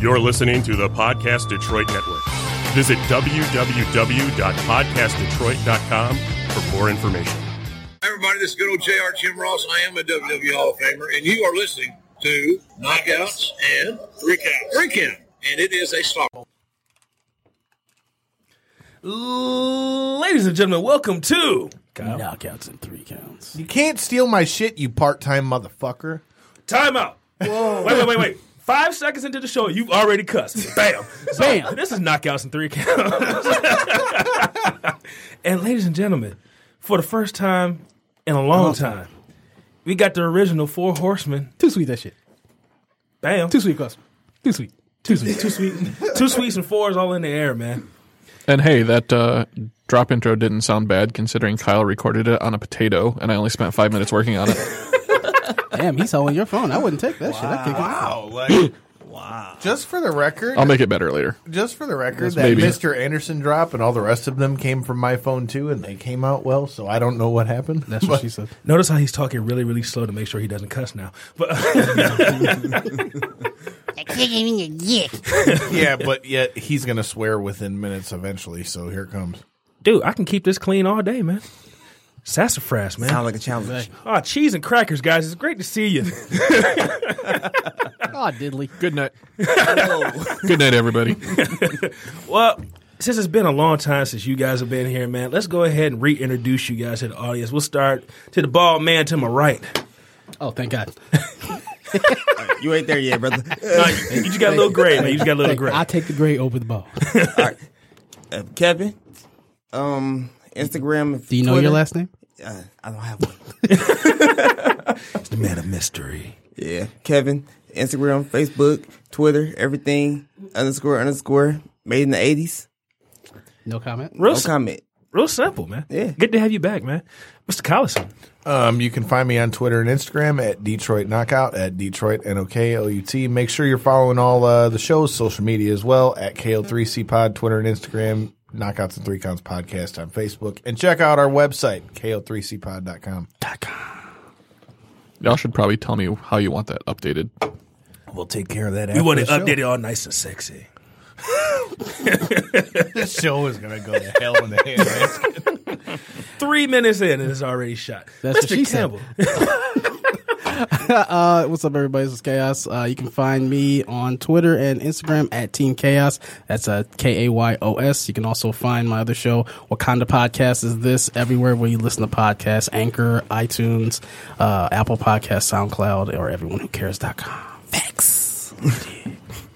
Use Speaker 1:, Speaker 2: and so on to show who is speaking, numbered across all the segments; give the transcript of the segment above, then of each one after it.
Speaker 1: You're listening to the Podcast Detroit Network. Visit www.podcastdetroit.com for more information.
Speaker 2: Hi, everybody, this is good old JR Jim Ross. I am a WWE Hall of Famer, and you are listening to Knockouts and Recounts. Recount. And it is a stop.
Speaker 3: Ladies and gentlemen, welcome to
Speaker 4: Knockouts and three counts.
Speaker 5: You can't steal my shit, you part-time motherfucker.
Speaker 3: Timeout. Whoa. Wait, wait, wait, wait. Five seconds into the show, you've already cussed. Bam. So,
Speaker 4: Bam.
Speaker 3: This is knockouts and three counts. and ladies and gentlemen, for the first time in a long time, we got the original Four Horsemen.
Speaker 4: Too sweet that shit.
Speaker 3: Bam.
Speaker 4: Too sweet, customer. Too sweet. Too sweet.
Speaker 3: Two sweet, two sweets and fours all in the air, man.
Speaker 6: And hey, that uh, drop intro didn't sound bad considering Kyle recorded it on a potato and I only spent five minutes working on it.
Speaker 4: Damn, he's holding your phone. I wouldn't take that shit. I kick him out.
Speaker 5: Oh, like wow. Just for the record,
Speaker 4: Um,
Speaker 6: I'll make it better later.
Speaker 5: just for the record, that
Speaker 6: maybe.
Speaker 5: Mr. Anderson drop and all the rest of them came from my phone too, and they came out well. So I don't know what happened.
Speaker 4: That's what she said.
Speaker 3: Notice how he's talking really, really slow to make sure he doesn't cuss now. But
Speaker 7: I can't even your dick.
Speaker 5: yeah, but yet he's gonna swear within minutes eventually. So here it comes.
Speaker 3: dude, I can keep this clean all day, man. Sassafras, man.
Speaker 8: Sound like a challenge.
Speaker 3: Ah, cheese and crackers, guys. It's great to see you.
Speaker 4: Oh, diddly.
Speaker 6: Good night. Good night, everybody.
Speaker 3: well, since it's been a long time since you guys have been here, man, let's go ahead and reintroduce you guys to the audience. We'll start to the bald man to my right.
Speaker 4: Oh, thank God.
Speaker 8: You ain't there yet, brother.
Speaker 3: No, you, you just got a little gray, man. You just got a little
Speaker 4: Hey,
Speaker 3: gray.
Speaker 4: I take the gray over the ball.
Speaker 8: Uh, Kevin, um, Instagram. and
Speaker 4: Do you know
Speaker 8: Twitter.
Speaker 4: your last name?
Speaker 8: Uh, I don't have one.
Speaker 3: It's the man of mystery.
Speaker 8: yeah, Kevin, Instagram, Facebook, Twitter, everything. Underscore underscore. Made in the eighties.
Speaker 4: No comment.
Speaker 3: Real,
Speaker 8: No
Speaker 3: s-
Speaker 8: comment.
Speaker 3: real simple, man.
Speaker 8: Yeah.
Speaker 3: Good to have you back, man. Mr. Collison.
Speaker 5: Um, you can find me on Twitter and Instagram at Detroit Knockout at Detroit N O K L U T. Make sure you're following all uh, the show's social media as well at KL3C Pod Twitter and Instagram. Knockouts and Three Counts podcast on Facebook, and check out our website kl3cpod.com.
Speaker 6: Y'all should probably tell me how you want that updated.
Speaker 5: We'll take care of that.
Speaker 3: We want to update it all nice and sexy.
Speaker 5: This show is gonna go to hell in the hand.
Speaker 3: Three minutes in and it's already shot.
Speaker 4: That's what
Speaker 3: Mr.
Speaker 4: she said.
Speaker 3: Campbell.
Speaker 4: Uh, what's up, everybody? This is Chaos. Uh, you can find me on Twitter and Instagram at Team Chaos. That's uh, K A Y O S. You can also find my other show, Wakanda Podcast, is this everywhere where you listen to podcasts Anchor, iTunes, uh, Apple Podcasts, SoundCloud, or everyonewhocares.com.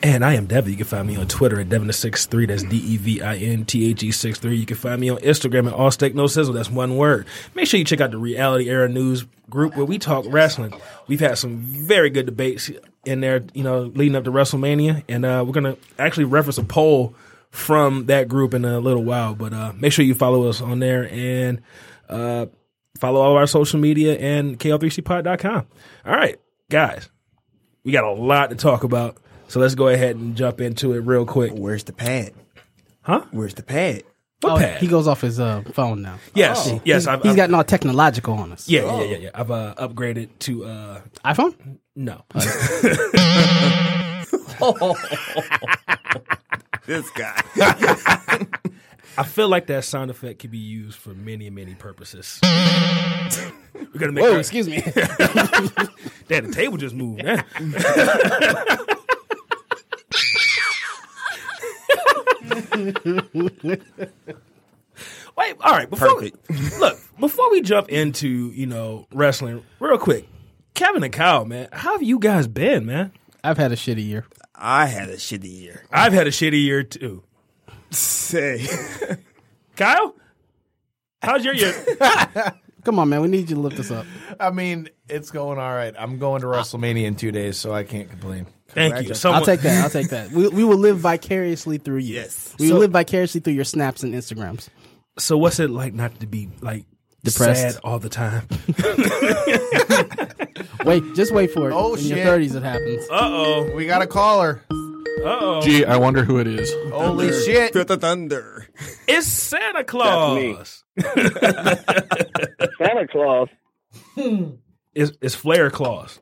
Speaker 3: And I am Devin. You can find me on Twitter at Devin63. That's D E V I N T H E 63. You can find me on Instagram at All Steak No Sizzle. That's one word. Make sure you check out the Reality Era News group where we talk wrestling. We've had some very good debates in there, you know, leading up to WrestleMania. And uh, we're going to actually reference a poll from that group in a little while. But uh, make sure you follow us on there and uh, follow all our social media and KL3CPod.com. All right, guys we got a lot to talk about. So let's go ahead and jump into it real quick.
Speaker 8: Where's the pad?
Speaker 3: Huh?
Speaker 8: Where's the pad?
Speaker 3: What
Speaker 4: Oh,
Speaker 3: pad?
Speaker 4: he goes off his uh, phone now.
Speaker 3: yes, yes.
Speaker 4: He's-
Speaker 3: I've,
Speaker 4: he's oh.
Speaker 3: I've-
Speaker 4: gotten all technological on us.
Speaker 3: Yeah, yeah, yeah, yeah. I've uh, upgraded to uh,
Speaker 4: iPhone?
Speaker 3: no.
Speaker 8: This guy.
Speaker 3: I feel like that sound effect could be used for many, many purposes. We're gonna make
Speaker 4: Oh,
Speaker 3: our-
Speaker 4: excuse me.
Speaker 3: Damn, the table just moved. man. Wait, all right. Before We, look, before we jump into you know wrestling, real quick, Kevin and Kyle, man, how have you guys been, man?
Speaker 4: I've had a shitty year.
Speaker 8: I had a shitty year.
Speaker 3: I've had a shitty year too.
Speaker 8: Say,
Speaker 3: Kyle, how's your year?
Speaker 4: Come on, man. We need you to lift this up.
Speaker 5: I mean, it's going all right. I'm going to WrestleMania in two days, so I can't complain.
Speaker 3: Thank you. Someone,
Speaker 4: I'll take that. I'll take that. We, we will live vicariously through you.
Speaker 8: Yes.
Speaker 4: We will live vicariously through your snaps and Instagrams.
Speaker 3: So, what's it like not to be like
Speaker 4: Depressed.
Speaker 3: sad all the time?
Speaker 4: Wait, just wait for it.
Speaker 5: Oh,
Speaker 4: In your
Speaker 5: shit.
Speaker 4: 30s, it happens.
Speaker 3: Uh oh.
Speaker 5: We got a caller.
Speaker 9: Oh.
Speaker 6: Gee, I wonder who it is.
Speaker 5: Holy shit!
Speaker 8: feel the thunder.
Speaker 3: It's Santa Claus.
Speaker 9: Santa Claus.
Speaker 3: Hmm. It's, it's Flair Claus.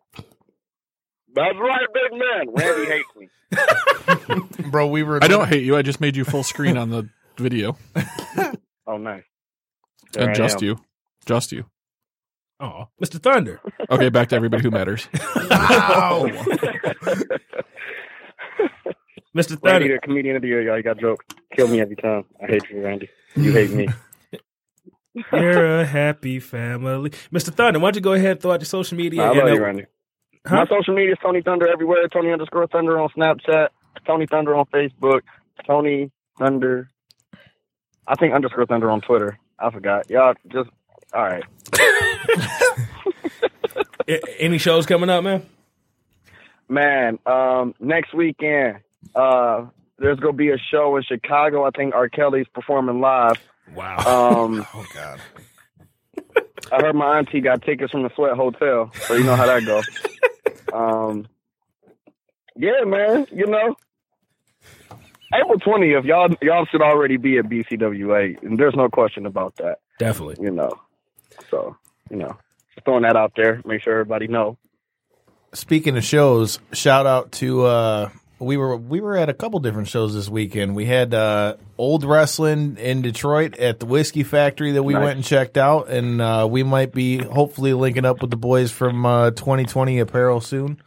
Speaker 9: That's right, big man. Randy hates me.
Speaker 5: bro, we were.
Speaker 6: I don't hate you. I just made you full screen on the video
Speaker 9: Oh, nice. There
Speaker 6: and
Speaker 9: I
Speaker 6: just
Speaker 9: am.
Speaker 6: you, just you.
Speaker 3: Oh, Mr. Thunder.
Speaker 6: Okay, back to everybody who matters.
Speaker 5: Wow.
Speaker 3: Mr.
Speaker 9: Randy,
Speaker 3: Thunder.
Speaker 9: the comedian of the year, y'all. You got jokes. Kill me every time. I hate you, Randy. You hate me.
Speaker 3: You're a happy family. Mr. Thunder, why don't you go ahead and throw out your social media?
Speaker 9: I
Speaker 3: and,
Speaker 9: love
Speaker 3: uh,
Speaker 9: you, Randy.
Speaker 3: Huh?
Speaker 9: My social media is Tony Thunder everywhere. Tony underscore Thunder on Snapchat. Tony Thunder on Facebook. Tony Thunder. I think underscore Thunder on Twitter. I forgot. Y'all just all right.
Speaker 3: a- any shows coming up, man?
Speaker 9: Man, um, next weekend, uh, there's gonna be a show in Chicago. I think R. Kelly's performing live.
Speaker 3: Wow.
Speaker 9: Um,
Speaker 5: oh God.
Speaker 9: I heard my auntie got tickets from the Sweat Hotel, so you know how that goes. Um, yeah, man, you know. April twentieth, y'all y'all should already be at BCWA, and there's no question about that,
Speaker 3: Definitely.
Speaker 9: you know. So, you know, just throwing that out there, make sure everybody know.
Speaker 5: Speaking of shows, shout out to uh we were we were at a couple different shows this weekend. We had uh old wrestling in Detroit at the Whiskey Factory that we
Speaker 9: Nice.
Speaker 5: went and checked out and uh we might be hopefully linking up with the boys from uh 2020 apparel soon.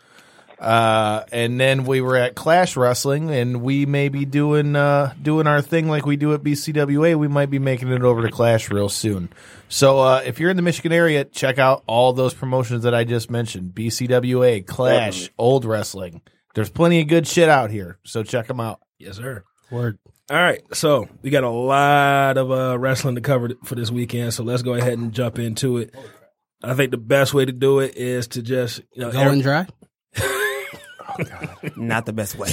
Speaker 5: Uh and then we were at Clash Wrestling and we may be doing uh doing our thing like we do at BCWA. We might be making it over to Clash real soon. So uh if you're in the Michigan area, check out all those promotions that I just mentioned. BCWA, Clash, Old Wrestling. There's plenty of good shit out here. So check them out.
Speaker 3: Yes, sir.
Speaker 4: Word.
Speaker 3: All right, so we got a lot of uh, wrestling to cover for this weekend, so let's go ahead and jump into it. I think the best way to do it is to just you know
Speaker 4: Going dry.
Speaker 8: Not the best way.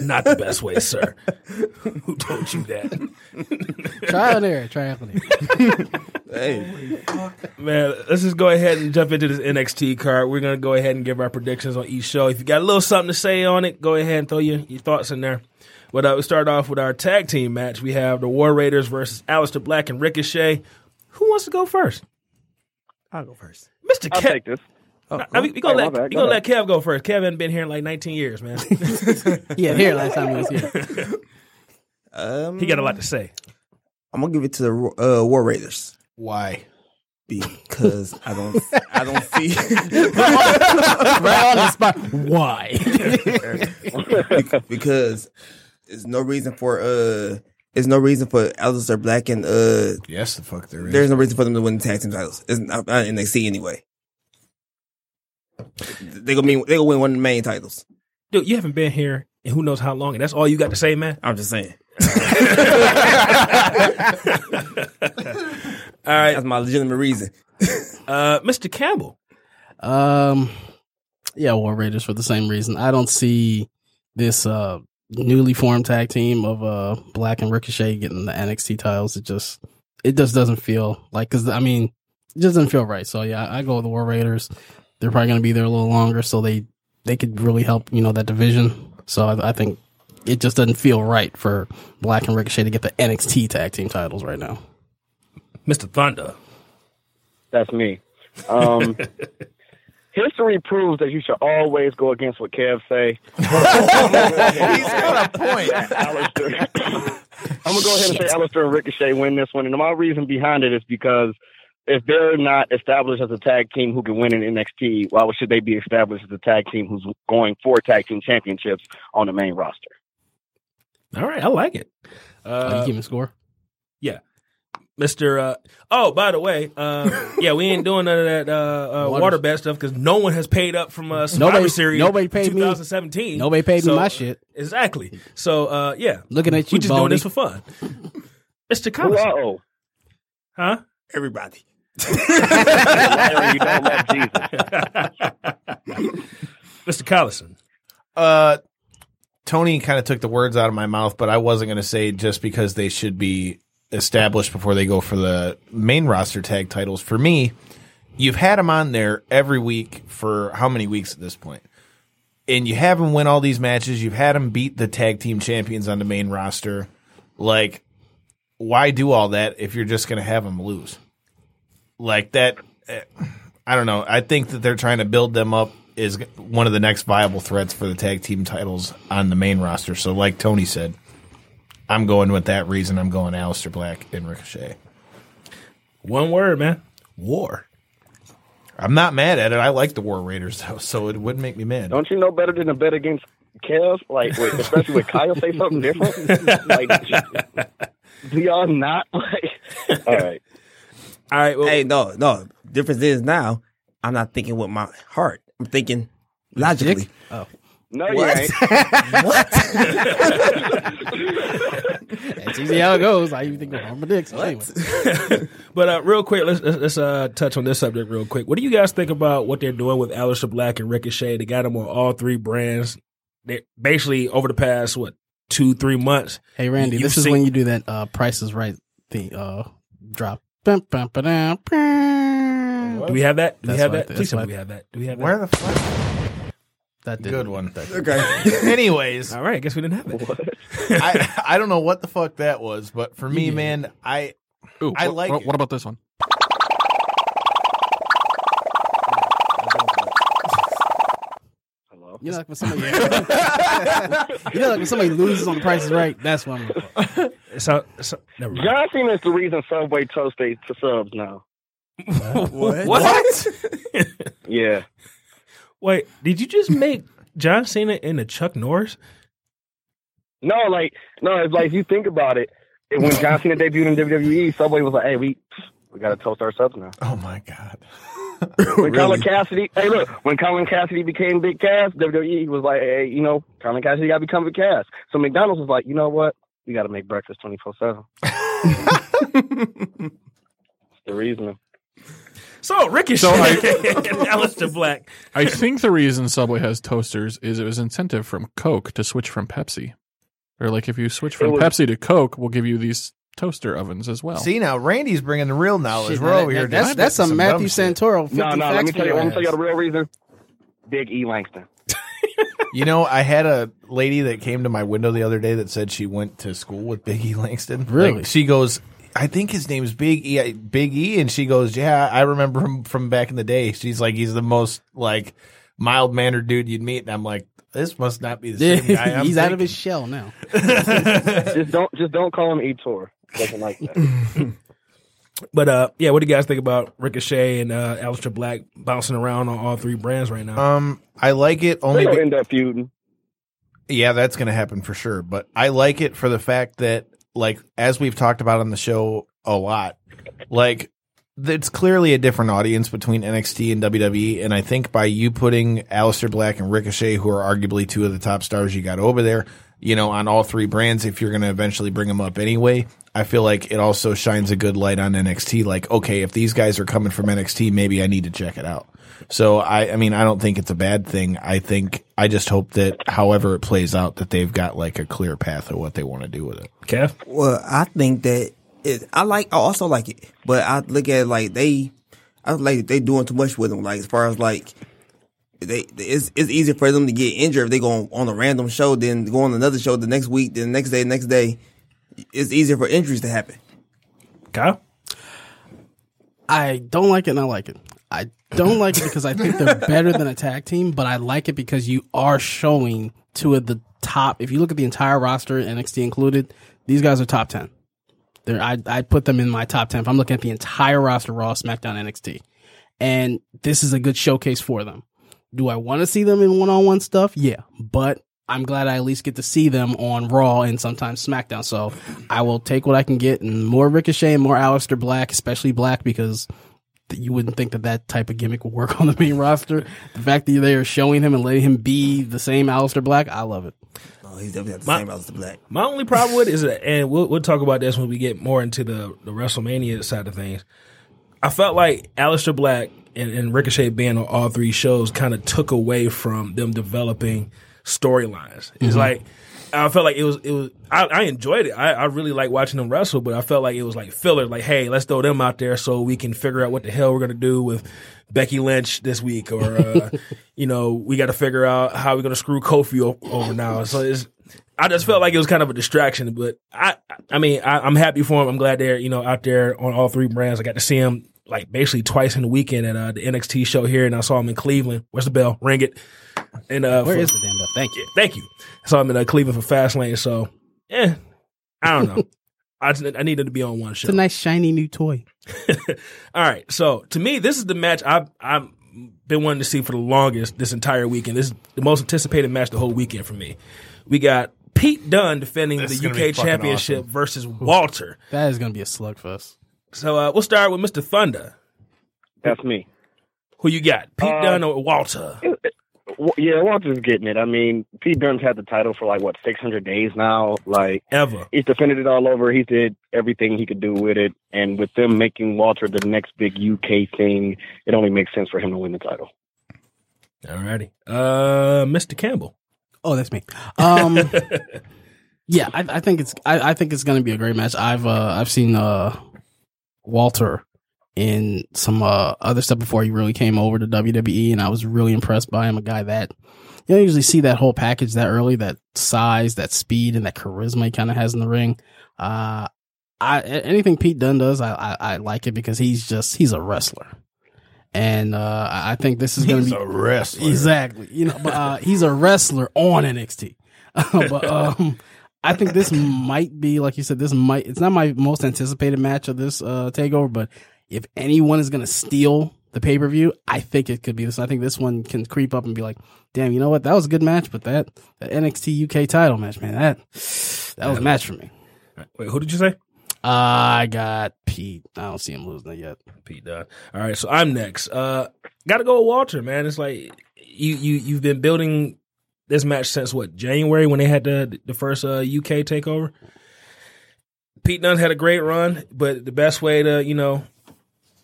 Speaker 3: not the best way, sir. Who told you that,
Speaker 4: Trial and error. Trial and error.
Speaker 8: hey,
Speaker 3: man? Let's just go ahead and jump into this NXT card. We're gonna go ahead and give our predictions on each show. If you got a little something to say on it, go ahead and throw your, your thoughts in there. But uh, we start off with our tag team match. We have the War Raiders versus Aleister Black and Ricochet. Who wants to go first,
Speaker 8: I'll go first.
Speaker 3: Mister?
Speaker 9: I'll take this.
Speaker 3: Oh,
Speaker 8: uh,
Speaker 3: I mean, we gonna
Speaker 9: Hey,
Speaker 3: let
Speaker 9: my bad.
Speaker 3: we
Speaker 9: Go
Speaker 3: gonna let Kev go first. Kev hasn't been here in like 19 years, man.
Speaker 4: Yeah, here last time he was here.
Speaker 8: Um,
Speaker 3: he got a lot to say.
Speaker 8: I'm gonna give it to the Ro- uh, War Raiders
Speaker 5: Why?
Speaker 8: because I don't, I don't see
Speaker 4: right on the spot. Why?
Speaker 8: because there's no reason for uh, there's no reason for Alistair Black and uh,
Speaker 5: Yes, the fuck there is.
Speaker 8: there's no reason for them to win the tag team titles. It's not, not NXT anyway. They gonna mean they gonna win one of the main titles.
Speaker 3: Dude, you haven't been here in who knows how long, and that's all you got to say, man.
Speaker 8: I'm just saying.
Speaker 3: All right,
Speaker 8: That's my legitimate reason.
Speaker 3: uh, Mr. Campbell.
Speaker 4: Um, yeah, War Raiders for the same reason. I don't see this uh newly formed tag team of uh Black and Ricochet getting the NXT titles. It just it just doesn't feel like because I mean it just doesn't feel right. So yeah, I go with the War Raiders. They're probably going to be there a little longer, so they they could really help you know that division. So I, I think it just doesn't feel right for Black and Ricochet to get the NXT tag team titles right now.
Speaker 3: Mr. Thunder.
Speaker 9: That's me. Um, history proves that you should always go against what Kev say.
Speaker 5: He's got a point.
Speaker 9: Alistair. I'm gonna go ahead and say Alistair and Ricochet win this one, and my reason behind it is because if they're not established as a tag team who can win in NXT, why should they be established as a tag team who's going for tag team championships on the main roster?
Speaker 3: All right, I like it.
Speaker 4: Are you
Speaker 3: Uh,
Speaker 4: keeping score?
Speaker 3: Mr. Uh, oh, by the way, uh, yeah, we ain't doing none of that uh, uh,
Speaker 4: Waters.
Speaker 3: water bed stuff because no one has paid up from uh, Survivor
Speaker 4: Nobody-
Speaker 3: Series.
Speaker 4: nobody paid me.
Speaker 3: 2017.
Speaker 4: Nobody paid
Speaker 3: So-
Speaker 4: me my shit.
Speaker 3: Exactly. So uh, yeah,
Speaker 4: Looking at you,
Speaker 3: we just doing
Speaker 4: Bodie.
Speaker 3: this for fun. Mr.
Speaker 9: Who
Speaker 3: Collins,
Speaker 9: uh-oh.
Speaker 3: huh?
Speaker 8: Everybody.
Speaker 9: Larry, you don't love Jesus.
Speaker 3: Mr. Collison.
Speaker 5: Uh, Tony kind of took the words out of my mouth, but I wasn't going to say just because they should be established before they go for the main roster tag titles. For me, you've had them on there every week for how many weeks at this point? And you have them win all these matches. You've had them beat the tag team champions on the main roster. Like, why do all that if you're just going to have them lose? Like that. eh, I don't know. I think that they're trying to build them up is one of the next viable threats for the tag team titles on the main roster. So, like Tony said, I'm going with that reason. I'm going Aleister Black and Ricochet.
Speaker 3: One word, man. War.
Speaker 5: I'm not mad at it. I like the War Raiders though, so it wouldn't make me mad.
Speaker 9: Don't you know better than to bet against Kev? Like, with, especially with Kyle say something different. like, do y'all not? Like, all right.
Speaker 3: All right. Well,
Speaker 8: Hey, no, no. Difference is now I'm not thinking with my heart. I'm thinking logically.
Speaker 9: No, you ain't.
Speaker 4: That's usually how it goes. I even think of Harper Dix. But anyway.
Speaker 3: But uh, real quick, let's let's, let's uh, touch on this subject real quick. What do you guys think about what they're doing with Aleister Black and Ricochet? They got them on all three brands. They basically over the past what two three months.
Speaker 4: Hey Randy,
Speaker 3: You've
Speaker 4: this is
Speaker 3: seen-
Speaker 4: when you do that uh Price is Right thing uh drop. Bum, bum, ba-dum, bum.
Speaker 3: Do we have that? Do we
Speaker 4: That's
Speaker 3: have
Speaker 4: what I
Speaker 3: that?
Speaker 4: think-
Speaker 3: Please
Speaker 4: that's
Speaker 3: tell me
Speaker 4: what
Speaker 3: we have that. Do we have
Speaker 5: Where
Speaker 3: that?
Speaker 5: the fuck?
Speaker 4: That did
Speaker 5: Good one.
Speaker 8: Okay.
Speaker 5: Anyways,
Speaker 3: All right, I guess we didn't have it.
Speaker 5: I I don't know what the fuck that was, but for me, man, I
Speaker 6: Ooh,
Speaker 5: I
Speaker 6: wh-
Speaker 5: like
Speaker 6: wh-
Speaker 5: it.
Speaker 6: what about this one?
Speaker 9: Hello.
Speaker 4: You know, like when somebody, you know, like when somebody loses on the Price is Right. That's what I'm. Looking for.
Speaker 3: So, so never mind.
Speaker 9: John Cena is the reason Subway toast they to subs now.
Speaker 8: what?
Speaker 9: Yeah.
Speaker 3: Wait, did you just make John Cena into Chuck Norris?
Speaker 9: No, like no, it's like if you think about it, it- when John Cena debuted in WWE, Subway was like, "Hey, we we gotta toast our subs now."
Speaker 5: Oh my god. Oh,
Speaker 9: When Colin Cassidy, hey, look, when Colin Cassidy became Big Cass, WWE was like, "Hey, you know, Colin Cassidy gotta become Big Cass." So McDonald's was like, "You know what? We gotta make breakfast twenty four 7 The reason.
Speaker 3: So Ricochet
Speaker 6: So I-
Speaker 3: and Aleister Black.
Speaker 6: I think the reason Subway has toasters is it was incentive from Coke to switch from Pepsi. Or like if you switch from
Speaker 9: was-
Speaker 6: Pepsi to Coke, we'll give you these toaster ovens as well.
Speaker 5: See now, Randy's bringing the real knowledge.
Speaker 4: Oh. Shit,
Speaker 5: We're
Speaker 4: that-
Speaker 5: over here.
Speaker 4: that- That's
Speaker 5: just
Speaker 4: that's some,
Speaker 5: dumb
Speaker 4: Matthew
Speaker 5: shit.
Speaker 4: Santoro. 50
Speaker 9: No, no, let me
Speaker 4: facts
Speaker 9: tell you.
Speaker 4: for
Speaker 9: Let me
Speaker 4: ass.
Speaker 9: tell you the real reason. Big E Langston.
Speaker 5: You know, I had a lady that came to my window the other day that said she went to school with Big E Langston.
Speaker 4: Really?
Speaker 5: Like, she goes, I think his name's Big E. I- Big E, and she goes, Yeah, I remember him from back in the day. She's like, he's the most like mild mannered dude you'd meet, and I'm like, this must not be the
Speaker 4: Yeah,
Speaker 5: same guy. I'm
Speaker 4: he's out of
Speaker 5: thinking."
Speaker 4: his shell now.
Speaker 9: Just don't, just don't call him E Tor. Doesn't like that.
Speaker 3: But uh, yeah, what do you guys think about Ricochet and uh, Aleister Black bouncing around on all three brands right
Speaker 4: Uh,
Speaker 3: now?
Speaker 5: Um, I like it only.
Speaker 9: They'll
Speaker 5: be-
Speaker 9: end up feuding.
Speaker 5: Yeah, that's going to happen for sure. But I like it for the fact that, like, as we've talked about on the show a lot, like, it's clearly a different audience between NXT and WWE. And I think by you putting Aleister Black and Ricochet, who are arguably two of the top stars you got over there, you know, on all three brands, if you're going to eventually bring them up anyway, I feel like it also shines a good light on NXT. Like, okay, if these guys are coming from NXT, maybe I need to check it out. So I, I mean, I don't think it's a bad thing. I think I just hope that, however it plays out, that they've got like a clear path of what they want to do with it.
Speaker 3: Kev,
Speaker 8: Well, I think that it, I like. I also like it, but I look at it like they, I feel like they doing too much with them. Like as far as like they, it's it's easier for them to get injured if they go on a random show than go on another show the next week, then the next day, next day. It's easier for injuries to happen.
Speaker 3: Kyle.
Speaker 4: I don't like it and I like it. I don't like it because I think they're better than a tag team, but I like it because you are showing two of the top. If you look at the entire roster, NXT included, these guys are top 10. They're, I, I put them in my top 10. If I'm looking at the entire roster, Raw, SmackDown, NXT. And this is a good showcase for them. Do I want to see them in one on one stuff? Yeah, but I'm glad I at least get to see them on Raw and sometimes SmackDown. So I will take what I can get and more Ricochet and more Aleister Black, especially Black, because th- you wouldn't think that that type of gimmick would work on the main roster. The fact that they are showing him and letting him be the same Aleister Black, I love it.
Speaker 8: Oh, he's definitely not the
Speaker 3: My-
Speaker 8: same as the black.
Speaker 3: My only problem with it is that, and we'll, we'll talk about this when we get more into the, the WrestleMania side of things. I felt like Aleister Black and, and Ricochet being on all three shows kind of took away from them developing storylines. It's like I felt like it was it was I, I enjoyed it. I, I really like watching them wrestle, but I felt like it was like filler. Like, hey, let's throw them out there so we can figure out what the hell we're gonna do with Becky Lynch this week, or uh, you know, we got to figure out how we're gonna screw Kofi o- over now. So it's I just felt like it was kind of a distraction, but I, I mean, I, I'm happy for him. I'm glad they're, you know, out there on all three brands. I got to see him like basically twice in the weekend at uh, the NXT show here, and I saw him in Cleveland. Where's the bell? Ring it. And uh,
Speaker 4: Where
Speaker 3: for-
Speaker 4: is the damn bell? Thank you.
Speaker 3: thank you. I saw him in uh, Cleveland for Fastlane. So, eh, I don't know. I, just- I needed to be on one show.
Speaker 4: It's a nice shiny new toy.
Speaker 3: All right. So to me, this is the match I've I've been wanting to see for the longest this entire weekend. This is the most anticipated match the whole weekend for me. We got Pete Dunne defending
Speaker 5: This is
Speaker 3: the
Speaker 5: gonna be
Speaker 3: UK
Speaker 5: fucking
Speaker 3: Championship versus Walter.
Speaker 4: That is gonna be a slugfest.
Speaker 3: So uh, we'll start with Mr. Thunder.
Speaker 9: That's me.
Speaker 3: Who you got, Pete
Speaker 9: Uh,
Speaker 3: Dunne or Walter?
Speaker 9: W- Yeah, Walter's getting it. I mean, Pete Dunne's had the title for like what 600 days now. Like
Speaker 3: Ever?
Speaker 9: he's defended it all over. He did everything he could do with it, and with them making Walter the next big UK thing, it only makes sense for him to win the title.
Speaker 3: Alrighty. Uh, Mr. Campbell.
Speaker 4: Oh, that's me. Um, yeah, I, I think it's I, I think it's gonna be a great match. I've uh, I've seen uh, Walter in some uh, other stuff before he really came over to WWE, and I was really impressed by him. A guy that you don't usually see that whole package that early, that size, that speed, and that charisma he kind of has in the ring. Uh, I a- anything Pete Dunne does, I, I I like it because he's just he's a wrestler, and uh, I I think this is gonna be
Speaker 5: wrestler.
Speaker 4: Exactly. You know, but uh, he's a wrestler on NXT. but um, I think this might be, like you said, this might. It's not my most anticipated match of this uh, takeover, but if anyone is going to steal the pay per view, I think it could be this. I think this one can creep up and be like, damn, you know what? That was a good match, but that, that NXT UK title match, man, that that was a match for me.
Speaker 3: Wait, who did you say?
Speaker 4: I got Pete. I don't see him losing it yet.
Speaker 3: Pete Dunne. All right, so I'm next. Uh, gotta go with Walter, man. It's like you you you've been building this match since what January when they had the the first uh, UK takeover. Pete Dunne had a great run, but the best way to you know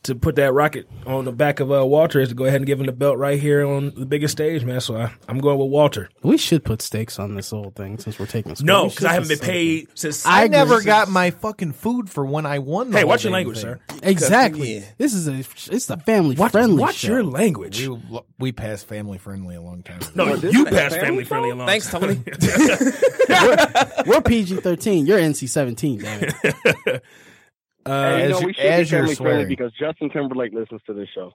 Speaker 3: to put that rocket on the back of uh, Walter is to go ahead and give him the belt right here on the biggest stage, man. So I, I'm going with Walter.
Speaker 4: We should put stakes on this whole thing since we're taking. score.
Speaker 3: No,
Speaker 4: We
Speaker 3: because
Speaker 4: should
Speaker 3: I haven't
Speaker 4: put
Speaker 3: been
Speaker 4: something.
Speaker 3: paid since.
Speaker 5: I,
Speaker 4: I agree.
Speaker 5: never got my fucking food for when I won. The
Speaker 3: hey,
Speaker 5: whole
Speaker 3: watch your
Speaker 5: damn
Speaker 3: language,
Speaker 5: thing.
Speaker 3: sir.
Speaker 4: Exactly.
Speaker 8: Yeah.
Speaker 4: This is a it's a family
Speaker 3: Watch,
Speaker 4: friendly.
Speaker 3: watch
Speaker 4: show.
Speaker 3: your language.
Speaker 5: We, lo- we passed family friendly a long time ago.
Speaker 3: no, you passed family friendly along.
Speaker 8: Thanks, Tony.
Speaker 4: We're PG thirteen. You're NC seventeen. Damn it.
Speaker 9: And,
Speaker 5: Uh, as
Speaker 9: you know,
Speaker 5: you-
Speaker 9: we
Speaker 5: as
Speaker 9: should be
Speaker 5: you're
Speaker 9: family friendly
Speaker 5: swearing.
Speaker 9: because Justin Timberlake listens to this show.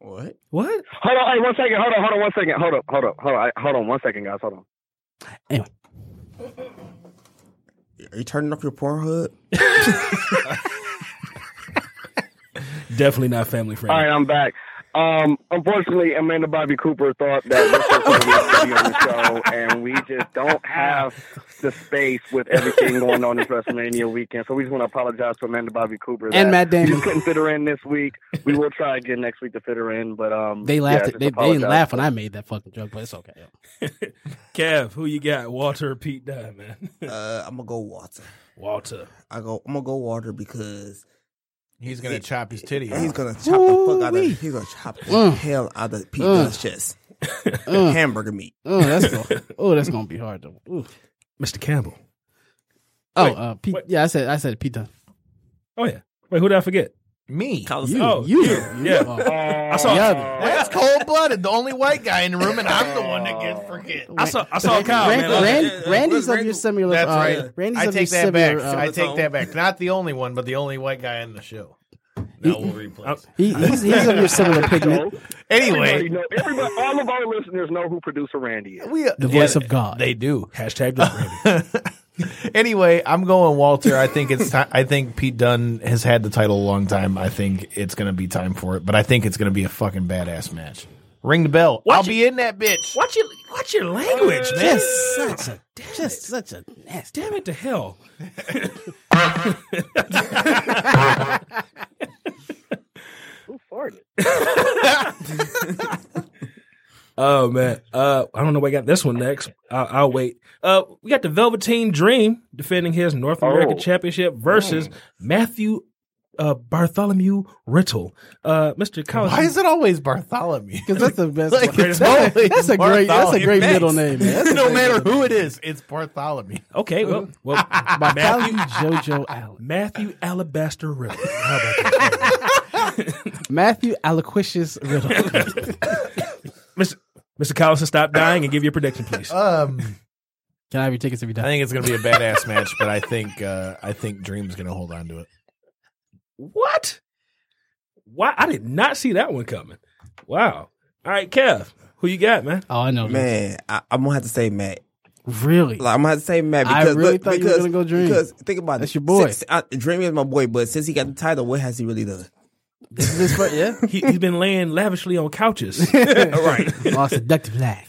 Speaker 8: what?
Speaker 3: What?
Speaker 9: Hold on, hey, one second. Hold on, hold on, one second. Hold up, hold up, hold on, I- hold on, one second, guys. Hold on.
Speaker 4: Anyway,
Speaker 8: Are you turning off your Pornhub?
Speaker 3: Definitely not family
Speaker 9: All
Speaker 3: friendly.
Speaker 9: right, I'm back. Um, unfortunately, Amanda Bobby Cooper thought that this was going to be on the show, and we just don't have the space with everything going on this WrestleMania weekend. So we just want to apologize to Amanda Bobby Cooper
Speaker 4: And
Speaker 9: that
Speaker 4: Matt Damon.
Speaker 9: we just couldn't fit her in this week. We will try again next week to fit her in, but um,
Speaker 4: they laughed.
Speaker 9: yeah,
Speaker 4: at
Speaker 9: just
Speaker 4: they, they
Speaker 9: apologize.
Speaker 4: didn't laugh when I made that fucking joke, but it's okay.
Speaker 3: Kev, who you got? Walter or Pete Dunne, man?
Speaker 8: Uh, I'm gonna go Walter.
Speaker 3: Walter.
Speaker 8: I go. I'm gonna go Walter because
Speaker 5: He's gonna chop his titty.
Speaker 8: he's
Speaker 5: off.
Speaker 8: gonna chop the fuck out of. He's gonna chop the
Speaker 4: Mm.
Speaker 8: hell out of Pete Dunne's chest. Hamburger meat.
Speaker 4: Oh, that's gonna, oh, that's gonna be hard to. Ooh.
Speaker 3: Mr. Campbell.
Speaker 4: Oh,
Speaker 3: Wait,
Speaker 4: uh, Pete,
Speaker 3: wait.
Speaker 4: yeah, I said I said Pete Dunne.
Speaker 3: Oh yeah. Wait, who did I forget?
Speaker 5: Me.
Speaker 4: You,
Speaker 3: Oh,
Speaker 4: you,
Speaker 3: you. Yeah.
Speaker 9: Uh,
Speaker 4: Oh,
Speaker 3: I saw.
Speaker 4: yeah.
Speaker 5: That's cold blooded. The only white guy in the room, and I'm the one that gets forget.
Speaker 3: I saw. I saw Kyle.
Speaker 4: Ran-
Speaker 3: man.
Speaker 4: Ran-
Speaker 3: Like,
Speaker 8: yeah,
Speaker 4: Randy's
Speaker 8: yeah.
Speaker 4: of your similar.
Speaker 5: That's
Speaker 4: uh,
Speaker 5: right.
Speaker 4: Randy's
Speaker 5: I
Speaker 4: of your
Speaker 5: take that
Speaker 4: similar,
Speaker 5: back.
Speaker 4: uh,
Speaker 5: I take that back. Not the only one, but the only white guy in the show. Now we'll replace.
Speaker 4: he, he's, he's of your similar pigment.
Speaker 9: Everybody
Speaker 5: Anyway,
Speaker 9: know, everybody, all of our listeners know who producer Randy is.
Speaker 5: we
Speaker 4: The voice of God.
Speaker 5: They do.
Speaker 3: Hashtag Drake Randy.
Speaker 5: Anyway, I'm going Walter. I think it's. Time, I think Pete Dunne has had the title a long time. I think it's going to be time for it. But I think it's going to be a fucking badass match. Ring the bell. I'll be in that bitch.
Speaker 3: Watch your watch your language, man.
Speaker 4: just such a just such a nasty.
Speaker 3: Damn it to hell.
Speaker 9: Who farted?
Speaker 3: Oh man. Uh, I don't know. where I got this one next. I, I'll wait. Uh, we got the Velveteen Dream defending his North American
Speaker 9: Oh.
Speaker 3: Championship versus Matthew. Uh, Bartholomew Riddle, uh, Mr. Collins.
Speaker 5: Why is it always Bartholomew?
Speaker 4: Because that's the best.
Speaker 5: Like,
Speaker 4: one.
Speaker 5: it's
Speaker 4: That's,
Speaker 5: always
Speaker 4: that's a great. That's a
Speaker 5: Bartholomew.
Speaker 4: great
Speaker 5: Max.
Speaker 4: middle name. Man. That's a
Speaker 5: no
Speaker 4: great
Speaker 5: matter
Speaker 4: middle name.
Speaker 5: who it is, it's Bartholomew.
Speaker 3: Okay, well, well,
Speaker 4: Bartholomew
Speaker 3: Matthew,
Speaker 4: Jojo Allen.
Speaker 3: Matthew Alabaster Riddle. How about that?
Speaker 4: Matthew Aloquicious Riddle.
Speaker 3: Mr. Mr. Collison, stop dying and give your prediction, please.
Speaker 5: Um,
Speaker 4: Can I have your tickets if you
Speaker 5: I
Speaker 4: die?
Speaker 5: think it's going to be a badass match, but I think uh, I think Dream's going to hold on to it.
Speaker 3: what? Why I did not see that one coming. Wow. All right, Kev, who you got, man?
Speaker 4: Oh, I know, man.
Speaker 8: Man, I, I'm gonna have to say Matt.
Speaker 4: Really?
Speaker 8: Like, I'm gonna have to say Matt
Speaker 4: I
Speaker 8: because
Speaker 4: really
Speaker 8: look,
Speaker 4: thought you were
Speaker 8: because,
Speaker 4: gonna go Dream.
Speaker 8: because think about it.
Speaker 4: That's your boy.
Speaker 8: Since, I, Dream is my boy, but since he got the title, what has he really done?
Speaker 4: This is his first, yeah.
Speaker 3: He, he's been laying lavishly on couches. All right.
Speaker 4: All seductive black,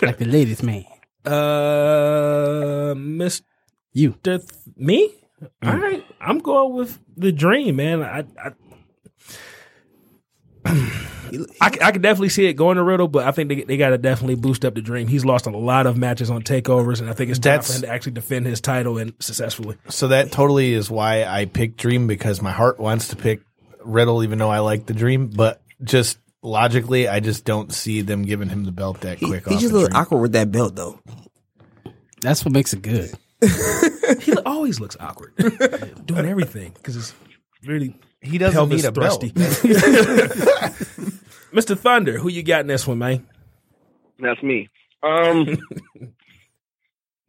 Speaker 4: like the ladies' man.
Speaker 3: Uh, Mr.
Speaker 4: You.
Speaker 3: Th- me? All right. I'm going with the dream, man. I, I I, c- I can definitely see it going to Riddle, but I think they, they got to definitely boost up the dream. He's lost a lot of matches on takeovers, and I think it's time for
Speaker 5: That's-
Speaker 3: him to actually defend his title and successfully.
Speaker 5: So that totally is why I picked Dream because my heart wants to pick Riddle, even though I like the Dream, but just logically, I just don't see them giving him the belt that
Speaker 8: He,
Speaker 5: quick.
Speaker 8: he
Speaker 5: off
Speaker 8: just
Speaker 5: the
Speaker 8: looks
Speaker 5: Dream.
Speaker 8: awkward with that belt though.
Speaker 4: That's what makes it good.
Speaker 3: He lo- always looks awkward doing everything because it's really
Speaker 5: He doesn't
Speaker 3: pelvis
Speaker 5: need a
Speaker 3: thrusty.
Speaker 5: belt.
Speaker 3: Mr. Thunder, who you got in this one, man?
Speaker 9: That's me. Um,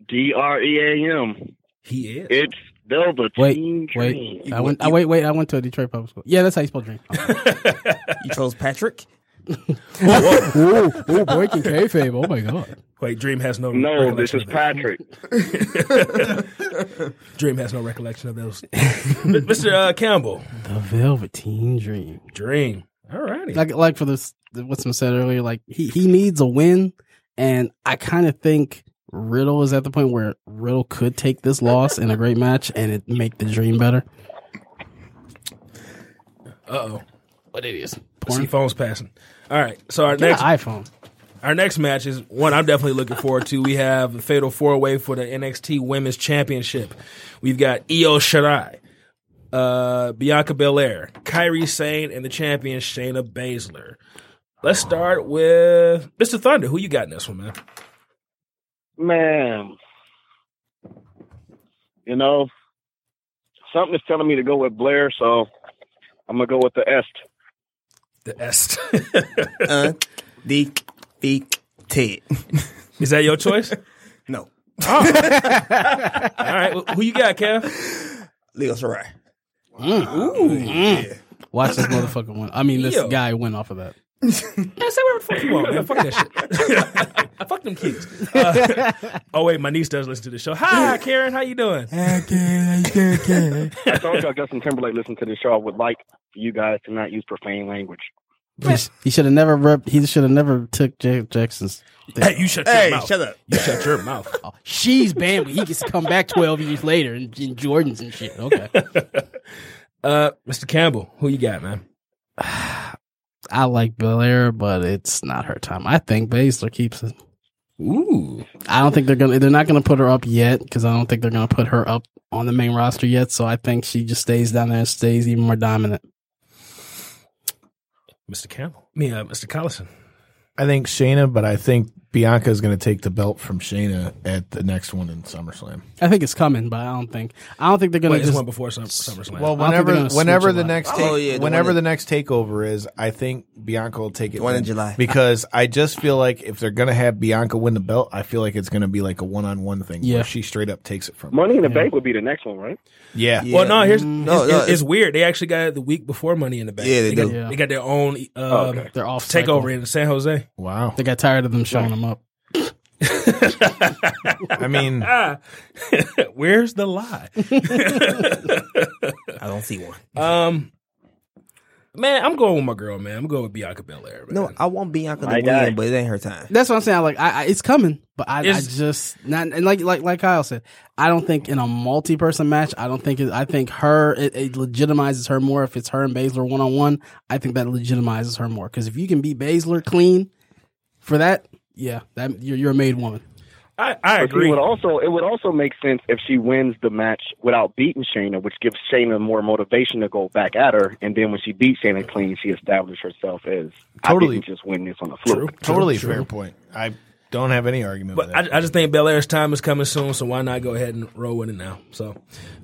Speaker 9: D R E A M.
Speaker 3: He is.
Speaker 9: It's Velveteen
Speaker 4: Wait,
Speaker 9: Dream.
Speaker 4: wait. I went. I wait, wait. I went to a Detroit public school. Yeah, that's how you spell dream.
Speaker 8: You chose Patrick.
Speaker 4: oh, oh, breaking kayfabe. Oh my god.
Speaker 3: Wait, Dream has no
Speaker 9: No, this
Speaker 3: recollection
Speaker 9: is
Speaker 3: of that.
Speaker 9: Patrick.
Speaker 3: Dream has no recollection of those. Mr. Uh, Campbell,
Speaker 4: The Velveteen Dream.
Speaker 3: Dream. All righty.
Speaker 4: Like, like for this, what some said earlier. Like he he needs a win, and I kind of think Riddle is at the point where Riddle could take this loss in a great match and it make the Dream better.
Speaker 3: Uh-oh.
Speaker 4: But it is
Speaker 3: See,
Speaker 4: porn.
Speaker 3: phone's passing. All right. So our
Speaker 4: Get an
Speaker 3: next
Speaker 4: iPhone.
Speaker 3: our next match is one I'm definitely looking forward to. We have a fatal four way for the NXT Women's Championship. We've got Io Shirai, uh, Bianca Belair, Kyrie Sane, and the champion Shayna Baszler. Let's start with Mr. Thunder. Who you got in this one, man?
Speaker 9: Man, you know, something is telling me to go with Blair, so I'm gonna go with the Est.
Speaker 3: The S.
Speaker 8: Uh, D B Ted.
Speaker 3: is that your choice?
Speaker 8: No,
Speaker 3: All right. wh- Who you got, Kev?
Speaker 8: Leo Sarai.
Speaker 4: Mm. Watch this motherfucker win. I mean, this
Speaker 3: Yo.
Speaker 4: guy went off of that.
Speaker 3: Yeah, say whatever the fuck you want, man. Fuck that shit. fuck them kids. Uh, oh wait, my niece does listen to the show. Hi, Karen. How you doing?
Speaker 9: I told y'all Justin Timberlake listened to this show. I would like for you guys to not use profane language.
Speaker 4: He, sh- he should have never rep. He should have never took Jack Jackson's.
Speaker 3: Hey, you shut your
Speaker 8: Hey,
Speaker 3: mouth.
Speaker 8: shut up.
Speaker 3: You shut your mouth.
Speaker 4: Oh, she's banned. but He gets to come back twelve years later in, in Jordans and shit. Okay.
Speaker 3: Uh, Mr. Campbell, who you got, man?
Speaker 4: I like Belair, but it's not her time. I think Baszler keeps it.
Speaker 3: Ooh,
Speaker 4: I don't think they're gonna. They're not gonna put her up yet because I don't think they're gonna put her up on the main roster yet. So I think she just stays down there and stays even more dominant.
Speaker 3: Mr. Campbell. Me, uh, Mr. Collison.
Speaker 5: I think Shayna, but I think Bianca is going to take the belt from Shayna at the next one in SummerSlam.
Speaker 4: I think it's coming, but I don't think. I don't think they're gonna
Speaker 3: Wait, it's
Speaker 4: just.
Speaker 3: one before Sum- SummerSlam.
Speaker 5: Well,
Speaker 4: don't think they're
Speaker 5: whenever
Speaker 4: gonna switch
Speaker 5: whenever
Speaker 4: a
Speaker 5: the
Speaker 4: lot.
Speaker 5: next
Speaker 8: Oh,
Speaker 5: take,
Speaker 8: yeah, the
Speaker 5: whenever
Speaker 8: one
Speaker 5: the
Speaker 8: in-
Speaker 5: next takeover is, I think Bianca will take it.
Speaker 8: one in
Speaker 5: then.
Speaker 8: July.
Speaker 5: because I just feel like if they're gonna have Bianca win the belt, I feel like it's gonna be like a one on one thing
Speaker 4: Yeah.
Speaker 5: where she straight up takes it from. her.
Speaker 9: Money in the Bank would be the next one, right?
Speaker 5: Yeah,
Speaker 8: Yeah.
Speaker 3: Well, no, here's
Speaker 8: No,
Speaker 3: it's,
Speaker 8: Oh, no,
Speaker 3: it's,
Speaker 8: it's-
Speaker 3: weird. They actually got it the week before Money in the Bank.
Speaker 8: Yeah, they
Speaker 3: got,
Speaker 8: do.
Speaker 4: Yeah.
Speaker 3: They got their own uh,
Speaker 4: They're off cycle.
Speaker 3: takeover in San Jose.
Speaker 5: wow.
Speaker 4: They got tired of them showing them up.
Speaker 5: I mean,
Speaker 3: Ah, where's the lie?
Speaker 8: I don't see one.
Speaker 3: Um, man, I'm going with my girl, man. I'm going with Bianca Belair. Man.
Speaker 8: No, I want Bianca to
Speaker 9: My
Speaker 8: win,
Speaker 9: guy.
Speaker 8: but it ain't her time.
Speaker 4: That's what I'm saying. Like, I, I it's coming, but I, I
Speaker 3: It's-
Speaker 4: just not. And like, like, like Kyle said, I don't think in a multi-person match, I don't think. It, I think her it, it legitimizes her more if it's her and Baszler one on one. I think that legitimizes her more because if you can beat Baszler clean for that, yeah, that you're, you're a made woman.
Speaker 3: I, I
Speaker 9: But see, it
Speaker 3: agree.
Speaker 9: would also it would also make sense if she wins the match without beating Shayna, which gives Shayna more motivation to go back at her. And then when she beats Shayna clean, she established herself as
Speaker 5: Totally.
Speaker 9: I didn't just win this on the fluke.
Speaker 5: totally fair point. I don't have any argument. with
Speaker 3: But
Speaker 5: that.
Speaker 3: I, I just think Bel Air's time is coming soon, so why not go ahead and roll with it now? So,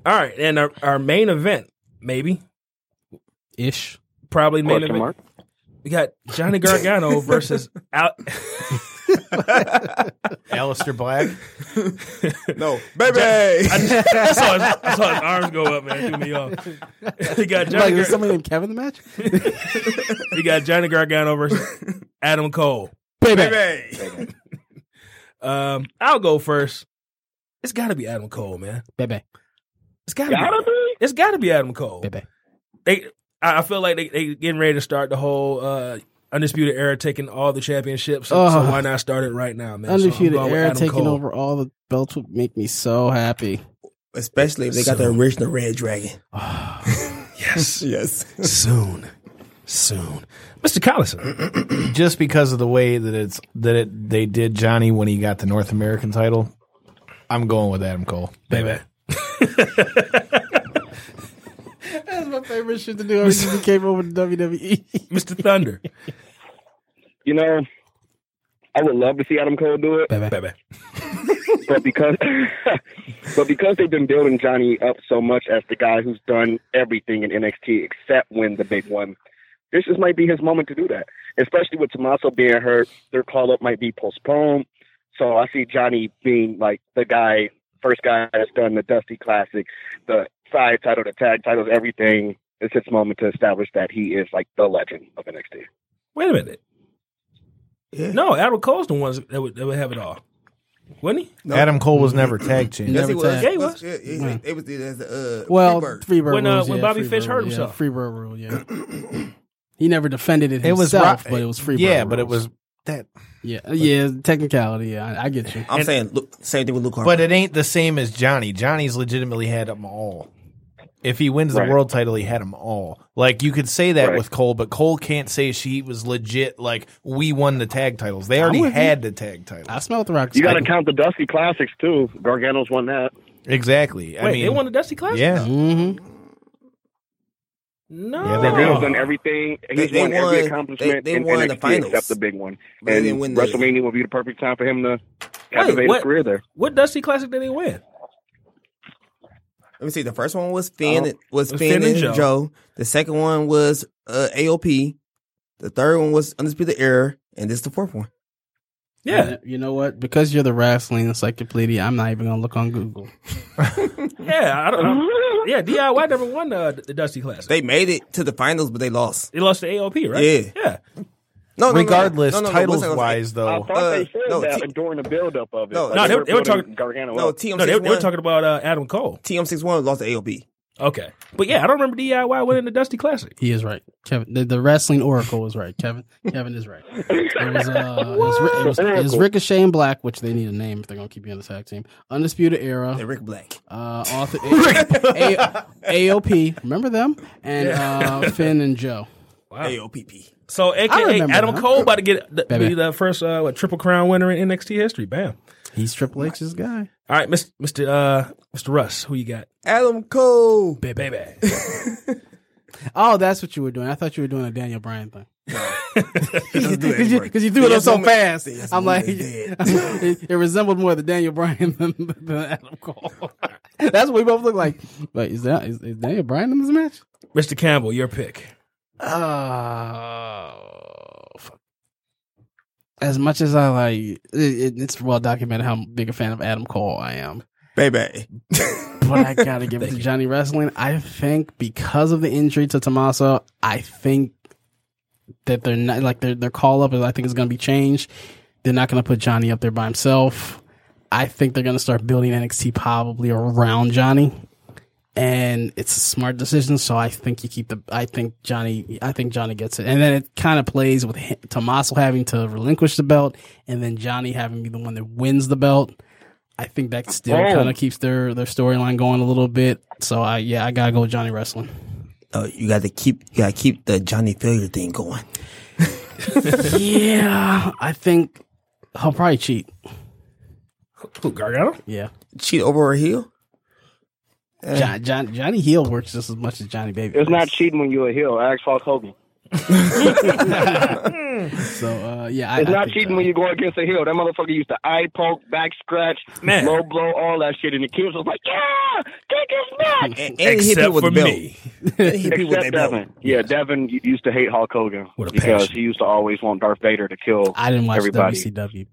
Speaker 3: all right, and our, our main event, maybe,
Speaker 4: Ish.
Speaker 3: probably main
Speaker 9: Question
Speaker 3: event.
Speaker 9: mark.
Speaker 3: We got Johnny Gargano versus Al-
Speaker 5: Alistair Black.
Speaker 8: No, baby.
Speaker 3: I, just, I, saw his, I saw his arms go up, man. It threw me off. he got
Speaker 4: Like,
Speaker 3: Johnny,
Speaker 4: was
Speaker 3: Gar-
Speaker 4: somebody named Kevin in the match?
Speaker 3: he got Johnny Gargano versus Adam Cole.
Speaker 8: baby.
Speaker 3: Um, I'll go first. It's got to be Adam Cole, man.
Speaker 4: Bebe,
Speaker 3: It's got
Speaker 9: Gotta
Speaker 3: to be.
Speaker 9: be.
Speaker 3: It's got to be Adam Cole.
Speaker 4: bebe.
Speaker 3: They, I I feel like they they getting ready to start the whole uh, undisputed era taking all the championships. So- so
Speaker 4: Oh.
Speaker 3: why not start it right now, man?
Speaker 4: Undisputed
Speaker 3: so I'm going with
Speaker 4: era
Speaker 3: Adam
Speaker 4: taking
Speaker 3: Cole.
Speaker 4: over all the belts would make me so happy.
Speaker 8: Especially if they got the original Red Dragon.
Speaker 3: Yes,
Speaker 8: Yes.
Speaker 3: soon, soon, Mr. Collison.
Speaker 5: Just because of the way that it's that it they did Johnny when he got the North American title, I'm going with Adam Cole.
Speaker 3: Baby.
Speaker 4: That's my favorite shit to do ever since he came over to E. WWE.
Speaker 3: Mr. Thunder.
Speaker 9: You know, I would love to see Adam Cole do it,
Speaker 3: Baby. Baby.
Speaker 9: but because but because they've been building Johnny up so much as the guy who's done everything in NXT except win the big one, this just might be his moment to do that. Especially with Tommaso being hurt, their call up might be postponed. So I see Johnny being like the guy, first guy that's done the Dusty Classic, the side title, the tag titles, everything. It's his moment to establish that he is like the legend of NXT.
Speaker 3: Wait a minute.
Speaker 8: Yeah.
Speaker 3: No, Adam Cole's the ones that would, that would have it all. Wouldn't he?
Speaker 8: No.
Speaker 5: Adam Cole was never tag champion.
Speaker 8: Yes, he
Speaker 4: Never
Speaker 8: was.
Speaker 4: tagged.
Speaker 3: Yeah, he was.
Speaker 8: Yeah, yeah, yeah. It was it as the uh,
Speaker 4: Well,
Speaker 8: Freebird.
Speaker 4: Freebird
Speaker 3: When, uh,
Speaker 4: rules,
Speaker 3: when
Speaker 4: yeah,
Speaker 3: Bobby
Speaker 4: Freebird
Speaker 3: Fish hurt
Speaker 4: rule,
Speaker 3: himself.
Speaker 4: Yeah, Freebird rule, yeah. he never defended it
Speaker 5: It was
Speaker 4: himself,
Speaker 5: Ro-
Speaker 4: but it was Freebird.
Speaker 5: Yeah, but it
Speaker 4: rules.
Speaker 5: was that.
Speaker 4: yeah, yeah, technicality. Yeah, I, I get you.
Speaker 8: I'm saying look, same thing with Luke Harper.
Speaker 5: But it ain't the same as Johnny. Johnny's legitimately had them all. If he wins
Speaker 9: Right.
Speaker 5: the world title, he had them all. Like you could say that
Speaker 9: Right.
Speaker 5: with Cole, but Cole can't say she was legit. Like we won the tag titles. They already
Speaker 4: with you.
Speaker 5: had the tag titles.
Speaker 4: I smell the rock.
Speaker 9: You got to count the Dusty Classics too. Gargano's won that.
Speaker 5: exactly. I
Speaker 3: Wait,
Speaker 5: mean,
Speaker 3: they won the Dusty Classic?
Speaker 5: yeah.
Speaker 4: Mm-hmm.
Speaker 3: No.
Speaker 5: Yeah, they
Speaker 9: Gargano's
Speaker 5: did.
Speaker 9: done everything. He's
Speaker 8: They- they
Speaker 9: won, every
Speaker 8: won-
Speaker 9: accomplishment
Speaker 8: they- they
Speaker 9: in
Speaker 8: won the
Speaker 9: NXT
Speaker 8: finals.
Speaker 9: except the big one.
Speaker 8: But they
Speaker 9: And
Speaker 8: didn't win the-
Speaker 9: WrestleMania would be the perfect time for him to captivate
Speaker 3: what?
Speaker 9: his career there.
Speaker 3: What Dusty Classic did he win?
Speaker 8: Let me see. The first one was Finn.
Speaker 9: Oh.
Speaker 8: was
Speaker 3: Finn
Speaker 8: Finn,
Speaker 3: and
Speaker 8: and
Speaker 3: Joe.
Speaker 8: Joe. The second one was uh, AOP. The third one was Undisputed Error, and this is the fourth one.
Speaker 3: Yeah.
Speaker 4: You know what? Because you're the wrestling encyclopedia, I'm not even gonna look on Google.
Speaker 5: Mm-hmm.
Speaker 3: Yeah. I don't, I
Speaker 9: Mm-hmm.
Speaker 3: don't- yeah, DIY never won uh, the Dusty Classic.
Speaker 8: They made it to the finals, but they lost.
Speaker 3: They lost to AOP, right?
Speaker 8: Yeah.
Speaker 3: Yeah.
Speaker 8: No, no, no, no.
Speaker 5: Regardless,
Speaker 8: No, no, no,
Speaker 5: titles
Speaker 8: what's that-
Speaker 5: wise,
Speaker 9: I
Speaker 5: though,
Speaker 9: thought they said
Speaker 8: Oh, uh, no,
Speaker 9: that
Speaker 8: T-
Speaker 9: during the buildup of it.
Speaker 8: No,
Speaker 9: Like,
Speaker 8: no,
Speaker 3: they were- they were
Speaker 9: building
Speaker 3: talking-
Speaker 9: Gargano.
Speaker 8: No,
Speaker 9: up.
Speaker 8: TM61.
Speaker 3: No, they, they were talking about uh, Adam Cole.
Speaker 8: TM61 lost to AOP.
Speaker 3: Okay. But yeah, I don't remember DIY winning the Dusty Classic.
Speaker 4: He is right, Kevin. The, the wrestling oracle is right. Kevin, Kevin is right. It was, uh, it was, Ri- it was, it was Ricochet and Black, which they need a name if they're gonna keep you on the tag team. Undisputed Era.
Speaker 8: Hey, Rick Black.
Speaker 4: uh, author A- AOP. Remember them and uh, Finn and Joe.
Speaker 8: AOPP.
Speaker 3: So, AKA
Speaker 4: remember
Speaker 3: Adam
Speaker 4: that.
Speaker 3: Cole about to get the,
Speaker 4: Baby.
Speaker 3: be the first uh, what, Triple Crown winner in NXT history. Bam.
Speaker 4: He's Triple H's guy.
Speaker 3: All right, Mr. Mr. Uh, Mr. Russ, who you got?
Speaker 8: Adam Cole.
Speaker 3: Baby.
Speaker 4: Oh, that's what you were doing. I thought you were doing a Daniel Bryan thing
Speaker 8: Doesn't do that
Speaker 4: because you,
Speaker 8: anymore.
Speaker 4: 'cause you threw it up
Speaker 8: Yes,
Speaker 4: so
Speaker 8: woman-
Speaker 4: fast.
Speaker 8: Yes,
Speaker 4: I'm
Speaker 8: woman
Speaker 4: like,
Speaker 8: is dead.
Speaker 4: it, it resembled more the Daniel Bryan than, than Adam Cole. that's what we both look like. Wait, is that is, is Daniel Bryan in this match?
Speaker 3: Mr. Campbell, your pick.
Speaker 4: Oh, fuck. As much as I like, it, it, it's well documented how big a fan of Adam Cole I am.
Speaker 8: Baby.
Speaker 4: but I gotta give it to Johnny Wrestling. I think because of the injury to Tommaso, I think that they're not like their their call up is I think is gonna be changed. They're not gonna put Johnny up there by himself. I think they're gonna start building NXT probably around Johnny. And it's a smart decision, so I think you keep the. I think Johnny. I think Johnny gets it, and then it kind of plays with hi- Tommaso having to relinquish the belt, and then Johnny having to be the one that wins the belt. I think that still
Speaker 9: Damn.
Speaker 4: kind of keeps their their storyline going a little bit. So I yeah, I gotta go with Johnny Wrestling.
Speaker 8: Oh, you got to keep, you got to keep the Johnny Failure thing going.
Speaker 4: yeah, I think he'll probably cheat.
Speaker 3: Who, Gargano?
Speaker 4: Yeah,
Speaker 8: Cheat over a heel.
Speaker 4: John, John, Johnny Heel works just as much as Johnny Baby.
Speaker 9: It's not cheating when you're a heel. Ask Hulk Hogan.
Speaker 4: So uh, yeah, I,
Speaker 9: It's
Speaker 4: I
Speaker 9: not
Speaker 4: think
Speaker 9: cheating
Speaker 4: so.
Speaker 9: when you go against a heel. That motherfucker used to eye poke, back scratch,
Speaker 3: Man.
Speaker 9: low blow, all that shit, and the kids was like, "Yeah, get niggas nuts.
Speaker 8: And, and he hit people with the belt. He hit people with
Speaker 9: Except
Speaker 8: that belt.
Speaker 9: Devin. Yeah, Devin used to hate Hulk Hogan
Speaker 3: What a
Speaker 9: because
Speaker 3: passion.
Speaker 9: he used to always want Darth Vader to kill
Speaker 4: I didn't watch
Speaker 9: everybody.
Speaker 4: WCW.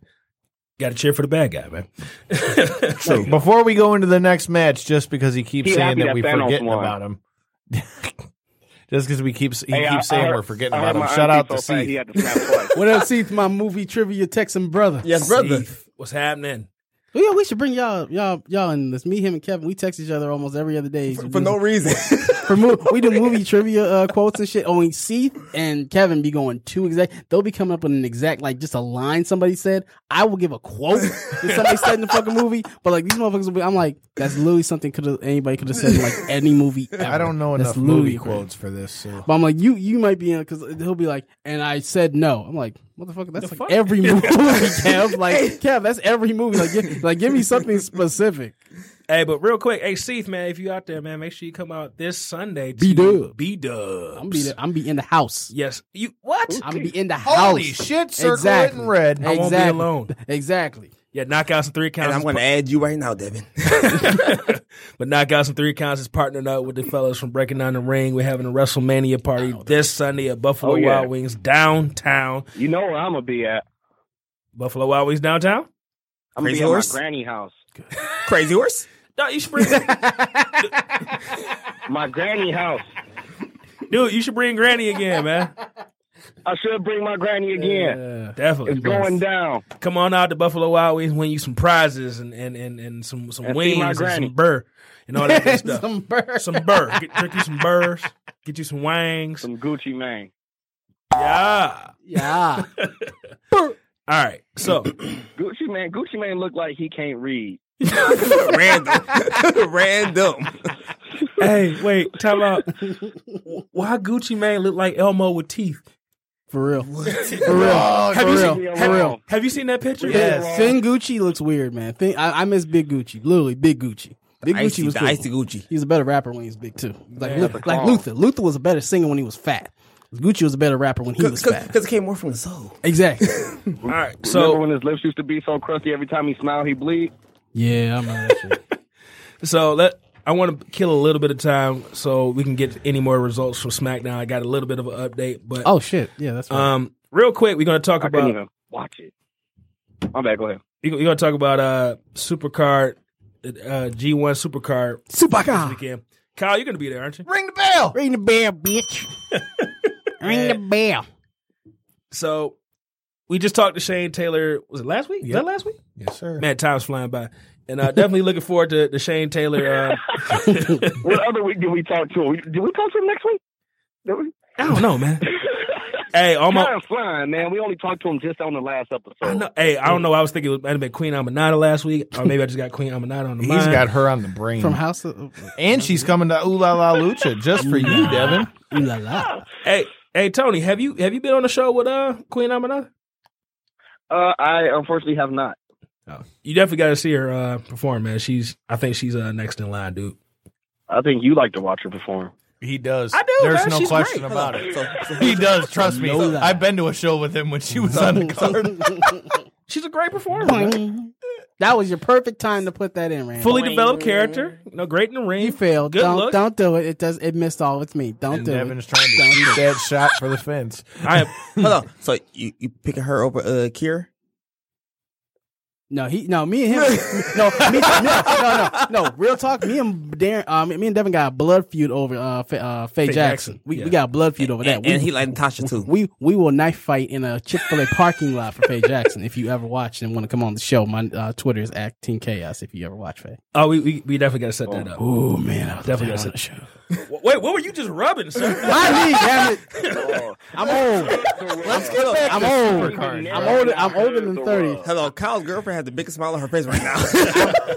Speaker 3: Got to cheer for the bad guy, man.
Speaker 5: True. Before we go into the next match, just because he keeps
Speaker 9: He
Speaker 5: saying
Speaker 9: happy
Speaker 5: that,
Speaker 9: that
Speaker 5: we
Speaker 9: Thanos
Speaker 5: forgetting
Speaker 9: won.
Speaker 5: about him. just because we keep he
Speaker 9: Hey, I-
Speaker 5: keeps
Speaker 9: I
Speaker 5: saying
Speaker 9: heard-
Speaker 5: we're forgetting
Speaker 9: I
Speaker 5: about
Speaker 9: heard
Speaker 5: him.
Speaker 9: my
Speaker 5: Shout
Speaker 9: auntie
Speaker 5: out to
Speaker 9: so fat, He
Speaker 5: Steve.
Speaker 9: had to snap twice.
Speaker 4: What up, Seath? My movie trivia Texan brother.
Speaker 8: Yes, brother.
Speaker 3: Steve, what's happening?
Speaker 4: Well, Oh, yeah, we should bring y'all, y'all, y'all in this. Me, him, and Kevin. We text each other almost every other day
Speaker 8: For no reason.
Speaker 4: For mo- we do movie trivia uh, quotes and shit. Only Seath and Kevin be going too exact. They'll be coming up with an exact, like just a line somebody said. I will give a quote that somebody said in the fucking movie, but like these motherfuckers will be. I'm like, that's literally something could have anybody could have said in like any movie. Ever.
Speaker 5: I don't know
Speaker 4: That's
Speaker 5: enough movie
Speaker 4: ludicrous.
Speaker 5: quotes for this. So.
Speaker 4: But I'm like, you you might be in because he'll be like, and I said no. I'm like, motherfucker, that's like every movie, Kev. Like, Kev, that's every movie. Like, give, like give me something specific.
Speaker 3: Hey, but real quick, hey, Seath, man, if you out there, man, make sure you come out this Sunday. to
Speaker 4: B-Dub.
Speaker 3: B-Dubs.
Speaker 4: I'm be there- I'm be in the house.
Speaker 3: Yes. You what?
Speaker 4: I'm be in the
Speaker 5: Holy
Speaker 4: house.
Speaker 5: shit! Circle it
Speaker 4: Exactly.
Speaker 5: in red.
Speaker 3: I won't be
Speaker 4: Exactly.
Speaker 3: alone.
Speaker 4: Exactly.
Speaker 3: Yeah, knockouts and three
Speaker 8: and
Speaker 3: counts.
Speaker 8: I'm going to add you right now, Devin.
Speaker 3: but knockouts and three counts is partnering up with the fellas from Breaking Down the Ring. We're having a WrestleMania party this Sunday at Buffalo
Speaker 9: Oh, yeah.
Speaker 3: Wild Wings downtown.
Speaker 9: You know where I'm gonna be at?
Speaker 3: Buffalo Wild Wings downtown.
Speaker 9: I'm gonna
Speaker 8: Crazy
Speaker 9: be at
Speaker 8: Horse?
Speaker 9: my granny house.
Speaker 8: Crazy horse.
Speaker 3: No, you should bring,
Speaker 9: My granny house.
Speaker 3: dude. You should bring Granny again, man.
Speaker 9: I should bring my granny again.
Speaker 3: Definitely.
Speaker 9: it's going down.
Speaker 3: Come on out to Buffalo Wild Wings, win you some prizes and and and, and some some
Speaker 9: And feed my
Speaker 3: wings and
Speaker 9: granny.
Speaker 3: some burr and all that good stuff.
Speaker 4: Some bird.
Speaker 3: some burr. Get, drink you some burrs. Get you some wangs.
Speaker 9: Some Gucci Mane.
Speaker 3: Yeah.
Speaker 4: Yeah.
Speaker 3: All right. So
Speaker 9: Gucci Mane. Gucci Mane look like he can't read.
Speaker 8: Random. Random.
Speaker 3: hey, wait, time out. Why Gucci Mane look like Elmo with teeth?
Speaker 4: For real. For real.
Speaker 5: Dog.
Speaker 4: For
Speaker 3: you
Speaker 4: real.
Speaker 3: seen-
Speaker 9: Yeah,
Speaker 3: have,
Speaker 9: real.
Speaker 3: have you seen that picture?
Speaker 5: Yes.
Speaker 4: Thin Gucci looks weird, man. Thin, I, I miss Big Gucci. Literally, Big Gucci. Big
Speaker 8: Icy,
Speaker 4: Gucci was
Speaker 8: the
Speaker 4: cool.
Speaker 8: icy Gucci.
Speaker 4: He was a better rapper when he was big too. Like, Lu- like
Speaker 9: clown.
Speaker 4: Luther. Luther was a better singer when he was fat. Gucci was a better rapper when he was fat.
Speaker 8: Because it came more from the soul.
Speaker 4: Exactly.
Speaker 3: All right.
Speaker 9: Remember
Speaker 3: So
Speaker 9: when his lips used to be so crusty every time he smiled, he bleed?
Speaker 4: yeah, I remember that shit.
Speaker 3: so let I want to kill a little bit of time so we can get any more results from SmackDown. I got a little bit of an update, but
Speaker 4: Oh shit. Yeah, that's right.
Speaker 3: um, real quick, we're gonna talk
Speaker 9: I couldn't
Speaker 3: about
Speaker 9: even watch it. My bad, go ahead.
Speaker 3: you're gonna talk about uh Supercard, uh G1 Supercard
Speaker 4: Supaka.
Speaker 3: weekend. Kyle, you're gonna be there, aren't you?
Speaker 5: Ring the bell.
Speaker 4: Ring the bell, bitch. Ring the bell.
Speaker 3: So we just talked to Shane Taylor. Was it last week? Was that last week?
Speaker 5: Yes, sir.
Speaker 3: Man, time's flying by, and uh, definitely looking forward to the Shane Taylor. Uh,
Speaker 9: What other week did we talk to him? Did we talk to him next week? Did we?
Speaker 3: I don't know, man. Hey, almost.
Speaker 9: Time flying, man. We only talked to him just on the last episode.
Speaker 3: I know, hey, I don't know. I was thinking it might have been Queen Amanada last week, or maybe I just got Queen Amanada on the
Speaker 5: He's
Speaker 3: mind.
Speaker 5: got her on the brain.
Speaker 4: From House of uh,
Speaker 5: and she's coming to Ooh La La Lucha just for you, Devin.
Speaker 4: Ooh la la.
Speaker 3: hey, hey, Tony, have you have you been on the show with uh Queen Amanada?
Speaker 9: Uh, I unfortunately have not.
Speaker 3: You definitely got to see her uh, perform, man. She's I think she's uh, next in line, dude.
Speaker 9: I think you like to watch her perform.
Speaker 5: He does.
Speaker 3: I do,
Speaker 5: There's
Speaker 3: man.
Speaker 5: no
Speaker 3: She's
Speaker 5: question
Speaker 3: great.
Speaker 5: about it.
Speaker 8: So, so
Speaker 5: He does. Trust me.
Speaker 4: No lie.
Speaker 5: I've been to a show with him when she was on the card.
Speaker 3: She's a great performer, man.
Speaker 4: That was your perfect time to put that in, Rand.
Speaker 3: fully developed character. You know, great in the ring.
Speaker 4: You failed.
Speaker 3: Good
Speaker 4: don't
Speaker 3: look.
Speaker 4: don't do it. It does. It missed all its me. Don't
Speaker 5: And
Speaker 4: do
Speaker 5: Devin's
Speaker 4: it.
Speaker 5: trying to
Speaker 4: Don't do
Speaker 5: shoot
Speaker 4: it.
Speaker 5: that shot for the fence.
Speaker 3: I am.
Speaker 8: hold on. So you, you picking her over uh, Kira?
Speaker 4: No, he no me and him no me, no, no no no real talk. Me and Darren, um, me and Devin got a blood feud over uh, Fa uh Faye Jackson.
Speaker 3: Jackson,
Speaker 4: We
Speaker 3: yeah.
Speaker 4: we got a blood feud over that.
Speaker 8: And,
Speaker 4: we,
Speaker 8: and he like Natasha too.
Speaker 4: we we will knife fight in a Chick Fil A parking lot for Faye Jackson. If you ever watch and want to come on the show, my uh, Twitter is at Team Chaos. If you ever watch Faye.
Speaker 3: Oh, we we, we definitely got to set that up.
Speaker 4: Oh man, I
Speaker 3: Definitely gotta
Speaker 4: definitely on
Speaker 3: sit-
Speaker 4: the show.
Speaker 3: Wait, what were you just rubbing, sir?
Speaker 4: My knee, damn it. I'm old.
Speaker 8: Let's get up.
Speaker 4: I'm old. I'm older. I'm older than thirty.
Speaker 8: Hello, Kyle's girlfriend has the biggest smile on her face right now.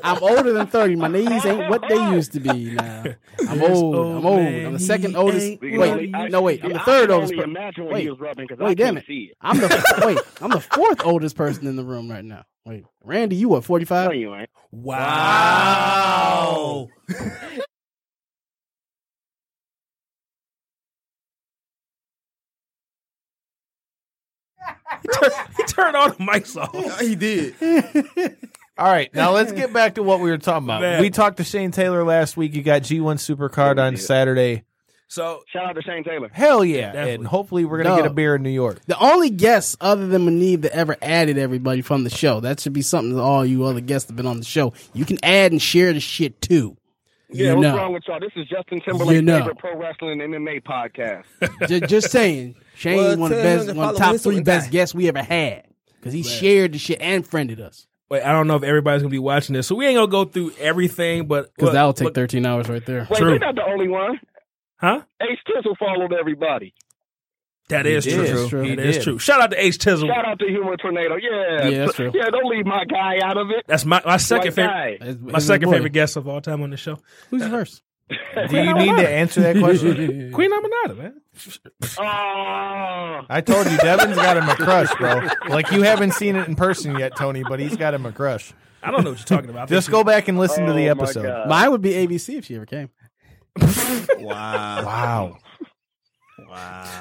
Speaker 4: I'm older than 30. My knees ain't what they used to be now. I'm old. I'm old. I'm the second oldest.
Speaker 9: We can
Speaker 4: Wait,
Speaker 9: only- I-
Speaker 4: no, wait. I'm the
Speaker 9: I
Speaker 4: third
Speaker 9: can
Speaker 4: oldest.
Speaker 9: only
Speaker 4: per-
Speaker 9: imagine what he
Speaker 4: Wait,
Speaker 9: was rubbing 'cause I
Speaker 4: wait, damn
Speaker 9: can't
Speaker 4: it.
Speaker 9: see it.
Speaker 4: I'm the wait. I'm the fourth oldest person in the room right now. Wait, Randy, you what?
Speaker 9: No,
Speaker 4: 45?
Speaker 9: you ain't.
Speaker 3: Wow. he, turned, he turned all the mics off.
Speaker 8: he did.
Speaker 5: All right, now let's get back to what we were talking about.
Speaker 3: Man.
Speaker 5: We talked to Shane Taylor last week. You got G1 Supercard on Saturday.
Speaker 3: So
Speaker 9: Shout out to Shane Taylor.
Speaker 5: Hell yeah!
Speaker 3: Definitely.
Speaker 5: And hopefully we're gonna get a
Speaker 4: No.
Speaker 5: beer in New York.
Speaker 4: The only guest other than Manib that ever added everybody from the show. That should be something to all you other guests that have been on the show. You can add and share the shit too.
Speaker 9: Yeah,
Speaker 4: You
Speaker 9: what's
Speaker 4: know.
Speaker 9: wrong with y'all? This is Justin Timberlake's
Speaker 4: You know.
Speaker 9: favorite pro wrestling and MMA podcast.
Speaker 4: Ju- just, saying, Shane
Speaker 8: Well,
Speaker 4: one of the
Speaker 8: tell him
Speaker 4: best,
Speaker 8: to
Speaker 4: one of the
Speaker 8: follow
Speaker 4: top
Speaker 8: Whistle
Speaker 4: three
Speaker 8: and
Speaker 4: best
Speaker 8: Die.
Speaker 4: guests we ever had because he shared the shit and friended us.
Speaker 3: wait, I don't know if everybody's gonna be watching this, so we ain't gonna go through everything. But
Speaker 4: Because
Speaker 3: but-
Speaker 4: that'll take
Speaker 3: but-
Speaker 4: thirteen hours right there.
Speaker 9: Wait,
Speaker 3: True.
Speaker 9: you're not the only one.
Speaker 3: huh?
Speaker 9: Ace Tizzle followed everybody.
Speaker 3: That is
Speaker 5: did.
Speaker 3: true.
Speaker 5: It is true. He
Speaker 3: That is
Speaker 5: did.
Speaker 3: true. Shout out to H Tizzle.
Speaker 9: Shout out to Humor Tornado. Yeah,
Speaker 4: Yeah, that's true.
Speaker 9: Yeah, don't leave my guy out of it.
Speaker 3: That's my my second
Speaker 9: White
Speaker 3: favorite.
Speaker 9: guy.
Speaker 4: It's-
Speaker 3: My
Speaker 4: it's
Speaker 3: second
Speaker 4: boy.
Speaker 3: favorite guest of all time on the show,
Speaker 4: Who's first?
Speaker 5: Do you need to answer that question?
Speaker 3: Queen Aminata, man.
Speaker 9: Oh,
Speaker 5: I told you, Devin's got him a crush, bro. Like you haven't seen it in person yet, Tony, but he's got him a crush.
Speaker 3: I don't know what you're talking about. I
Speaker 5: Just
Speaker 3: think
Speaker 5: go back and listen to the
Speaker 9: Oh, my
Speaker 5: episode.
Speaker 3: Uh,
Speaker 9: God.
Speaker 4: Mine would be ABC if she ever came.
Speaker 5: Wow.
Speaker 8: Wow.
Speaker 3: you-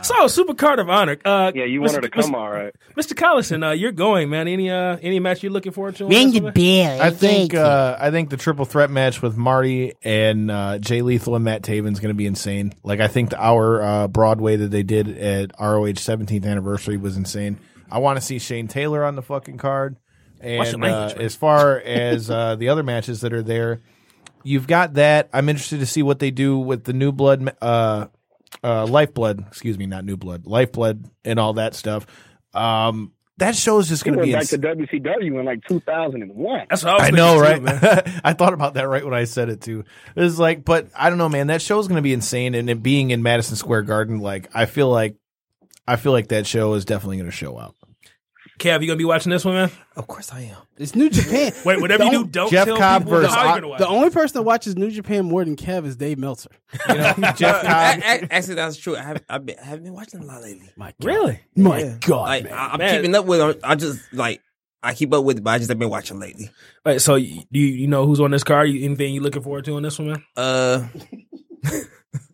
Speaker 3: So Super Card of Honor. Uh,
Speaker 9: yeah, you
Speaker 3: Mr.
Speaker 9: want her to
Speaker 3: Mr.
Speaker 9: come, all right.
Speaker 3: Mr. Collison, uh, you're going, man. Any uh, any match you looking forward to? on
Speaker 7: Ring the
Speaker 3: WrestleMania?
Speaker 7: bell.
Speaker 5: I think
Speaker 7: Jake.
Speaker 5: uh, I think the triple threat match with Marty and uh, Jay Lethal and Matt Taven is going to be insane. Like I think the our uh, Broadway that they did at ROH 17th anniversary was insane. I want to see Shane Taylor on the fucking card.
Speaker 3: Watch your
Speaker 5: And uh,
Speaker 3: language, man.
Speaker 5: as far as uh, the other matches that are there, you've got that. I'm interested to see what they do with the new blood, ma- uh, uh, lifeblood. Excuse me, not new blood, lifeblood, and all that stuff. Um, that show is just
Speaker 9: He
Speaker 5: going to
Speaker 9: went
Speaker 5: be
Speaker 9: back
Speaker 5: insane.
Speaker 9: to WCW in like 2001.
Speaker 3: That's what I was
Speaker 5: I
Speaker 3: thinking
Speaker 5: know,
Speaker 3: too,
Speaker 5: right?
Speaker 3: man.
Speaker 5: I thought about that right when I said it too. It was like, but I don't know, man. That show's going to be insane, and it being in Madison Square Garden, like I feel like, I feel like that show is definitely going to show up.
Speaker 3: Kev, you gonna be watching this one, man?
Speaker 8: Of course I am.
Speaker 4: It's New Japan.
Speaker 3: Wait, whatever you do,
Speaker 4: Don't-
Speaker 3: don't
Speaker 5: Jeff
Speaker 3: tell
Speaker 5: Cobb
Speaker 3: people
Speaker 5: versus-
Speaker 3: how you're gonna watch.
Speaker 4: The only person that watches New Japan more than Kev is Dave Meltzer.
Speaker 5: You know, Jeff Cobb.
Speaker 8: Uh, A- a- Actually, that's true. I haven't, I've been, haven't been watching a lot lately.
Speaker 4: My God.
Speaker 3: really?
Speaker 4: My God,
Speaker 8: Like,
Speaker 4: man.
Speaker 8: I, I'm
Speaker 3: Man.
Speaker 8: keeping up with. it. I just like I keep up with it, but I just have been watching lately.
Speaker 3: Wait, so you you you know who's on this card? You, anything you looking forward to on this one, man?
Speaker 8: Uh,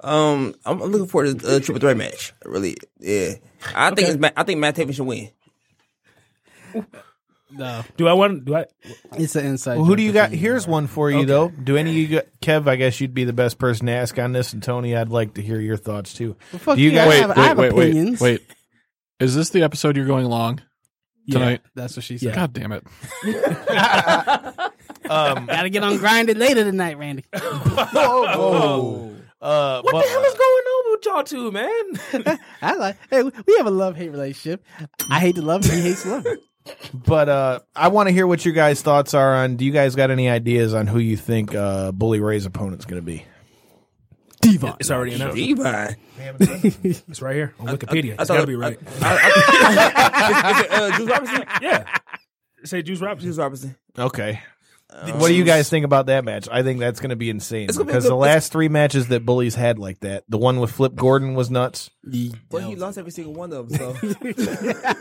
Speaker 8: um, I'm I'm looking forward to the uh, triple threat match. I Really, yeah. I think it's, Ma- I think Matt Taven should win.
Speaker 4: No,
Speaker 3: Do I want? Do I?
Speaker 4: it's an inside.
Speaker 5: Well, who
Speaker 4: joke
Speaker 5: do you
Speaker 4: for
Speaker 5: got?
Speaker 4: me.
Speaker 5: Here's one for you though. Do any of you, got, Kev? I guess you'd be the best person to ask on this, and Tony, I'd like to hear your thoughts too.
Speaker 4: fuck
Speaker 5: do you
Speaker 4: you,
Speaker 5: guys?
Speaker 4: I
Speaker 6: Wait,
Speaker 4: have-
Speaker 6: wait,
Speaker 4: I have
Speaker 6: wait,
Speaker 4: opinions.
Speaker 6: wait, wait. Is this the episode you're going long tonight?
Speaker 4: That's what she said.
Speaker 6: God damn it!
Speaker 5: Um,
Speaker 4: Gotta get on grinded later tonight, Randy.
Speaker 5: whoa, whoa. Uh,
Speaker 3: What
Speaker 5: but-
Speaker 3: the hell is going on with y'all two, man?
Speaker 4: I like. Hey, we have a love hate relationship. I hate to love him. He hates to love me.
Speaker 5: But uh, I want to hear what your guys' thoughts are on. Do you guys got any ideas on who you think uh, Bully Ray's opponent's going to be?
Speaker 4: Devon.
Speaker 3: it's already announced.
Speaker 8: Devon.
Speaker 3: It's right here on Wikipedia.
Speaker 8: I
Speaker 3: It's
Speaker 8: thought-
Speaker 3: gotta be right.
Speaker 8: I, I, is, is it, uh, Juice Robinson?
Speaker 3: yeah. Say Juice Robinson.
Speaker 8: Juice Robinson.
Speaker 5: Okay. what do you guys think about that match? I think that's going to be insane
Speaker 8: It's gonna be
Speaker 5: because
Speaker 8: good-
Speaker 5: the
Speaker 8: it's-
Speaker 5: last three matches that Bully's had like that, the one with Flip Gordon was nuts.
Speaker 8: Well, he lost every single one of them. So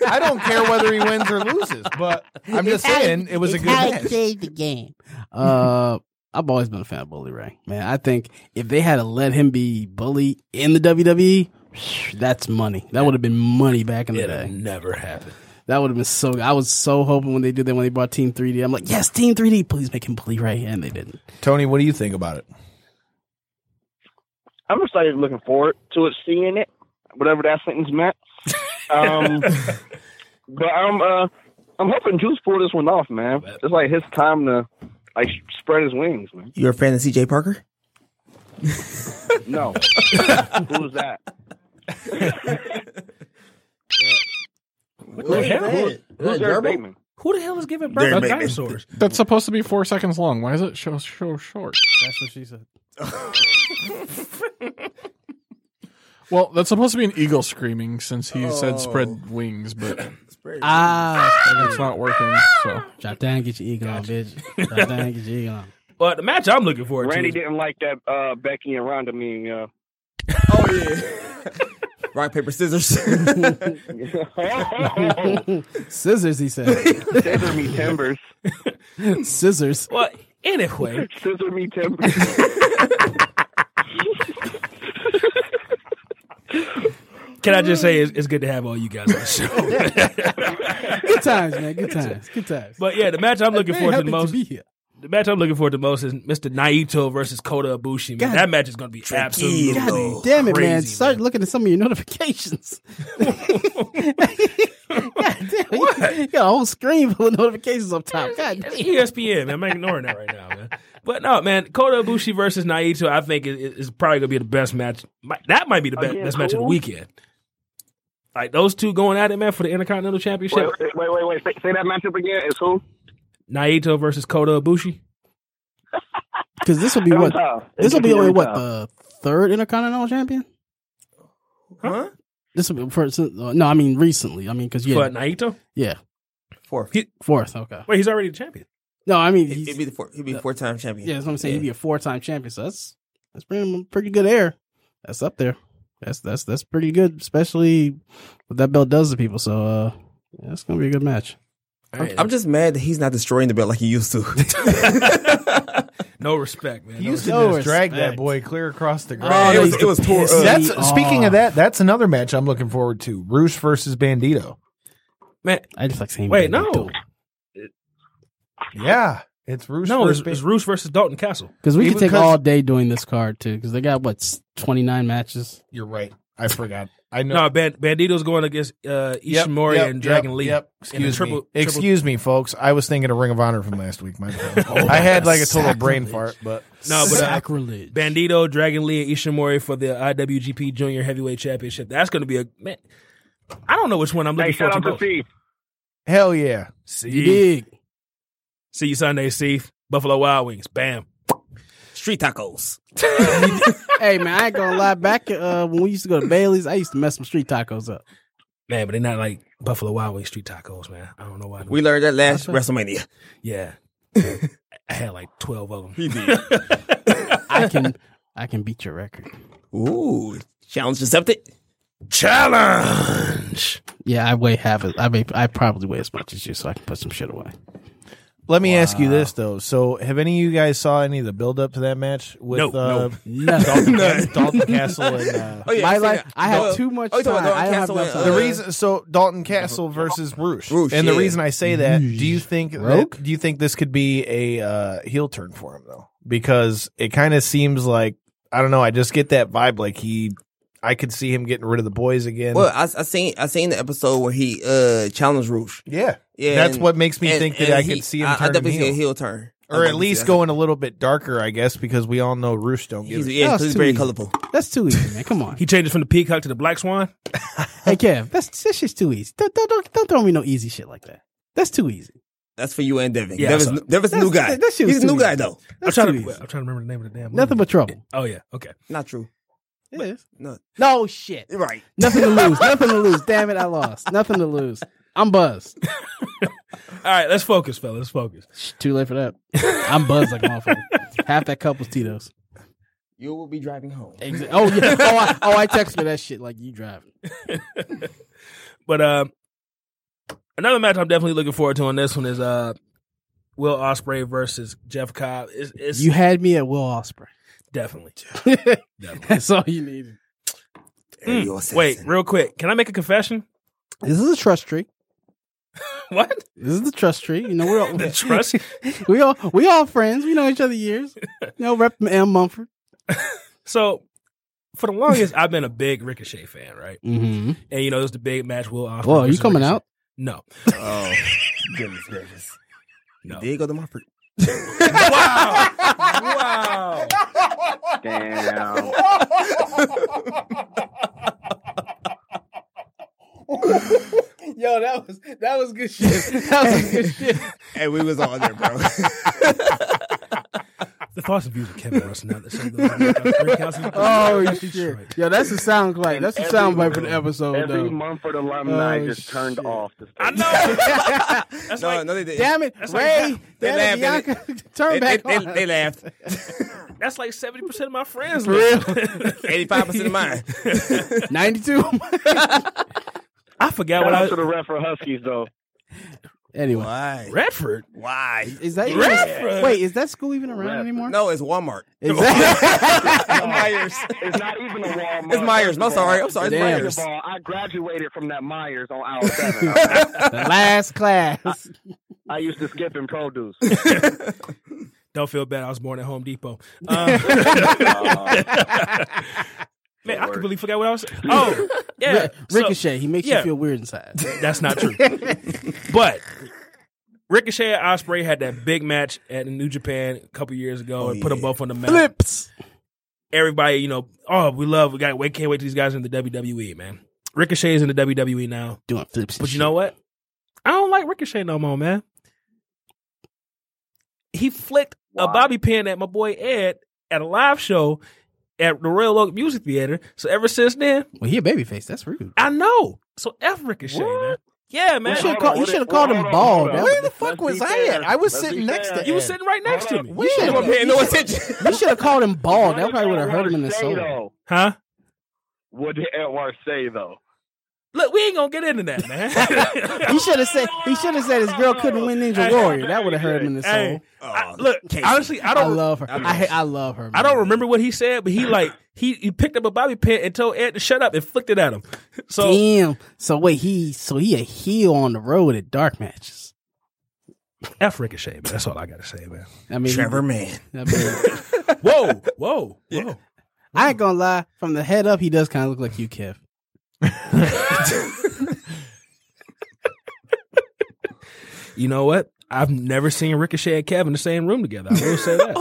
Speaker 5: I don't care whether he wins or loses, but I'm just saying it was a
Speaker 7: It's
Speaker 5: good
Speaker 7: how it
Speaker 5: match.
Speaker 7: plays the game.
Speaker 4: Uh, I've always been a fan of Bully Ray. Man, I think if they had to let him be bully in the WWE, that's money. That would have been money back in the
Speaker 3: It'll
Speaker 4: day.
Speaker 3: never happen.
Speaker 4: That would have been so. I was so hoping when they did that when they brought Team 3D. I'm like, yes, Team 3D, please make him Bully Ray, and they didn't.
Speaker 5: Tony, what do you think about it?
Speaker 9: I'm excited, looking forward to it, seeing it, whatever that sentence meant. Um, but I'm uh, I'm hoping Juice pull this one off, man. It's like his time to like spread his wings, man.
Speaker 8: you're a fan of CJ Parker?
Speaker 9: No, who's that?
Speaker 3: What the hell?
Speaker 9: Jared Bateman.
Speaker 3: Who the hell is giving birth
Speaker 8: They're
Speaker 3: to
Speaker 8: making-
Speaker 3: dinosaurs?
Speaker 6: That's supposed to be four seconds long. Why is it so so short?
Speaker 4: That's what she said.
Speaker 6: Well, that's supposed to be an eagle screaming since he said
Speaker 4: Oh.
Speaker 6: spread wings, but
Speaker 4: Ah,
Speaker 6: it's not working. So
Speaker 4: drop down, get your ego on, bitch. Drop down, get your ego on.
Speaker 3: Well, the match I'm looking forward
Speaker 9: Randy
Speaker 3: to. is-
Speaker 9: didn't like that uh, Becky and Ronda meme. Uh,
Speaker 8: Oh yeah. Rock paper scissors.
Speaker 4: Scissors, he said.
Speaker 9: Scissor me timbers.
Speaker 4: Scissors.
Speaker 3: Well, anyway,
Speaker 9: Scissor me timbers.
Speaker 3: can I just say it's, it's good to have all you guys on the show?
Speaker 4: good times, man. Good times. Good times.
Speaker 3: But yeah, the match I'm looking
Speaker 4: Man,
Speaker 3: forward to
Speaker 4: happy
Speaker 3: the most.
Speaker 4: be here.
Speaker 3: The match I'm looking forward to most is Mr. Naito versus Kota Ibushi. Man.
Speaker 4: God-
Speaker 3: That match is going to be absolutely
Speaker 8: God
Speaker 3: crazy,
Speaker 4: Damn it, man.
Speaker 3: man.
Speaker 4: Start looking at some of your notifications. God damn, you got a whole screen full of notifications up top. God
Speaker 3: That's
Speaker 4: damn.
Speaker 3: ESPN, man. I'm ignoring that right now, man. But no, man, Kota Ibushi versus Naito, I think is, is probably going to be the best match. might- That might be the best,
Speaker 9: Again,
Speaker 3: best match of the
Speaker 9: cool.
Speaker 3: weekend. Like those two going at it, man, for the Intercontinental Championship.
Speaker 9: Wait, wait, wait, wait, wait. Say, say that matchup again. It's who?
Speaker 3: Naito versus Kota Ibushi.
Speaker 4: Because this will be
Speaker 9: Every
Speaker 4: what?
Speaker 9: time.
Speaker 4: This will
Speaker 9: It's
Speaker 4: be
Speaker 9: every
Speaker 4: only what? uh,
Speaker 9: time.
Speaker 4: The third Intercontinental Champion?
Speaker 8: Huh?
Speaker 4: This will be first. Uh, no, I mean recently. I mean, because yeah.
Speaker 3: But Naito,
Speaker 4: yeah.
Speaker 8: Fourth.
Speaker 4: Fourth. Okay.
Speaker 3: wait, he's already the champion.
Speaker 4: No, I mean, he's,
Speaker 8: He'd be the four. He'd be four time champion.
Speaker 4: yeah, that's what I'm saying. He'd be a four time champion. So that's, that's pretty, pretty good air. That's up there. That's, that's, that's pretty good, especially what that belt does to people. So, uh, yeah, that's going to be a good match.
Speaker 8: I'm, I'm just mad that he's not destroying the belt like he used to.
Speaker 3: No respect, man.
Speaker 5: He
Speaker 3: No
Speaker 5: used to
Speaker 4: No
Speaker 5: just drag
Speaker 4: respect.
Speaker 5: that boy clear across the ground.
Speaker 8: Man, it was it was tore
Speaker 4: pissed.
Speaker 8: up.
Speaker 5: That's
Speaker 4: He-
Speaker 5: speaking
Speaker 4: aw.
Speaker 5: of that. That's another match I'm looking forward to: Roosh versus Bandito.
Speaker 3: respect.
Speaker 4: I just like saying,
Speaker 3: Wait,
Speaker 4: what they
Speaker 3: no.
Speaker 4: do.
Speaker 5: Yeah, it's Roosh.
Speaker 3: No, it's,
Speaker 5: versus
Speaker 3: it's
Speaker 5: Ban-
Speaker 3: Roos versus Dalton Castle.
Speaker 4: Because we
Speaker 5: Even
Speaker 4: could take
Speaker 5: 'cause-
Speaker 4: all day doing this card too. Because they got what twenty nine matches.
Speaker 5: you're right. I forgot. I know.
Speaker 3: No, Ban- Bandito's going against uh,
Speaker 5: Yep,
Speaker 3: Ishimori
Speaker 5: yep,
Speaker 3: and Dragon
Speaker 5: yep,
Speaker 3: Lee.
Speaker 5: Yep.
Speaker 3: In a
Speaker 5: Excuse
Speaker 3: triple-
Speaker 5: me.
Speaker 3: triple-
Speaker 5: Excuse me, folks. I was thinking of Ring of Honor from last week. My bad. I had like a total brain fart, Oh, but
Speaker 3: No, but uh,
Speaker 4: sacrilege.
Speaker 3: Bandito, Dragon Lee, and Ishimori for the IWGP Junior Heavyweight Championship. That's going to be a man. I don't know which one I'm
Speaker 9: Hey,
Speaker 3: looking
Speaker 9: shout out
Speaker 3: forward
Speaker 9: to
Speaker 3: to. most.
Speaker 9: Steve.
Speaker 5: hell yeah.
Speaker 4: you
Speaker 3: See,
Speaker 4: dig?
Speaker 3: see you Sunday, Steve. Buffalo Wild Wings. Bam.
Speaker 8: Street tacos.
Speaker 4: hey man, I ain't gonna lie. Back uh, when we used to go to Bailey's, I used to mess some street tacos up.
Speaker 3: Man, but they're not like Buffalo Wild Wings street tacos, man. I don't know why.
Speaker 8: We learned that last WrestleMania.
Speaker 3: yeah. I had like 12 of them.
Speaker 4: I can, I can beat your record.
Speaker 8: Ooh, challenge accepted.
Speaker 3: Challenge.
Speaker 4: Yeah, I weigh half. As, I weigh, I probably weigh as much as you, so I can put some shit away.
Speaker 5: Let me ask you this though. So, have any of you guys saw any of the build up to that match with
Speaker 3: No,
Speaker 5: uh,
Speaker 4: Nothing.
Speaker 5: Dalton, Dalton Castle and uh,
Speaker 8: Oh yeah,
Speaker 4: My
Speaker 8: you said
Speaker 4: life-
Speaker 8: that.
Speaker 4: I have
Speaker 8: No,
Speaker 4: too much
Speaker 8: oh, you talking
Speaker 4: time.
Speaker 8: about
Speaker 4: I don't have
Speaker 8: Castle
Speaker 4: enough
Speaker 8: and,
Speaker 5: the
Speaker 8: uh, uh-huh.
Speaker 5: reason? So, Dalton Castle versus Roosh.
Speaker 8: Roosh,
Speaker 5: and the
Speaker 8: yeah.
Speaker 5: reason I say that, do you think
Speaker 4: Rogue?
Speaker 5: that, do you think this could be a uh, heel turn for him though? Because it kind of seems like I don't know. I just get that vibe like he. I could see him getting rid of the boys again.
Speaker 8: Well, I, I seen I seen the episode where he uh challenged Roosh.
Speaker 5: Yeah,
Speaker 8: Yeah,
Speaker 5: That's
Speaker 8: and-
Speaker 5: what makes me
Speaker 8: and-
Speaker 5: think that
Speaker 8: and
Speaker 5: I
Speaker 8: he-
Speaker 5: could see him
Speaker 8: I, I
Speaker 5: turn
Speaker 8: definitely
Speaker 5: heel.
Speaker 8: see a heel turn,
Speaker 5: or
Speaker 8: I
Speaker 5: at
Speaker 8: definitely
Speaker 5: least
Speaker 8: see that.
Speaker 5: going a little bit darker, I guess, because we all know Roosh don't
Speaker 8: He's,
Speaker 5: give. a-
Speaker 8: yeah,
Speaker 4: That's
Speaker 8: 'cause he's
Speaker 4: too
Speaker 8: very
Speaker 4: easy.
Speaker 8: colorful.
Speaker 4: That's too easy, man. Come on.
Speaker 3: He changes from the peacock to the black swan.
Speaker 4: Hey Kev, that's this shit's too easy. Don't, don't, don't, don't throw me no easy shit like that. That's too easy.
Speaker 8: That's for you and Devin.
Speaker 3: Yeah,
Speaker 8: Devin's,
Speaker 3: so-
Speaker 8: Devin's a new
Speaker 4: That's-
Speaker 8: guy.
Speaker 4: that shit was
Speaker 8: he's a
Speaker 4: too
Speaker 8: new guy
Speaker 4: easy.
Speaker 8: though.
Speaker 3: I'm
Speaker 4: That's
Speaker 3: trying
Speaker 4: too
Speaker 3: to.
Speaker 4: easy.
Speaker 3: I'm trying to remember the name of the damn.
Speaker 4: Nothing
Speaker 3: movie.
Speaker 4: but trouble.
Speaker 3: Oh yeah. Okay.
Speaker 8: Not true.
Speaker 4: It is.
Speaker 8: No,
Speaker 4: No shit.
Speaker 8: you're right.
Speaker 4: Nothing to lose. Nothing to lose. Damn it, I lost. Nothing to lose. I'm buzzed.
Speaker 3: All right. Let's focus, fellas. Let's focus.
Speaker 4: Shh, Too late for that. I'm buzzed like a motherfucker. Half that couple's Tito's.
Speaker 8: You will be driving home.
Speaker 4: Exa- Oh yeah. Oh I, oh, I text her that shit like you driving.
Speaker 3: But um, another match I'm definitely looking forward to on this one is uh, Will Osprey versus Jeff Cobb. It's, it's
Speaker 4: You had me at Will Osprey.
Speaker 3: definitely.
Speaker 4: That's all you needed.
Speaker 8: There you are,
Speaker 3: Wait,
Speaker 8: Samson.
Speaker 3: real quick. Can I make a confession?
Speaker 4: This is a trust tree.
Speaker 3: What?
Speaker 4: This is the trust tree. You know we're all
Speaker 3: The trust?
Speaker 4: we all we all friends. We know each other years. You know, Rep M Mumford.
Speaker 3: So, for the longest, I've been a big Ricochet fan, right?
Speaker 4: Mm-hmm.
Speaker 3: And you know, it was the big match. Will Osprey.
Speaker 4: Well, are you
Speaker 3: versus
Speaker 4: coming
Speaker 3: Ricochet.
Speaker 4: out?
Speaker 3: No.
Speaker 8: Oh, goodness gracious.
Speaker 3: No.
Speaker 8: There you go to Mumford.
Speaker 3: wow. Wow.
Speaker 9: Damn.
Speaker 4: Yo, that was that was good shit. That was good shit.
Speaker 8: Hey, we was all there, bro.
Speaker 3: The thoughts and views of Kevin Russ now. That's oh,
Speaker 4: Oh shit! Yo, that's a sound bite. That's a
Speaker 9: every-
Speaker 4: sound bite for the episode.
Speaker 9: Every
Speaker 4: though.
Speaker 9: Mumford alumni
Speaker 4: Oh,
Speaker 9: just turned
Speaker 4: shit.
Speaker 9: off. The
Speaker 3: I know. That's
Speaker 8: no,
Speaker 3: like-
Speaker 8: no, they didn't.
Speaker 4: Damn it, Ray!
Speaker 8: They
Speaker 4: damn it,
Speaker 8: laughed
Speaker 4: Bianca! Turn
Speaker 8: They, they,
Speaker 4: back
Speaker 8: they,
Speaker 4: on.
Speaker 8: they laughed.
Speaker 3: That's like seventy percent of my friends.
Speaker 8: Eighty-five percent of mine.
Speaker 4: Ninety-two.
Speaker 3: I forgot
Speaker 9: Shout
Speaker 3: what I
Speaker 9: out to the ref for Huskies though.
Speaker 4: Anyway,
Speaker 8: Why?
Speaker 3: Redford.
Speaker 8: Why?
Speaker 4: is that
Speaker 3: Redford.
Speaker 4: wait? Is that school even around anymore?
Speaker 8: No, it's Walmart.
Speaker 4: Is that-
Speaker 8: Myers.
Speaker 9: It's not even a Walmart.
Speaker 8: It's Myers. I'm sorry. I'm sorry. It's
Speaker 4: Damn.
Speaker 8: Myers.
Speaker 9: First of all, I graduated from that Myers on aisle seven.
Speaker 4: the last class.
Speaker 9: I used to skip in produce.
Speaker 3: Don't feel bad. I was born at Home Depot. Um, man, I completely forgot what I was. Oh, yeah. so-
Speaker 4: Ricochet. he makes
Speaker 3: yeah.
Speaker 4: you feel weird inside.
Speaker 3: That's not true. but Ricochet and Osprey had that big match at New Japan a couple years ago and put them both on the map.
Speaker 4: Flips.
Speaker 3: Everybody, you know, oh, we love, we got, we can't wait till these guys are in the WWE, man. Ricochet is in the WWE now,
Speaker 4: Doing flips. and
Speaker 3: but you
Speaker 4: shit.
Speaker 3: know what? I don't like Ricochet no more, man. He flicked a Uh, bobby pin at my boy Ed at a live show at the Royal Oak Music Theater. So ever since then,
Speaker 4: Well, he a babyface. That's rude.
Speaker 3: I know. So F Ricochet, man. Yeah, man.
Speaker 4: You should have
Speaker 9: hold on,
Speaker 4: called, you
Speaker 9: what
Speaker 4: should've
Speaker 9: if-
Speaker 4: called him
Speaker 9: hold on,
Speaker 4: bald.
Speaker 9: hold on.
Speaker 4: That
Speaker 5: Where
Speaker 4: was-
Speaker 5: the fuck
Speaker 9: be
Speaker 5: was I
Speaker 9: fair.
Speaker 5: at? I was
Speaker 9: Let's
Speaker 5: sitting
Speaker 9: be
Speaker 5: next
Speaker 9: fair.
Speaker 5: to
Speaker 3: You were
Speaker 5: Ed.
Speaker 3: sitting right next to me.
Speaker 4: You
Speaker 5: You
Speaker 4: should've-
Speaker 5: were paying no attention.
Speaker 4: You should have called him bald. That
Speaker 9: What
Speaker 4: probably
Speaker 9: did
Speaker 4: would have hurt him in the
Speaker 9: Edward say,
Speaker 4: soul.
Speaker 9: though?
Speaker 3: Huh?
Speaker 9: What did Edward say though?
Speaker 3: Look, we ain't gonna get into that, man.
Speaker 4: He should have said he should have said his girl couldn't win Ninja
Speaker 3: Hey.
Speaker 4: Warrior. That would have hurt him in the soul.
Speaker 3: hey,
Speaker 8: Oh,
Speaker 3: I- look,
Speaker 8: Casey.
Speaker 3: honestly, I
Speaker 4: I
Speaker 3: don't, I,
Speaker 4: love her. I ha- I love her. man.
Speaker 3: don't remember what he said, but he like he, he picked up a bobby pin and told Ed to shut up and flicked it at him. So
Speaker 4: Damn. So wait, he so he a heel on the road at dark matches.
Speaker 3: F Ricochet, man. That's all I gotta say, man.
Speaker 4: I mean,
Speaker 8: Trevor Mann.
Speaker 4: I, mean,
Speaker 3: Whoa, whoa, whoa.
Speaker 4: I ain't gonna lie. From the head up, he does kind of look like you, Kev.
Speaker 3: You know what? I've never seen Ricochet and Kev in the same room together. I will say that.
Speaker 4: I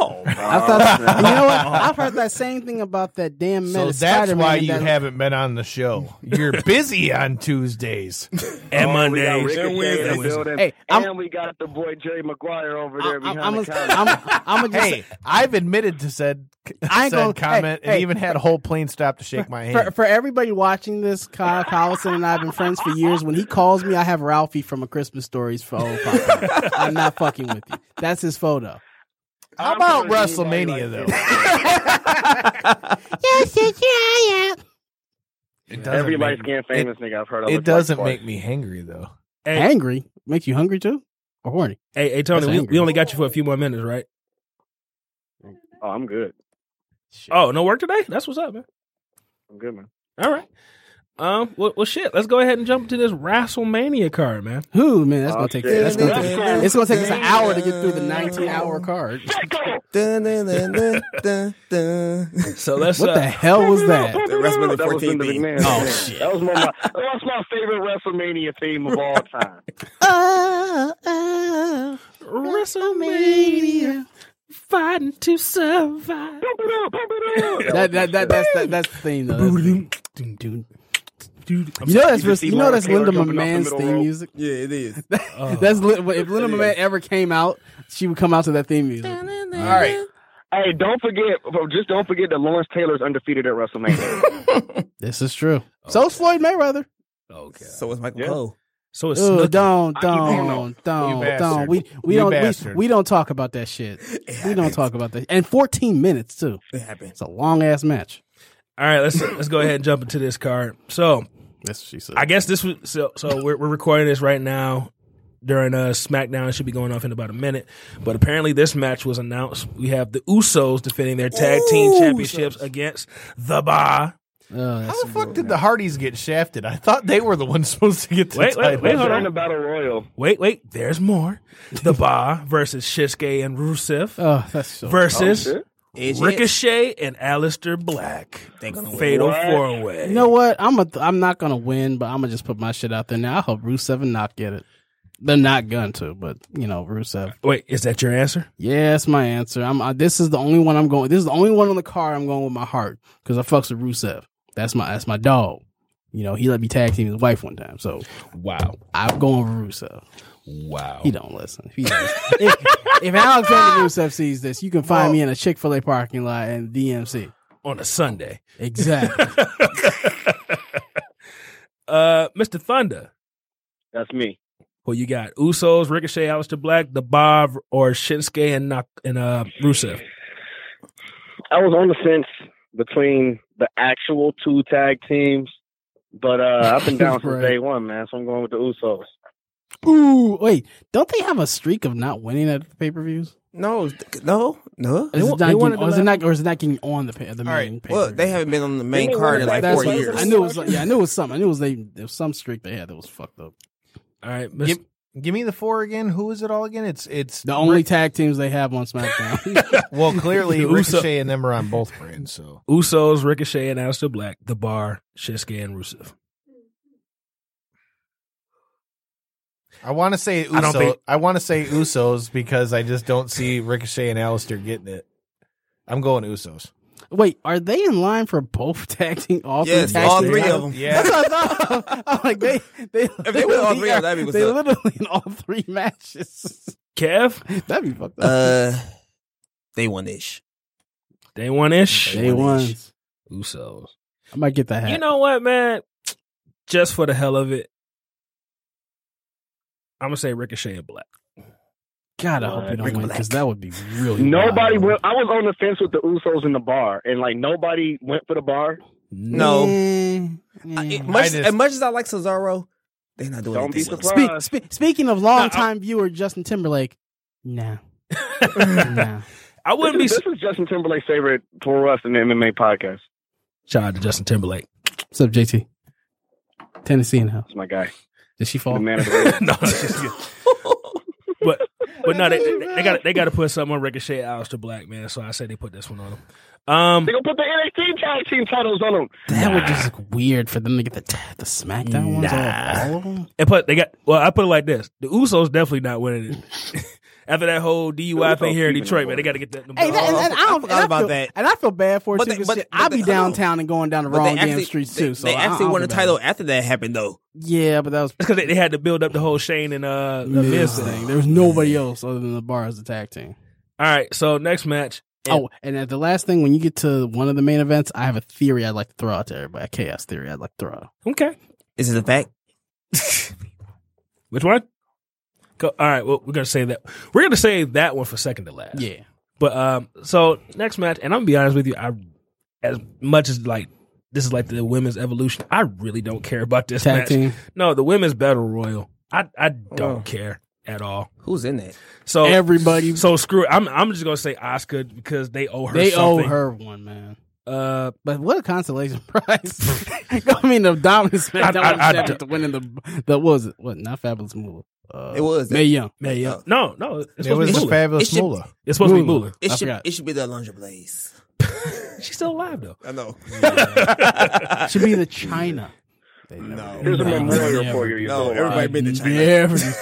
Speaker 4: thought you know what? I've heard that same thing about that damn man.
Speaker 5: So that's why you haven't been on the show. You're busy on Tuesdays.
Speaker 3: and
Speaker 9: We got
Speaker 3: Mondays,
Speaker 9: Ricochet
Speaker 3: and
Speaker 9: in the
Speaker 3: Wednesdays.
Speaker 9: building,
Speaker 4: Hey, I'm-
Speaker 9: and we got the boy Jerry Maguire over there
Speaker 4: I'm,
Speaker 9: behind
Speaker 4: I'm,
Speaker 9: the
Speaker 4: I'm,
Speaker 9: counter.
Speaker 4: I'm, I'm just
Speaker 5: Hey, I've admitted to said,
Speaker 4: I ain't
Speaker 5: said
Speaker 4: gonna-
Speaker 5: comment
Speaker 4: hey,
Speaker 5: and
Speaker 4: hey.
Speaker 5: even had a whole plane stop to shake my
Speaker 4: for,
Speaker 5: hand.
Speaker 4: for everybody watching this, Kyle Collison and I have been friends for years. When he calls me, I have Ralphie from A Christmas Stories for old Papa. I'm not fucking with you. That's his photo.
Speaker 5: How
Speaker 9: I'm
Speaker 5: about
Speaker 9: gonna see
Speaker 5: WrestleMania,
Speaker 9: anybody like
Speaker 5: though?
Speaker 7: Yes, it's yeah, yeah.
Speaker 5: It doesn't
Speaker 9: Every
Speaker 5: make-
Speaker 9: light skinned famous nigga I've heard of.
Speaker 5: It
Speaker 9: looks
Speaker 5: doesn't
Speaker 9: like
Speaker 5: make me hangry, though.
Speaker 3: Hey,
Speaker 4: Angry makes you hungry too, or horny.
Speaker 3: hey, hey, Tony,
Speaker 4: That's
Speaker 3: we,
Speaker 4: angry.
Speaker 3: we only got you for a few more minutes, right?
Speaker 9: Oh, I'm good.
Speaker 3: Oh, no work today? That's what's up, man.
Speaker 9: I'm good, man.
Speaker 3: All right. Um. Well, well, shit. Let's go ahead and jump to this WrestleMania card, man.
Speaker 4: Who man? That's gonna take.
Speaker 9: shit.
Speaker 4: That's gonna take. It's gonna take us an hour to get through the
Speaker 8: Yeah.
Speaker 4: 19 hour card.
Speaker 8: Dun, dun, dun, dun, dun, dun.
Speaker 3: So let's.
Speaker 4: What
Speaker 3: uh,
Speaker 4: the hell was that?
Speaker 8: The WrestleMania
Speaker 9: That was
Speaker 8: 14
Speaker 9: Linda
Speaker 8: theme.
Speaker 9: McMahon.
Speaker 8: Oh,
Speaker 9: shit. That was, my, that was my favorite WrestleMania theme of all time.
Speaker 7: Oh,
Speaker 3: WrestleMania, fighting to survive.
Speaker 4: That, that, that, that's, that, that's the thing, though. That's the thing. You
Speaker 3: You
Speaker 4: know that's
Speaker 9: You just
Speaker 4: you
Speaker 9: see
Speaker 4: know
Speaker 9: Lana
Speaker 4: that's
Speaker 9: Taylor
Speaker 4: Linda
Speaker 9: jumping off the
Speaker 4: McMahon's
Speaker 9: middle
Speaker 4: theme
Speaker 9: rope.
Speaker 4: music.
Speaker 8: Yeah, it is.
Speaker 4: That's lit- if Linda McMahon ever came out, she would come out to that theme music.
Speaker 5: All right.
Speaker 9: Hey, don't forget, just don't forget that Lawrence Taylor's undefeated at WrestleMania.
Speaker 4: This is true. So is Floyd Mayweather.
Speaker 3: okay.
Speaker 8: So it's Michael
Speaker 9: Yeah.
Speaker 8: Cole.
Speaker 3: So it's
Speaker 4: Ooh,
Speaker 3: Snooki.
Speaker 4: don't,
Speaker 9: don't know.
Speaker 4: don't, don't,
Speaker 5: You
Speaker 4: don't. We we
Speaker 5: You
Speaker 4: don't we,
Speaker 5: bastard.
Speaker 4: we don't talk about that shit. We don't talk about that. And 14 minutes too.
Speaker 8: It happened.
Speaker 4: It's a long ass match.
Speaker 3: All right. Let's let's go ahead and jump into this card. So
Speaker 4: That's what she said.
Speaker 3: I guess this was so. So we're we're recording this right now during uh SmackDown. It should be going off in about a minute. But apparently, this match was announced. We have the Usos defending their tag team championships against the Bar.
Speaker 4: Oh, that's
Speaker 5: How the fuck did the Hardys get shafted? I thought they were the ones supposed to get the
Speaker 3: Wait, wait,
Speaker 5: title.
Speaker 3: wait, hold
Speaker 9: They're
Speaker 3: on.
Speaker 9: in the Battle Royal.
Speaker 3: Wait, wait. There's more. The Bar versus Shinsuke and Rusev.
Speaker 4: oh, that's so.
Speaker 3: versus
Speaker 9: shit.
Speaker 8: Edge,
Speaker 3: Ricochet and Alistair Black.
Speaker 8: They gonna win.
Speaker 3: Fatal
Speaker 9: What?
Speaker 3: four way.
Speaker 4: you know what? I'm a I'm not gonna win, but I'm gonna just put my shit out there now. I hope Rusev and not get it. They're not going to, but you know Rusev.
Speaker 3: Wait, is that your answer?
Speaker 4: Yeah, that's my answer. I'm. I, this is the only one I'm going. This is the only one on the card I'm going with my heart because I fucks with Rusev. That's my that's my dog. You know, he let me tag team his wife one time. So
Speaker 3: Wow.
Speaker 4: I'm going with Rusev.
Speaker 3: Wow.
Speaker 4: He don't listen. If, he does- if, if Alexander Rusev sees this, you can find me in a Chick Fil A parking lot and DMC.
Speaker 3: On a Sunday.
Speaker 4: Exactly.
Speaker 3: Uh Mr. Thunder.
Speaker 9: That's me.
Speaker 3: Who you got? Usos, Ricochet, Alistair Black, The Bob, or Shinsuke and Nak- and uh Rusev.
Speaker 9: I was on the fence between the actual two tag teams, but uh, I've been down since
Speaker 4: Right.
Speaker 9: day one, man. So I'm going with the Usos.
Speaker 4: Ooh, wait. Don't they have a streak of not winning at the pay per views?
Speaker 8: No, th- no, no.
Speaker 4: Is, it
Speaker 3: wa-
Speaker 4: not
Speaker 3: they
Speaker 4: getting-
Speaker 3: wanted to
Speaker 4: or is it
Speaker 3: laugh.
Speaker 4: not? Or is it not getting on the pay, the main? pay-per-view?
Speaker 8: Well, they haven't been on the main
Speaker 9: They
Speaker 8: card
Speaker 9: won
Speaker 8: in like
Speaker 9: it
Speaker 4: That's
Speaker 8: four
Speaker 4: what-
Speaker 8: years.
Speaker 4: I knew it was. Yeah, I knew it was something. I knew it was they. There was some streak they had that was fucked up.
Speaker 3: All right, Mr.
Speaker 5: Give, give me the four again. Who is it all again? It's it's
Speaker 4: The only tag teams they have on SmackDown.
Speaker 5: well clearly
Speaker 3: The Uso-
Speaker 5: Ricochet and them are on both brands. So
Speaker 3: Usos, Ricochet, and Aleister Black, The Bar, Shinsuke, and Rusev.
Speaker 5: I want to say Uso.
Speaker 3: I
Speaker 5: I,
Speaker 3: don't think-
Speaker 5: want to say Usos because I just don't see Ricochet and Alistair getting it. I'm going Usos.
Speaker 4: Wait, are they in line for both tag team? All
Speaker 8: Yes,
Speaker 4: three tag
Speaker 8: all
Speaker 4: team
Speaker 8: three
Speaker 4: titles?
Speaker 8: of them.
Speaker 5: Yeah.
Speaker 4: That's what I thought. I'm like they. They,
Speaker 8: If they win all three of them,
Speaker 4: are-
Speaker 8: that'd be what's
Speaker 4: They
Speaker 8: up.
Speaker 4: literally in all three matches.
Speaker 3: Kev,
Speaker 4: that'd be fucked up.
Speaker 8: Uh, they won ish.
Speaker 3: they one ish.
Speaker 4: they won.
Speaker 3: Usos.
Speaker 4: I might get that hat.
Speaker 3: You know what, man? Just for the hell of it, I'm gonna say Ricochet and Black.
Speaker 4: God, I hope you don't
Speaker 8: Rick
Speaker 4: win
Speaker 8: Black.
Speaker 4: because that would be really.
Speaker 9: Nobody
Speaker 4: wild.
Speaker 9: went. I was on the fence with the Usos in the bar, and like nobody went for the bar.
Speaker 8: No.
Speaker 4: Mm,
Speaker 8: I-
Speaker 4: yeah.
Speaker 8: it- much-
Speaker 5: just-
Speaker 8: as much as I like Cesaro, they're not doing
Speaker 9: Don't be
Speaker 8: anything with
Speaker 9: surprised.
Speaker 8: him.
Speaker 4: Spe- spe- speaking of longtime viewer Justin Timberlake, nah, nah.
Speaker 3: I wouldn't be
Speaker 9: This is,
Speaker 3: su-
Speaker 9: this is Justin Timberlake's favorite for us in the MMA podcast.
Speaker 3: shout out to Justin Timberlake.
Speaker 4: What's up, JT? Tennessee in the house.
Speaker 9: That's my guy,
Speaker 4: Did she
Speaker 9: the
Speaker 4: fall?
Speaker 9: man of the world.
Speaker 3: no, it's just good. but but no, they they got they got to put something on Ricochet, Aleister Black, man. So I say they put this one on them. Um,
Speaker 9: They gonna put the NXT tag team titles on them.
Speaker 4: That would just look weird for them to get the ta- the SmackDown ones all, all of them.
Speaker 3: and put they got well, I put it like this: the Usos definitely not winning it. After that whole DUI thing here in Detroit, man, they got to get that. them
Speaker 4: Hey, that, and,
Speaker 3: balls.
Speaker 4: and I, don't,
Speaker 8: I forgot
Speaker 4: and I
Speaker 8: about
Speaker 4: feel,
Speaker 8: that.
Speaker 4: and I feel bad for it
Speaker 8: But
Speaker 4: too.
Speaker 8: they-
Speaker 4: 'cause
Speaker 8: but-
Speaker 4: shit,
Speaker 8: but
Speaker 4: I'll
Speaker 8: they-
Speaker 4: be
Speaker 8: hold on.
Speaker 4: downtown and going down the
Speaker 8: But
Speaker 4: wrong
Speaker 8: they
Speaker 4: damn
Speaker 8: actually,
Speaker 4: streets
Speaker 8: they,
Speaker 4: too. So
Speaker 8: they
Speaker 4: I- I
Speaker 8: actually
Speaker 4: don't
Speaker 8: won the
Speaker 4: feel bad.
Speaker 8: title after that happened, though.
Speaker 4: Yeah, but that was
Speaker 3: It's because they, they had to build up the whole Shane and uh the Miz
Speaker 4: Miz
Speaker 3: thing.
Speaker 4: thing. There was nobody else other than the bar as the tag team.
Speaker 3: All right, so next match. And-
Speaker 4: Oh, and at the last thing, when you get to one of the main events, I have a theory I'd like to throw out to everybody. A chaos theory I'd like to throw out.
Speaker 3: Okay,
Speaker 8: Is it a fact?
Speaker 3: which one? Go, all right, well, we're gonna say that we're gonna save that one for second to last.
Speaker 4: Yeah.
Speaker 3: But um, so next match, and I'm gonna be honest with you, I as much as like this is like the women's evolution, I really don't care about this
Speaker 4: Tag
Speaker 3: match.
Speaker 4: team. Oh.
Speaker 3: No, the women's battle royal, I I don't care at all.
Speaker 8: Who's in that?
Speaker 3: So
Speaker 4: Everybody-
Speaker 3: so screw it. I'm I'm just gonna say Oscar because they owe her.
Speaker 4: They
Speaker 3: something.
Speaker 4: owe her one, man.
Speaker 3: Uh,
Speaker 4: But what a consolation prize. I mean, the dominance man.
Speaker 3: I- I-
Speaker 4: That was to winning the, the, what was it? What? Not Fabulous Moolah. Uh,
Speaker 8: It was. Uh,
Speaker 4: May Young.
Speaker 3: man, yo, no, no, it's
Speaker 5: It
Speaker 3: supposed
Speaker 5: was
Speaker 3: to be
Speaker 5: a
Speaker 3: Moolah.
Speaker 5: fabulous
Speaker 8: It should-
Speaker 5: Moolah.
Speaker 3: it's supposed to be
Speaker 4: Moolah.
Speaker 3: Moolah.
Speaker 8: It
Speaker 4: I
Speaker 8: should
Speaker 4: forgot.
Speaker 8: it should be the Alundra Blaze.
Speaker 3: She's still alive though.
Speaker 8: I know.
Speaker 4: Should be the China. They never
Speaker 8: No.
Speaker 4: did.
Speaker 9: There's a
Speaker 4: Never,
Speaker 9: memorial
Speaker 4: never.
Speaker 9: for you.
Speaker 8: No,
Speaker 9: No,
Speaker 8: everybody been to China.
Speaker 4: Never.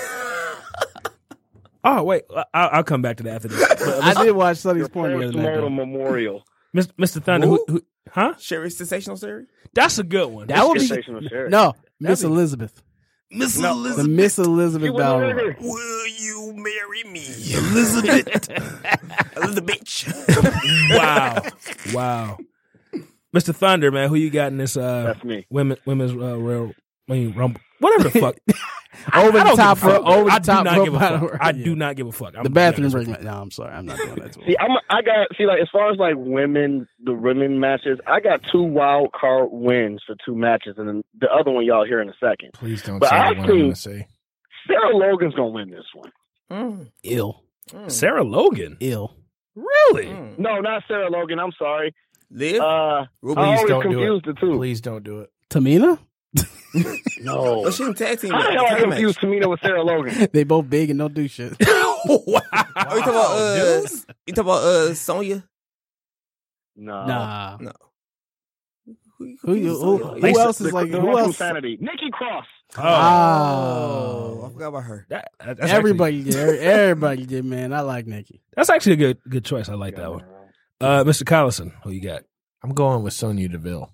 Speaker 3: Oh wait, I- I'll, I'll come back to that after this. But
Speaker 4: I did watch Sonny's
Speaker 9: Your
Speaker 4: porn the
Speaker 9: first
Speaker 4: other night.
Speaker 9: mortal
Speaker 4: though.
Speaker 9: memorial.
Speaker 3: Mis- Mr. Thunder, who, who, huh?
Speaker 8: Sherry Sensational Sherry?
Speaker 3: That's a good one.
Speaker 4: That would be
Speaker 9: Sensational Sherry.
Speaker 4: no Miss Elizabeth.
Speaker 8: Miss
Speaker 4: The Miss Elizabeth
Speaker 9: You went
Speaker 4: Battle.
Speaker 9: over
Speaker 4: Royal.
Speaker 9: there.
Speaker 8: Will you marry me? Elizabeth. Elizabeth.
Speaker 3: wow, wow. Mr. Thunder, man, who you got in this uh
Speaker 9: That's me.
Speaker 3: women women's uh, royal I mean, rumble whatever the fuck
Speaker 4: Over
Speaker 3: I
Speaker 4: the
Speaker 3: don't
Speaker 4: top
Speaker 3: give a fuck.
Speaker 4: rope. Over
Speaker 3: I
Speaker 4: the
Speaker 3: do
Speaker 4: top
Speaker 3: not
Speaker 4: rope.
Speaker 3: give a
Speaker 4: battle
Speaker 3: fuck.
Speaker 4: royal.
Speaker 3: I
Speaker 4: Yeah.
Speaker 3: do not give a fuck. I'm
Speaker 4: The bathroom break. No, I'm sorry. I'm not doing that. To
Speaker 9: See, I'm I got see like as far as like women, the women matches. I got two wild card wins for two matches, and then the other one y'all hear in a second.
Speaker 5: Please don't
Speaker 9: But
Speaker 5: say what
Speaker 9: I
Speaker 5: I'm going
Speaker 9: think-
Speaker 5: to say.
Speaker 9: Sarah Logan's gonna win this one.
Speaker 8: Mm,
Speaker 4: Ill.
Speaker 8: mm,
Speaker 3: Sarah Logan,
Speaker 4: Ill.
Speaker 3: really?
Speaker 8: mm.
Speaker 9: No, not Sarah Logan. I'm sorry.
Speaker 8: Liv?
Speaker 9: Uh, I
Speaker 8: Ruby?
Speaker 5: Please
Speaker 9: always
Speaker 5: don't do
Speaker 9: confuse the two.
Speaker 5: Please don't do it.
Speaker 4: Tamina?
Speaker 9: No.
Speaker 8: Oh, she in tag team.
Speaker 9: How the hell I confuse Tamina with Sarah Logan?
Speaker 4: They both big and don't do shit.
Speaker 3: wow.
Speaker 8: Are you Oh, talking about uh, you talking about uh Sonya?
Speaker 9: No.
Speaker 4: Nah.
Speaker 8: No. Who,
Speaker 4: Who, you, who, who
Speaker 3: Lisa-
Speaker 4: else is
Speaker 9: The-
Speaker 4: like
Speaker 9: the
Speaker 4: who
Speaker 9: one from
Speaker 4: else?
Speaker 9: Sanity. Nikki Cross.
Speaker 3: Oh,
Speaker 8: Oh, I
Speaker 4: Oh,
Speaker 8: forgot about her.
Speaker 3: that, that's actually-
Speaker 4: Uh, everybody did. every- Everybody did, man. I like Nikki.
Speaker 3: that's actually a good good choice. I like that one. Uh, Mr. Collison, who you got?
Speaker 5: I'm going with Sonya Deville.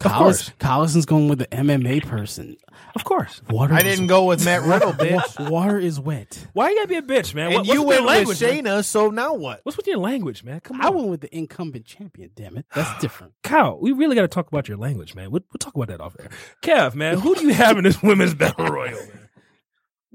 Speaker 4: Collis, Collison's going with the MMA person.
Speaker 3: Of course.
Speaker 4: Water.
Speaker 5: I
Speaker 4: is-
Speaker 5: didn't go with Matt Riddle,
Speaker 4: wa-
Speaker 5: bitch.
Speaker 4: Water is wet.
Speaker 3: Why you gotta be a bitch, man? What,
Speaker 5: And you
Speaker 3: what's with
Speaker 5: went
Speaker 3: your language?
Speaker 5: with
Speaker 3: man?
Speaker 5: Shayna, so now what?
Speaker 3: What's with your language, man? Come on,
Speaker 4: I went with the incumbent champion. Damn it, that's different.
Speaker 3: Kyle, we really got to talk about your language, man. We'll, we'll talk about that off air. Kev, man, who do you have in this women's battle royal? Man?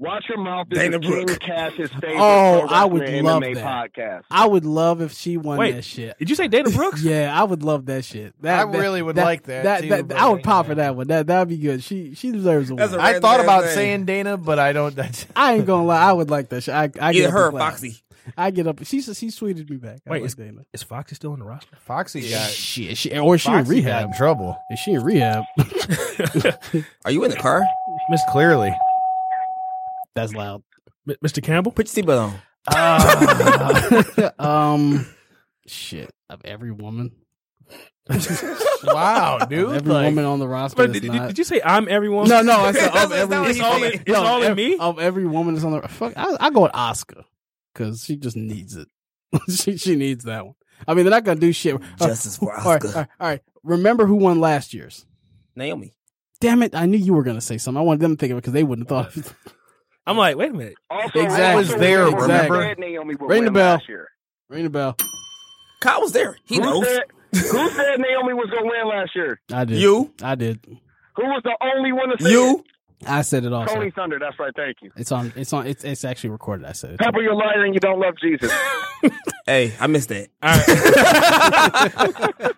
Speaker 9: Watch Your Mouth is the
Speaker 8: Dana
Speaker 9: King
Speaker 8: Brooke.
Speaker 9: Cash's favorite
Speaker 4: Oh,
Speaker 9: pro
Speaker 4: I would
Speaker 9: wrestling
Speaker 4: love
Speaker 9: MMA
Speaker 4: that.
Speaker 9: podcast.
Speaker 4: I would love if she won
Speaker 3: Wait,
Speaker 4: that shit.
Speaker 3: did you say Dana Brooks?
Speaker 4: Yeah, I would love that shit. That,
Speaker 5: I
Speaker 4: that-
Speaker 5: really would like that, too,
Speaker 4: that-
Speaker 5: but
Speaker 4: I would pop
Speaker 5: yeah.
Speaker 4: for that one. That that'd be good. She she deserves a
Speaker 8: That's
Speaker 4: win.
Speaker 8: a-
Speaker 4: I
Speaker 5: I thought
Speaker 8: Random
Speaker 5: about
Speaker 8: thing.
Speaker 5: saying Dana, but I don't. That's,
Speaker 4: I ain't gonna lie. I would like that shit. I, I get
Speaker 8: Either
Speaker 4: up
Speaker 8: her or
Speaker 4: and clap.
Speaker 8: Foxy.
Speaker 4: I get up. She she tweeted me back. I
Speaker 3: Wait,
Speaker 4: like
Speaker 3: is,
Speaker 4: Dana.
Speaker 3: is Foxy still in the roster?
Speaker 5: Foxy got
Speaker 4: Shit, she or is she in
Speaker 5: Foxy got
Speaker 4: rehab?
Speaker 5: in trouble.
Speaker 4: Is she in rehab?
Speaker 8: Are you in the car?
Speaker 5: Miss clearly.
Speaker 4: That's loud.
Speaker 3: M- Mr. Campbell?
Speaker 8: Put your seatbelt on.
Speaker 4: um, shit of every woman,
Speaker 5: Wow,
Speaker 4: of
Speaker 5: dude.
Speaker 4: every
Speaker 5: like,
Speaker 4: woman on the roster.
Speaker 3: But
Speaker 4: that's
Speaker 3: did, did-
Speaker 4: not,
Speaker 3: did you say I'm everyone?
Speaker 4: no, no, I said
Speaker 8: That's-
Speaker 4: of
Speaker 8: that's
Speaker 4: every.
Speaker 8: not what
Speaker 3: It's all in,
Speaker 8: said.
Speaker 3: it's all in
Speaker 4: ev-
Speaker 3: me?
Speaker 4: Of every woman that's on the fuck, I, I go with Oscar because she just needs it. she she needs that one. I mean, they're not gonna do shit.
Speaker 8: Justice for
Speaker 4: Uh, all, right,
Speaker 8: Oscar.
Speaker 4: all right, all right. Remember who won last year's?
Speaker 8: Naomi.
Speaker 4: Damn it! I knew you were gonna say something. I wanted them to think of it because they wouldn't have thought. Of it.
Speaker 3: I'm like, wait a minute.
Speaker 9: Also,
Speaker 4: Exactly.
Speaker 9: I
Speaker 4: Was there,
Speaker 9: remember who
Speaker 4: remember?
Speaker 9: said Naomi would
Speaker 4: Ring the
Speaker 9: win
Speaker 4: bell.
Speaker 9: last year.
Speaker 4: Ring the bell.
Speaker 8: Kyle was there. He
Speaker 9: Who
Speaker 8: knows.
Speaker 9: said, who said Naomi was going to win last year?
Speaker 4: I did.
Speaker 8: You.
Speaker 4: I did.
Speaker 9: Who was the only one to say
Speaker 8: You.
Speaker 4: I said it
Speaker 9: it?
Speaker 4: also.
Speaker 9: Tony Thunder. That's right. Thank you.
Speaker 4: It's on. It's on. It's it's actually recorded. I said. It.
Speaker 9: Pepper, you're lying and you don't love Jesus.
Speaker 8: Hey, I missed that.
Speaker 3: All right.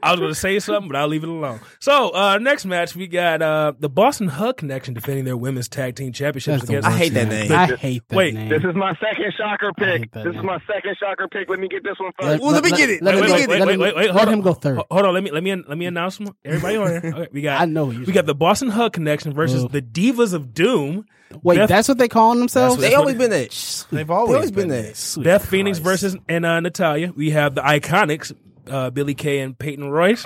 Speaker 3: I was going to say something, but I'll leave it alone. So, uh, next match, we got uh, the Boston Hug Connection defending their women's tag team championships
Speaker 4: That's the
Speaker 3: against.
Speaker 8: I
Speaker 4: worst
Speaker 8: hate that
Speaker 4: name.
Speaker 8: name.
Speaker 4: I hate that
Speaker 3: Wait,
Speaker 4: name.
Speaker 9: This is my second shocker pick.
Speaker 4: hate that
Speaker 9: This is
Speaker 4: name.
Speaker 9: my second shocker pick. Let me get this one first.
Speaker 8: Well, let me get it.
Speaker 4: Let,
Speaker 8: Wait,
Speaker 4: him
Speaker 8: wait,
Speaker 4: go-
Speaker 8: wait,
Speaker 4: let
Speaker 3: wait,
Speaker 4: him-
Speaker 3: wait, wait,
Speaker 4: let
Speaker 3: hold on.
Speaker 4: him go third.
Speaker 3: Ho- Hold on, let me let me let me announce them. Everybody on here. Okay, we got.
Speaker 4: I know Oh. you
Speaker 3: we got the Boston Hug Connection versus
Speaker 4: Ugh.
Speaker 3: the Divas of Doom.
Speaker 4: Wait,
Speaker 3: Beth-
Speaker 4: that's what they calling themselves?
Speaker 8: They always been there.
Speaker 5: they've
Speaker 8: They
Speaker 5: always,
Speaker 8: always been there.
Speaker 4: Sweet
Speaker 3: Beth Phoenix
Speaker 4: Christ.
Speaker 3: versus and uh, Natalia. We have the Iconics, uh, Billy Kay and Peyton Royce.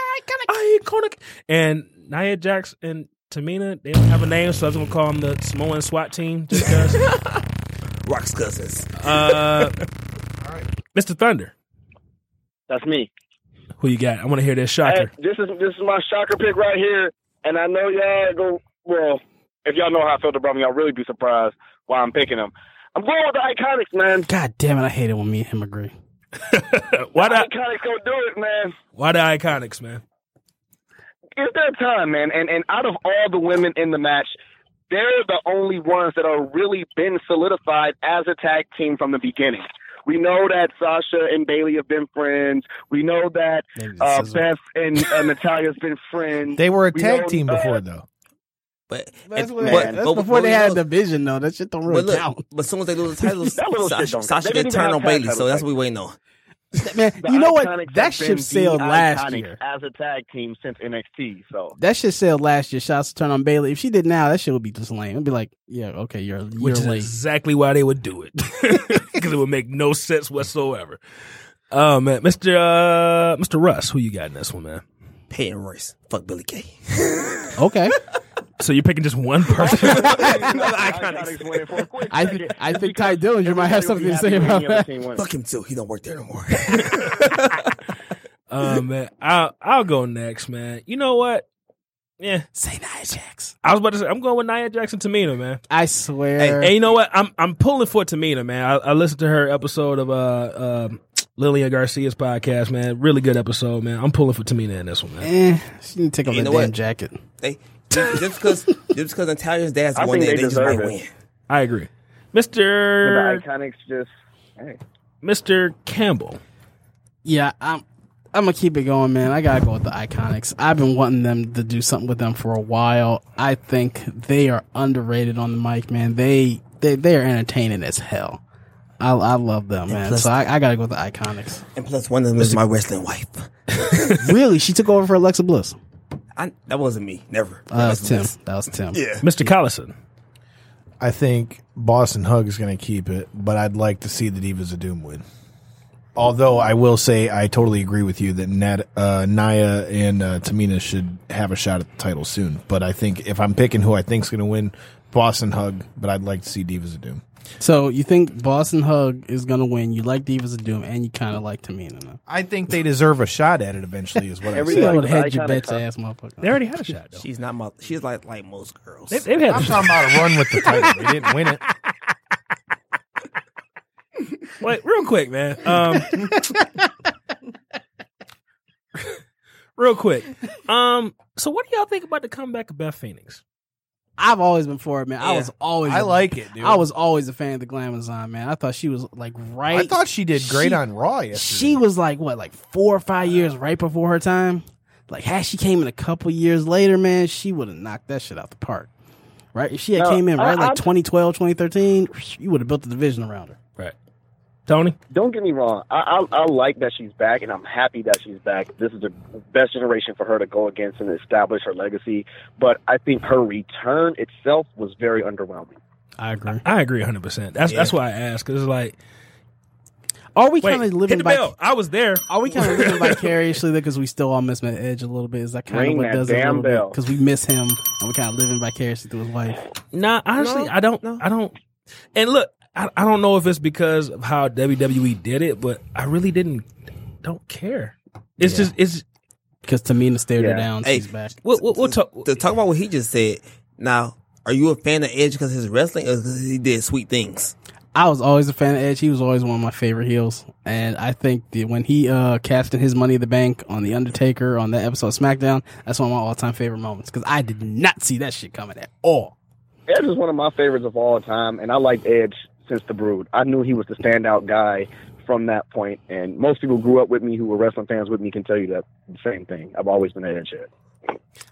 Speaker 3: Iconic. And Nia Jax and Tamina. They don't have a name, so I was gonna call them the Samoan SWAT team. Just uh, 'cause.
Speaker 8: Rock's cousins.
Speaker 3: uh, Mr. Thunder,
Speaker 9: That's me.
Speaker 3: who you got? I want to hear that
Speaker 9: Hey,
Speaker 3: shocker.
Speaker 9: this is this is my shocker pick right here, and I know y'all go well. If y'all know how I felt about him, y'all really be surprised why I'm picking him. I'm going with the Iconics, man.
Speaker 4: God damn it! I hate it when me and him agree.
Speaker 3: Why
Speaker 9: The
Speaker 3: the
Speaker 9: Iconics gonna do it, man.
Speaker 3: Why the Iconics, man?
Speaker 9: It's their time, man. And and out of all the women in the match, they're the only ones that are really been solidified as a tag team from the beginning. We know that Sasha and Bailey have been friends. We know that
Speaker 4: Maybe the
Speaker 9: uh,
Speaker 4: scissor.
Speaker 9: Beth and uh, Natalia's been friends.
Speaker 5: They were a
Speaker 9: We
Speaker 5: tag
Speaker 9: don't-
Speaker 5: team before,
Speaker 9: uh,
Speaker 5: though.
Speaker 8: But
Speaker 4: That's,
Speaker 8: and-
Speaker 4: what,
Speaker 8: but-
Speaker 4: that's
Speaker 8: but-
Speaker 4: before
Speaker 8: but
Speaker 4: they
Speaker 8: we
Speaker 4: had
Speaker 8: know-
Speaker 4: a division, though. That shit don't really
Speaker 8: But look,
Speaker 4: count.
Speaker 8: but as soon as they lose the titles,
Speaker 9: That little shit
Speaker 8: Sasha,
Speaker 9: don't-
Speaker 8: Sasha
Speaker 9: they
Speaker 8: did
Speaker 9: didn't
Speaker 8: turn
Speaker 9: have
Speaker 8: on
Speaker 9: tag
Speaker 8: Bailey, so
Speaker 9: titles
Speaker 8: that's
Speaker 9: back
Speaker 8: what we waiting on.
Speaker 4: Man,
Speaker 9: The
Speaker 4: you know
Speaker 9: Iconics
Speaker 4: what? That
Speaker 9: have been
Speaker 4: shit
Speaker 9: the
Speaker 4: sailed last
Speaker 9: Iconics
Speaker 4: year.
Speaker 9: as a tag team since NXT. So
Speaker 4: That shit sailed last year. Shots to turn on Bailey. If she did now, that shit would be just lame. It'd be like, yeah, okay, you're you're
Speaker 3: Which is
Speaker 4: late.
Speaker 3: exactly why they would do it because it would make no sense whatsoever. Oh man, Mr. Uh, Mr. Russ, who you got in this one, man?
Speaker 8: Peyton Royce, fuck Billy Kay.
Speaker 4: Okay,
Speaker 3: So you're picking just one person?
Speaker 9: Iconics win it for a quick
Speaker 4: I
Speaker 9: second.
Speaker 4: think I
Speaker 9: Just
Speaker 4: think Ty
Speaker 9: because
Speaker 4: Dillinger might have something
Speaker 9: everybody
Speaker 4: to
Speaker 9: will
Speaker 4: say
Speaker 9: be
Speaker 4: about
Speaker 9: happy when the other
Speaker 4: that.
Speaker 9: team wins.
Speaker 8: fuck him too. He don't work there no more.
Speaker 3: Oh man, I'll I'll go next, man. You know what? Yeah,
Speaker 4: Say Nia Jax.
Speaker 3: I was about to say I'm going with Nia Jackson Tamina, man.
Speaker 4: I swear.
Speaker 3: And you know what? I'm I'm pulling for Tamina, man. I, I listened to her episode of uh um Lillian Garcia's podcast, man. Really good episode, man. I'm pulling for Tamina in this one, man.
Speaker 4: Eh, she need to take off
Speaker 8: You
Speaker 4: that
Speaker 8: know
Speaker 4: damn
Speaker 8: what?
Speaker 4: jacket.
Speaker 8: They just just because just because Natalia's dad's the
Speaker 9: I
Speaker 8: one that
Speaker 9: think
Speaker 8: they,
Speaker 9: they
Speaker 8: just
Speaker 9: deserve
Speaker 8: might
Speaker 9: it.
Speaker 8: win.
Speaker 3: I agree,
Speaker 9: The
Speaker 3: Mister
Speaker 9: Iconics just. Hey.
Speaker 3: Mister Campbell.
Speaker 4: Yeah, I'm. I'm gonna keep it going, man. I gotta go with the Iconics. I've been wanting them to do something with them for a while. I think they are underrated on the mic, man. They they they are entertaining as hell. I, I love them, man.
Speaker 8: plus-
Speaker 4: So I, I gotta go with the Iconics.
Speaker 8: And plus, one of them is my wrestling wife.
Speaker 4: really, she took over for Alexa Bliss.
Speaker 8: I, that wasn't me. Never.
Speaker 4: Uh, that was Tim. That was Tim.
Speaker 8: Yeah.
Speaker 3: Mr. Collison.
Speaker 5: I think Boston Hug is going to keep it, but I'd like to see the Divas of Doom win. Although I will say I totally agree with you that Nat, uh, Naya and uh, Tamina should have a shot at the title soon. But I think if I'm picking who I think's going to win, Boston Hug. But I'd like to see Divas of Doom.
Speaker 4: So you think Boston Hug is gonna win? You like Divas of Doom, and you kind of like Tamina. now.
Speaker 5: I think they deserve a shot at it eventually. Is what I
Speaker 9: Every-
Speaker 5: said.
Speaker 4: You
Speaker 9: like
Speaker 4: would
Speaker 9: the
Speaker 4: head your
Speaker 9: Iconics,
Speaker 4: bets
Speaker 9: huh?
Speaker 4: ass, motherfucker.
Speaker 3: They already had a shot though.
Speaker 8: She's not my. She's like like most girls.
Speaker 3: They, they've had.
Speaker 5: I'm
Speaker 3: a shot.
Speaker 5: talking about a run with the title. They didn't win it.
Speaker 3: Wait, real quick, man. Um, real quick. Um, so what do y'all think about the comeback of Beth Phoenix?
Speaker 4: I've always been for it, man. I
Speaker 8: Yeah.
Speaker 4: was always.
Speaker 5: I like it, dude.
Speaker 4: I was always a fan of the Glamazon, man. I thought she was like right.
Speaker 5: I thought she did great
Speaker 4: She-
Speaker 5: on Raw yesterday.
Speaker 4: She was like what, like four or five years right before her time. Like had she came in a couple years later, man, she would have knocked that shit out the park. Right? If she had
Speaker 9: No,
Speaker 4: came in
Speaker 9: I-
Speaker 4: right like
Speaker 9: I-
Speaker 4: 2012, 2013, you would have built the division around her.
Speaker 3: Right. Tony?
Speaker 9: don't get me wrong. I, I I like that she's back, and I'm happy that she's back. This is the best generation for her to go against and establish her legacy. But I think her return itself was very underwhelming.
Speaker 4: I agree.
Speaker 3: I agree 100%. That's that's why I asked. Because it's like,
Speaker 4: Are we
Speaker 3: wait,
Speaker 4: kind of living
Speaker 3: hit the
Speaker 4: by?
Speaker 3: bell. I was there.
Speaker 4: Are we kind of living vicariously because we still all miss Matt Edge a little bit? Is that kind
Speaker 9: Ring
Speaker 4: of what
Speaker 9: that
Speaker 4: does it a
Speaker 9: damn
Speaker 4: little
Speaker 9: bell.
Speaker 4: Because we miss him and we're kind of living vicariously through his life.
Speaker 3: Nah, honestly, I don't. I don't. And look, I, I don't know if it's because of how WWE did it, but I really didn't. Don't care. It's just it's.
Speaker 4: Because Tamina stared her
Speaker 9: Yeah.
Speaker 4: down.
Speaker 8: Hey,
Speaker 4: She's back.
Speaker 3: We'll, we'll, we'll talk.
Speaker 8: to talk about what he just said. Now, are you a fan of Edge because his wrestling or because he did sweet things?
Speaker 4: I was always a fan of Edge. He was always one of my favorite heels, and I think the, when he uh, casted his Money in the Bank on the Undertaker on that episode of SmackDown, that's one of my all-time favorite moments because I did not see that shit coming at all.
Speaker 9: Edge is one of my favorites of all time, and I liked Edge since the Brood. I knew he was the standout guy from that point, and most people who grew up with me who were wrestling fans with me can tell you that same thing. I've always been an Edge head.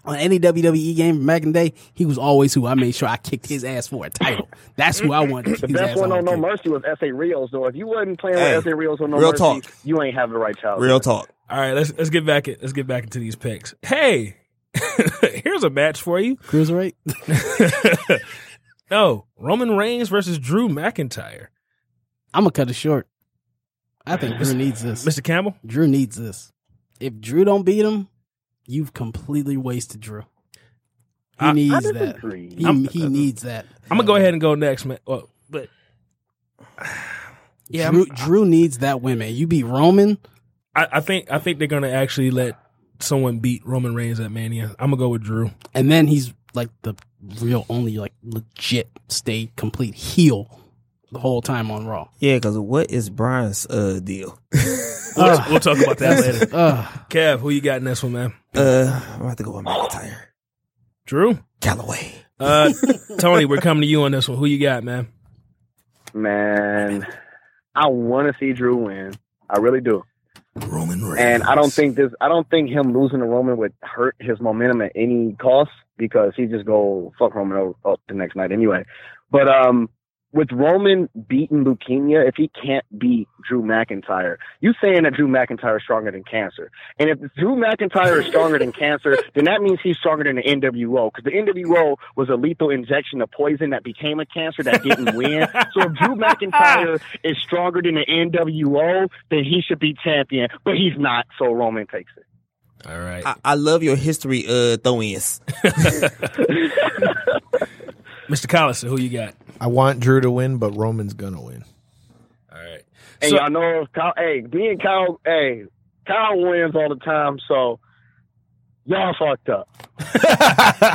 Speaker 4: On any WWE game back in the day, he was always who I made sure I kicked his ass for a title. That's who I wanted. to
Speaker 9: The
Speaker 4: kick his
Speaker 9: best
Speaker 4: ass
Speaker 9: one on No
Speaker 4: kick.
Speaker 9: Mercy was S.A. Rios, though. If you wasn't playing
Speaker 8: Hey,
Speaker 9: with S.A. Rios on No
Speaker 8: real
Speaker 9: Mercy,
Speaker 8: talk.
Speaker 9: you ain't having the right childhood.
Speaker 8: Real talk.
Speaker 3: All right, let's let's get back. Let's get back into these picks. Hey, here's a match for you.
Speaker 4: Cruiserweight.
Speaker 3: no, Roman Reigns versus Drew McIntyre.
Speaker 4: I'm gonna cut it short. I think Drew needs this.
Speaker 3: Mr. Campbell.
Speaker 4: Drew needs this. If Drew don't beat him, you've completely wasted Drew. He
Speaker 3: I- I
Speaker 4: needs that.
Speaker 9: disagree.
Speaker 4: He, he needs that.
Speaker 3: I'm gonna go ahead and go next, man. Well, but yeah, I'm-
Speaker 4: Drew, Drew needs that win, man. You beat Roman.
Speaker 3: I, I think I think they're gonna actually let someone beat Roman Reigns at Mania. I'm gonna go with Drew.
Speaker 4: and then he's like the real only like legit stay complete heel the whole time on Raw.
Speaker 8: Yeah, because what is Brian's uh, deal?
Speaker 3: We'll, we'll talk about that later.
Speaker 4: Ugh.
Speaker 3: Kev, who you got in this one, man?
Speaker 8: Uh, I'm about to go with McIntyre.
Speaker 3: Drew.
Speaker 8: Callaway.
Speaker 3: Uh, Tony, we're coming to you on this one. Who you got, man?
Speaker 9: Man, I want to see Drew win. I really do.
Speaker 8: Roman Reigns.
Speaker 9: And I don't think this. I don't think him losing to Roman would hurt his momentum at any cost because he just go fuck Roman o- up the next night anyway. But um, with Roman beating leukemia, if he can't beat Drew McIntyre, you saying that Drew McIntyre is stronger than cancer? And if Drew McIntyre is stronger than cancer, then that means he's stronger than the NWO because the NWO was a lethal injection of poison that became a cancer that didn't win. So if Drew McIntyre is stronger than the NWO, then he should be champion. But he's not, so Roman takes it.
Speaker 3: All right.
Speaker 8: I, I love your history uh, throw-ins.
Speaker 3: Mr. Collison, who you got?
Speaker 5: I want Drew to win, but Roman's gonna win.
Speaker 3: All right.
Speaker 9: And
Speaker 3: So-
Speaker 9: y'all know, Kyle, hey, me and Kyle, hey, Kyle wins all the time, so y'all fucked up.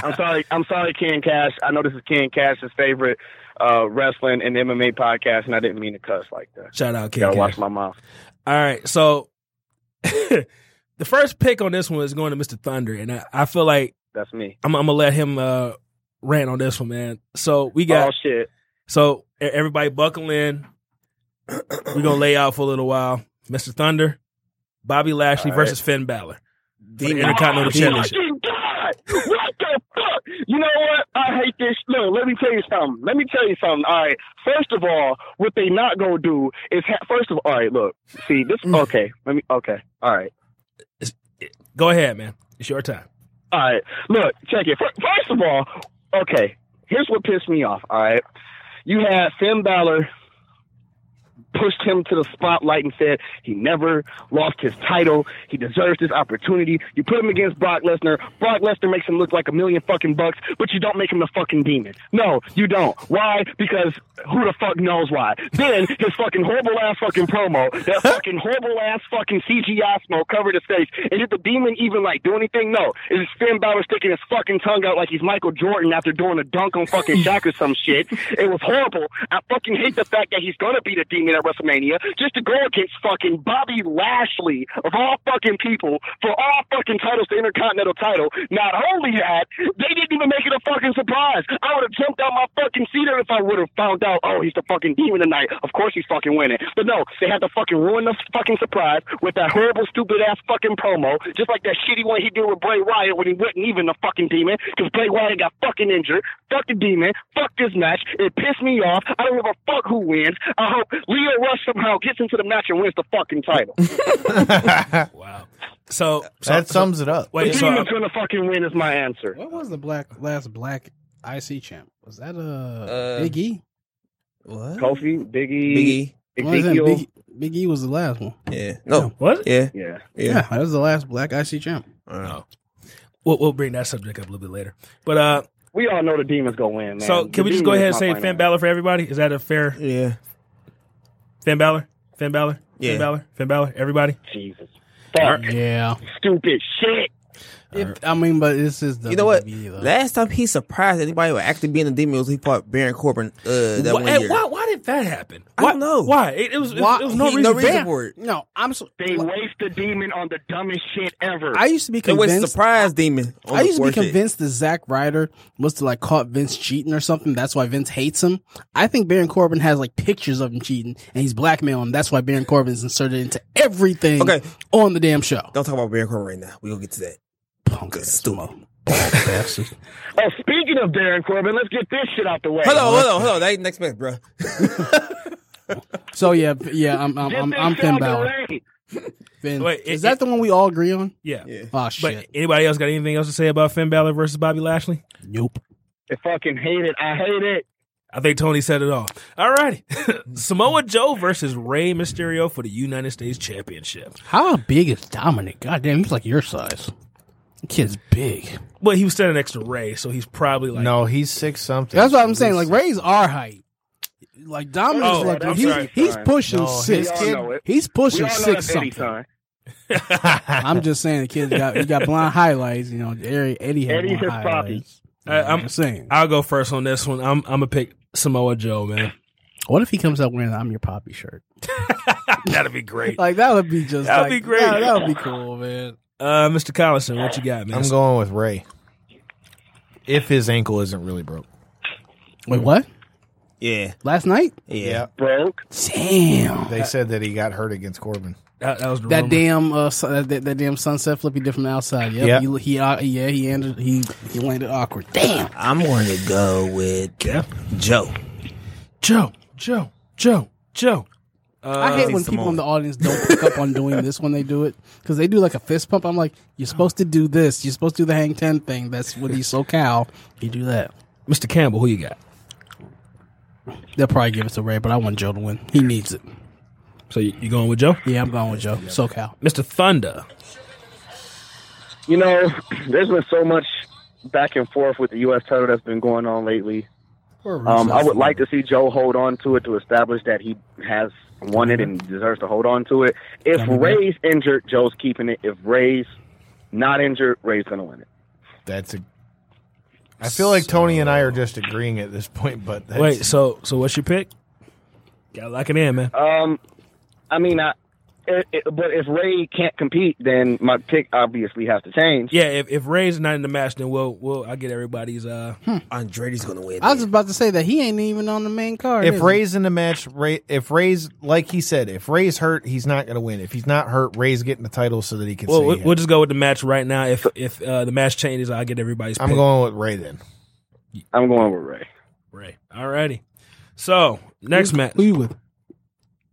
Speaker 9: I'm sorry, I'm sorry, Ken Cash. I know this is Ken Cash's favorite uh, wrestling and MMA podcast, and I didn't mean to cuss like that.
Speaker 3: Shout out, King.
Speaker 9: Gotta
Speaker 3: Cash.
Speaker 9: watch my mouth.
Speaker 3: All right, so the first pick on this one is going to Mr. Thunder, and I, I feel like
Speaker 9: That's me.
Speaker 3: I'm, I'm gonna let him uh, rant on this one, man. So we got
Speaker 9: Oh shit.
Speaker 3: so e- everybody buckle in. We're gonna lay out for a little while. Mr. Thunder, Bobby Lashley
Speaker 9: All right.
Speaker 3: versus Finn Balor. for the
Speaker 8: Demon.
Speaker 3: Intercontinental Championship.
Speaker 9: Fucking God! What the fuck? You know what? I hate this. Look, let me tell you something. Let me tell you something. All right. First of all, what they not gonna do is ha- first of all, all right. Look, see this.
Speaker 3: Mm.
Speaker 9: Okay. Let me. Okay. All right.
Speaker 3: Go ahead, man. It's your time.
Speaker 9: All right. Look, check it. Fir- First of all, okay. Here's what pissed me off. All right. You had Finn Balor pushed him to the spotlight and said he never lost his title. He deserves this opportunity. You put him against Brock Lesnar. Brock Lesnar makes him look like a million fucking bucks, but you don't make him the fucking demon. No, you don't. Why? Because who the fuck knows why? Then his fucking horrible ass fucking promo, that fucking horrible ass fucking CGI smoke covered his face. And did the demon even like do anything? No. It's just Finn Balor sticking his fucking tongue out like he's Michael Jordan after doing a dunk on fucking Shaq or some shit. It was horrible. I fucking hate the fact that he's gonna be the demon Damien at WrestleMania just to go against fucking Bobby Lashley of all fucking people for all fucking titles, the Intercontinental title. Not only that, they didn't even make it a fucking surprise. I would have jumped out my fucking seat if I would have found out, oh, he's the fucking demon tonight. Of course he's fucking winning. But no, they had to fucking ruin the fucking surprise with that horrible, stupid ass fucking promo, just like that shitty one he did with Bray Wyatt when he wasn't even the fucking demon, because Bray Wyatt got fucking injured. Fuck the demon. Fuck this match. It pissed me off. I don't give a fuck who wins. I hope Leo Rush somehow gets into the match and wins the fucking title.
Speaker 3: So, so
Speaker 5: that sums it up.
Speaker 3: Wait, so uh,
Speaker 9: Demon's gonna fucking win is my answer.
Speaker 4: What was the black last black IC champ? Was that uh, Big E?
Speaker 8: What?
Speaker 9: Kofi, Biggie,
Speaker 8: Biggie.
Speaker 4: What is that?
Speaker 9: Ezekiel.
Speaker 4: Big, Big E was the last one.
Speaker 8: Yeah. No.
Speaker 3: what?
Speaker 8: Yeah.
Speaker 9: Yeah.
Speaker 8: Yeah.
Speaker 4: Yeah, that was the last black IC champ.
Speaker 3: We'll, we'll bring that subject up a little bit later. But uh,
Speaker 9: We all know the demon's gonna win, man.
Speaker 3: so can we just go ahead and say Finn Balor for everybody? Is that a fair
Speaker 8: Yeah.
Speaker 3: Finn Balor? Finn Balor?
Speaker 8: Yeah.
Speaker 3: Finn Balor? Finn Balor? Everybody?
Speaker 9: Jesus. Fuck.
Speaker 4: Yeah,
Speaker 9: Stupid shit.
Speaker 4: If- I mean, but this is the E,
Speaker 8: You know what?
Speaker 4: Though.
Speaker 8: Last time he surprised anybody with actually being a demon was he fought Baron Corbin uh, that
Speaker 3: why,
Speaker 8: one year.
Speaker 3: why, why did that happen?
Speaker 8: I
Speaker 3: Why,
Speaker 8: don't know.
Speaker 3: Why? It, it was, it,
Speaker 4: Why-
Speaker 3: was- it was no
Speaker 8: He-
Speaker 3: reason. Bam.
Speaker 8: for it.
Speaker 4: no, I'm. So,
Speaker 9: They waste the demon on the dumbest shit ever.
Speaker 4: I used to be
Speaker 8: It was
Speaker 4: convinced.
Speaker 8: surprise demon. on
Speaker 4: I
Speaker 8: the
Speaker 4: used to be
Speaker 8: fourth shit.
Speaker 4: convinced that Zack Ryder must have like caught Vince cheating or something. That's why Vince hates him. I think Baron Corbin has like pictures of him cheating and he's blackmailing him. That's why Baron Corbin's inserted into everything
Speaker 8: Okay.
Speaker 4: on the damn show.
Speaker 8: Don't talk about Baron Corbin right now. We gonna get to that.
Speaker 4: Punk ass mo. bastard.
Speaker 9: oh, speaking of Baron Corbin, let's get this shit out the way.
Speaker 8: Hold on, hold on, hold on. That ain't next match, bro.
Speaker 4: So yeah, b- yeah, I'm I'm
Speaker 9: Get
Speaker 4: I'm,
Speaker 9: this
Speaker 4: I'm
Speaker 9: shit
Speaker 4: Finn
Speaker 9: out the
Speaker 4: Balor.
Speaker 9: way.
Speaker 4: Finn.
Speaker 3: Wait,
Speaker 4: is
Speaker 3: it-
Speaker 4: that the one we all agree on?
Speaker 3: Yeah.
Speaker 4: Oh
Speaker 3: But
Speaker 4: shit.
Speaker 3: anybody else got anything else to say about Finn Balor versus Bobby Lashley?
Speaker 4: nope.
Speaker 9: I fucking hate it. I hate it.
Speaker 3: I think Tony said it all. All righty. Samoa Joe versus Rey Mysterio for the United States Championship.
Speaker 4: How big is Dominic? God damn, he's like your size. The kid's big.
Speaker 3: Well, he was standing next to Rey, so he's probably like
Speaker 5: No, he's six something.
Speaker 4: That's what I'm saying. Like Ray's our height. Like Dominic's
Speaker 3: Oh,
Speaker 4: like
Speaker 3: I'm
Speaker 4: he's,
Speaker 3: sorry.
Speaker 4: he's pushing
Speaker 5: No,
Speaker 4: six.
Speaker 5: his
Speaker 9: We all know it.
Speaker 4: He's
Speaker 9: We
Speaker 4: pushing
Speaker 9: all know
Speaker 4: six
Speaker 9: that's Eddie
Speaker 4: something.
Speaker 9: son.
Speaker 4: I'm just saying the kid's got he got blonde highlights. You know, Eddie, Eddie had
Speaker 9: Eddie's
Speaker 4: blonde
Speaker 9: his poppy.
Speaker 4: highlights.
Speaker 3: I,
Speaker 4: I'm
Speaker 3: I'm,
Speaker 4: saying.
Speaker 3: I'll go first on this one. I'm I'm gonna pick Samoa Joe, man.
Speaker 4: What if he comes out wearing an I'm your poppy shirt?
Speaker 3: That'd be great.
Speaker 4: Like that would be just
Speaker 3: That'd
Speaker 4: like,
Speaker 3: be great.
Speaker 4: That, that would be cool, man.
Speaker 3: Uh, Mr. Collison, what you got, man?
Speaker 5: I'm going with Ray. If his ankle isn't really broke.
Speaker 4: Wait, what?
Speaker 8: Yeah,
Speaker 4: Last night?
Speaker 8: yeah.
Speaker 9: Broke.
Speaker 4: Damn.
Speaker 5: They said that he got hurt against Corbin.
Speaker 3: that, that was the
Speaker 4: That
Speaker 3: rumor.
Speaker 4: damn uh, su- that, that, that damn sunset flip he did from the outside. Yep.
Speaker 5: Yep.
Speaker 4: He, he uh, yeah he ended he he landed awkward. Damn.
Speaker 8: I'm going to go with Joe.
Speaker 3: Joe, Joe, Joe, Joe.
Speaker 4: I hate when
Speaker 8: Samoa.
Speaker 4: people in the audience don't pick up on doing this when they do it because they do like a fist pump. I'm like, you're supposed to do this. You're supposed to do the hang ten thing. That's what he's so cow. You do that.
Speaker 3: Mr. Campbell, who you got?
Speaker 4: They'll probably give it to Ray, but I want Joe to win. He needs it.
Speaker 3: So you, you going with Joe?
Speaker 4: Yeah, I'm going with Joe. So cow.
Speaker 3: Mr. Thunder.
Speaker 9: You know, there's been so much back and forth with the U.S. title that's been going on lately. Um, I would like to see Joe hold on to it to establish that he has won it and deserves to hold on to it. If Ray's injured, Joe's keeping it. If Ray's not injured, Ray's going to win it.
Speaker 5: That's a. I feel like Tony and I are just agreeing at this point, but that's,
Speaker 3: Wait, so so what's your pick? Gotta lock it in, man.
Speaker 9: Um, I mean, I, it, it, but if Ray can't compete, then my pick obviously has to change.
Speaker 3: yeah, if, if Ray's not in the match, then we'll we'll I get everybody's uh
Speaker 8: Andretti's going to win.
Speaker 4: I was about to say that he ain't even on the main card. is
Speaker 5: if
Speaker 4: he?
Speaker 5: Ray's in the match, Ray, if Ray's like he said, if Ray's hurt, he's not going to win. If he's not hurt, Ray's getting the title so that he can.
Speaker 3: well,
Speaker 5: say
Speaker 3: we'll,
Speaker 5: he
Speaker 3: we'll
Speaker 5: had-
Speaker 3: just go with the match right now. If if uh, the match changes, I'll get everybody's
Speaker 5: I'm
Speaker 3: pick.
Speaker 5: going with Ray then.
Speaker 9: I'm going with Ray.
Speaker 3: Ray. Alrighty. So next match
Speaker 4: who you with?